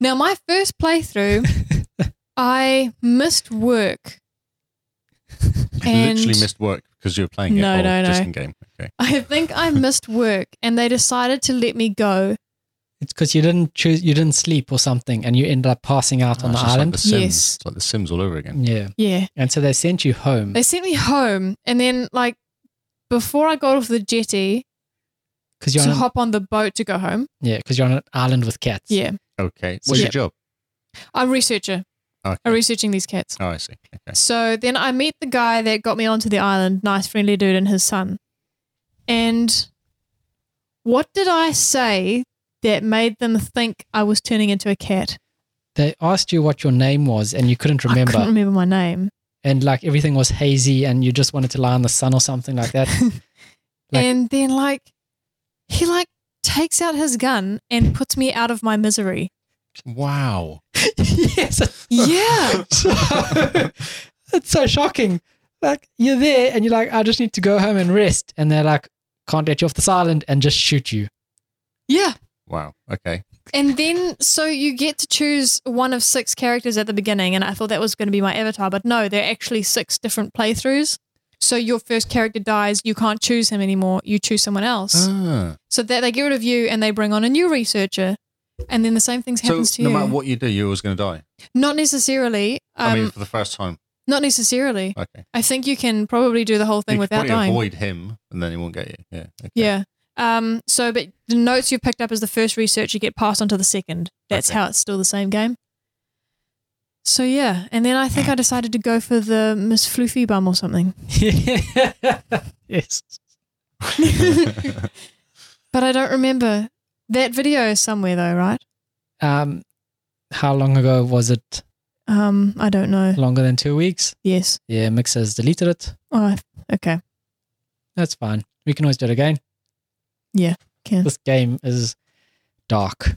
Speaker 1: Now, my first playthrough, I missed work. And
Speaker 2: Literally missed work because you were playing it
Speaker 1: No,
Speaker 2: or
Speaker 1: no,
Speaker 2: just
Speaker 1: no.
Speaker 2: in game. Okay.
Speaker 1: I think I missed work, and they decided to let me go
Speaker 3: It's because you didn't choose, you didn't sleep or something, and you ended up passing out on
Speaker 2: Ah, It's just like
Speaker 3: the island.
Speaker 2: the Sims.
Speaker 1: Yes.
Speaker 2: It's like the Sims all over again.
Speaker 3: yeah,
Speaker 1: Yeah.
Speaker 3: and so they sent you home.
Speaker 1: They sent me home, and then like before I got off the jetty
Speaker 3: because you're
Speaker 1: to
Speaker 3: on,
Speaker 1: hop on the boat to go home.
Speaker 3: yeah, because you're on an island with cats.
Speaker 1: Yeah,
Speaker 2: Okay.
Speaker 3: So
Speaker 2: What's
Speaker 1: yeah.
Speaker 2: your job?
Speaker 1: I'm a researcher.
Speaker 2: Okay.
Speaker 1: I'm researching these cats.
Speaker 2: Oh, I see. Okay.
Speaker 1: So then I meet the guy that got me onto the island, nice friendly dude, and his son. And what did I say that made them think I was turning into a cat?
Speaker 3: They asked you what your name was, and you couldn't remember,
Speaker 1: I couldn't remember my name.
Speaker 3: and like everything was hazy, and you just wanted to lie in the sun or something like that. Like-
Speaker 1: and then like he like takes out his gun and puts me out of my misery.
Speaker 2: Wow.
Speaker 3: yes.
Speaker 1: Yeah.
Speaker 3: So- it's so shocking. Like you're there, and you're like, I just need to go home and rest, and they're like, can't let you off this island, and just shoot you.
Speaker 1: Yeah.
Speaker 2: Wow. Okay.
Speaker 1: And then, so you get to choose one of six characters at the beginning, and I thought that was going to be my avatar, but no, there are actually six different playthroughs. So your first character dies, you can't choose him anymore. You choose someone else.
Speaker 2: Ah.
Speaker 1: So that they get rid of you, and they bring on a new researcher, and then the same things
Speaker 2: So
Speaker 1: happens to
Speaker 2: no
Speaker 1: you.
Speaker 2: matter what you do, you're always going to die.
Speaker 1: not necessarily. Um,
Speaker 2: I mean, for the first time.
Speaker 1: not necessarily.
Speaker 2: Okay.
Speaker 1: I think you can probably do the whole thing
Speaker 2: you could
Speaker 1: without
Speaker 2: probably
Speaker 1: dying.
Speaker 2: avoid him, and then he won't get you. Yeah. Okay.
Speaker 1: Yeah. Um. So, but the notes you've picked up as the first research, you get passed on to the second. That's
Speaker 2: Okay.
Speaker 1: how it's still the same game. So yeah, and then I think I decided to go for the Miss Floofy Bum or something,
Speaker 3: yes.
Speaker 1: but I don't remember. That video is somewhere though, right?
Speaker 3: Um, how long ago was it?
Speaker 1: Um, I don't know.
Speaker 3: Longer than two weeks?
Speaker 1: Yes.
Speaker 3: Yeah, Mix has deleted it.
Speaker 1: Oh, okay.
Speaker 3: That's fine. We can always do it again.
Speaker 1: Yeah, can.
Speaker 3: This game is dark.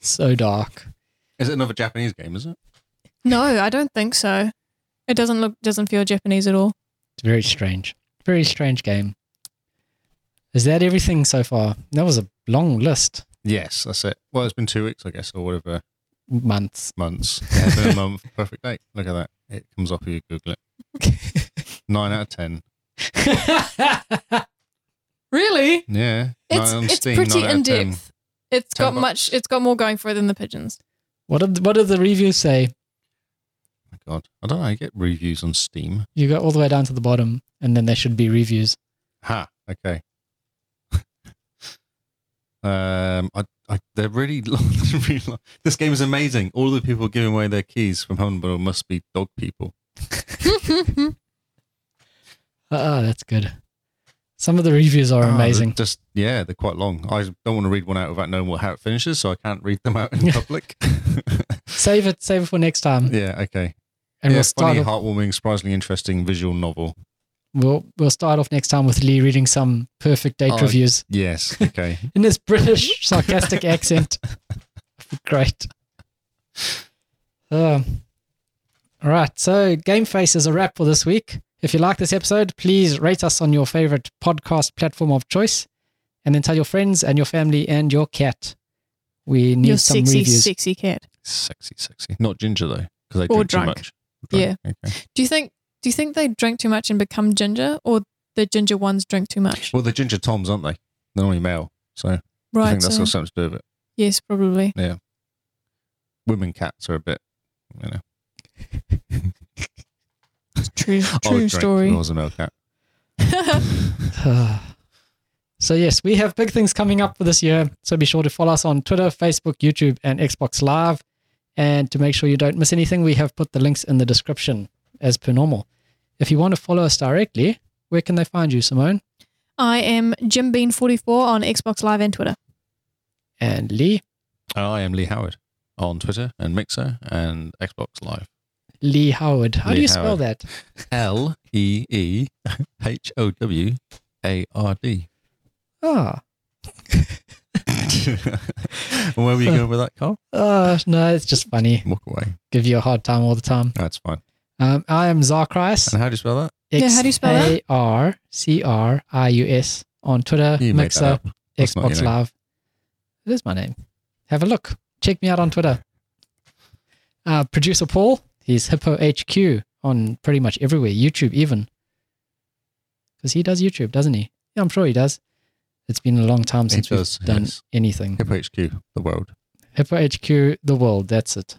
Speaker 3: so dark.
Speaker 2: Is it another Japanese game? Is it?
Speaker 1: No, I don't think so. It doesn't look, doesn't feel Japanese at all.
Speaker 3: It's very strange. Very strange game. Is that everything so far? That was a long list.
Speaker 2: Yes, that's it. Well, it's been two weeks, I guess, or whatever
Speaker 3: Months.
Speaker 2: months. It has been a month. Perfect date. Look at that. It comes off if you Google it. Nine out of ten.
Speaker 1: Really?
Speaker 2: Yeah.
Speaker 1: It's
Speaker 2: Nine on
Speaker 1: it's
Speaker 2: Steam,
Speaker 1: pretty
Speaker 2: nine out
Speaker 1: in
Speaker 2: of 10.
Speaker 1: depth. It's
Speaker 2: Ten
Speaker 1: got
Speaker 2: bucks.
Speaker 1: much. It's got more going for it than the pigeons.
Speaker 3: what did what did the reviews say?
Speaker 2: Oh my God, I don't know. I get reviews on Steam.
Speaker 3: You go all the way down to the bottom, and then there should be reviews.
Speaker 2: Ha. Okay. um, I, I, they're really, long, really long. This game is amazing. All the people giving away their keys from Humble must be dog people.
Speaker 3: Ah, that's good. Some of the reviews are
Speaker 2: Ah, they're
Speaker 3: amazing.
Speaker 2: Just yeah, they're quite long. I don't want to read one out without knowing what how it finishes, so I can't read them out in public.
Speaker 3: Save it, save it for next time.
Speaker 2: yeah. Okay.
Speaker 3: And
Speaker 2: yeah,
Speaker 3: we'll start
Speaker 2: funny,
Speaker 3: off-
Speaker 2: heartwarming, surprisingly interesting visual novel.
Speaker 3: We'll we'll start off next time with Lee reading some perfect date
Speaker 2: Oh,
Speaker 3: reviews
Speaker 2: Yes. Okay.
Speaker 3: in his British sarcastic accent. Great. Um, all right. So, Game Face is a wrap for this week. If you like this episode, please rate us on your favorite podcast platform of choice and then tell your friends and your family and your cat. We need
Speaker 1: Your
Speaker 3: some
Speaker 1: sexy,
Speaker 3: reviews.
Speaker 1: sexy cat.
Speaker 2: sexy, sexy. Not ginger though, because they
Speaker 1: Or
Speaker 2: drink
Speaker 1: drunk.
Speaker 2: too much. Okay.
Speaker 1: Do you think? Do you think they drink too much and become ginger, or the ginger ones drink too much?
Speaker 2: Well, they're ginger toms, aren't they? They're only male, so I
Speaker 1: Right.
Speaker 2: think that's
Speaker 1: So,
Speaker 2: got something to do with it.
Speaker 1: yes, probably.
Speaker 2: Women cats are a bit, you know.
Speaker 1: True.
Speaker 2: I
Speaker 1: True
Speaker 2: would drink if I
Speaker 1: story.
Speaker 2: was a male cat.
Speaker 3: so, yes, we have big things coming up for this year. So, be sure to follow us on Twitter, Facebook, YouTube, and Xbox Live. And to make sure you don't miss anything, we have put the links in the description as per normal. If you want to follow us directly, where can they find you, Simone
Speaker 1: I am Jim Bean forty four on Xbox Live and Twitter.
Speaker 3: and Lee?
Speaker 2: And Uh, I am Lee Howard on Twitter and Mixer and Xbox Live.
Speaker 3: Lee Howard. How do
Speaker 2: Lee
Speaker 3: you spell
Speaker 2: Howard.
Speaker 3: that?
Speaker 2: L E E H O W A R D.
Speaker 3: Ah,
Speaker 2: Where were you going with that, Carl?
Speaker 3: uh, no, it's just funny.
Speaker 2: Walk away.
Speaker 3: Give you a hard time all the time.
Speaker 2: That's fine.
Speaker 3: Um, I am Zarkris.
Speaker 2: And how do you spell that?
Speaker 1: Yeah, how do you spell that?
Speaker 3: X-A-R-C-R-I-U-S on Twitter,
Speaker 2: You made that up.
Speaker 3: Mixer,
Speaker 2: That's not your
Speaker 3: Xbox
Speaker 2: name.
Speaker 3: Live. It is my name. Have a look. Check me out on Twitter. Uh, producer Paul, he's Hippo HQ on pretty much everywhere, YouTube even. Because he does YouTube, doesn't he? Yeah, I'm sure he does. It's been a long time
Speaker 2: He
Speaker 3: since
Speaker 2: does,
Speaker 3: we've done
Speaker 2: yes.
Speaker 3: anything.
Speaker 2: Hip HQ, the world.
Speaker 3: Hippo HQ, the world. That's it.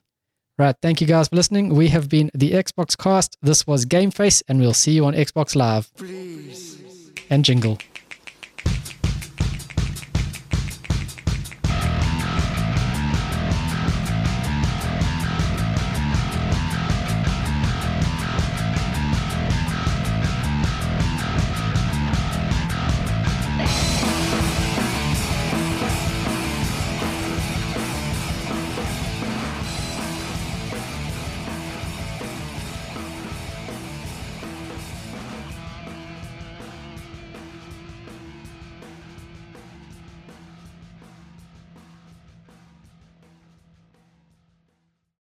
Speaker 3: Right. Thank you guys for listening. We have been the Xbox Cast. This was Game Face, and we'll see you on Xbox Live. Please. And jingle.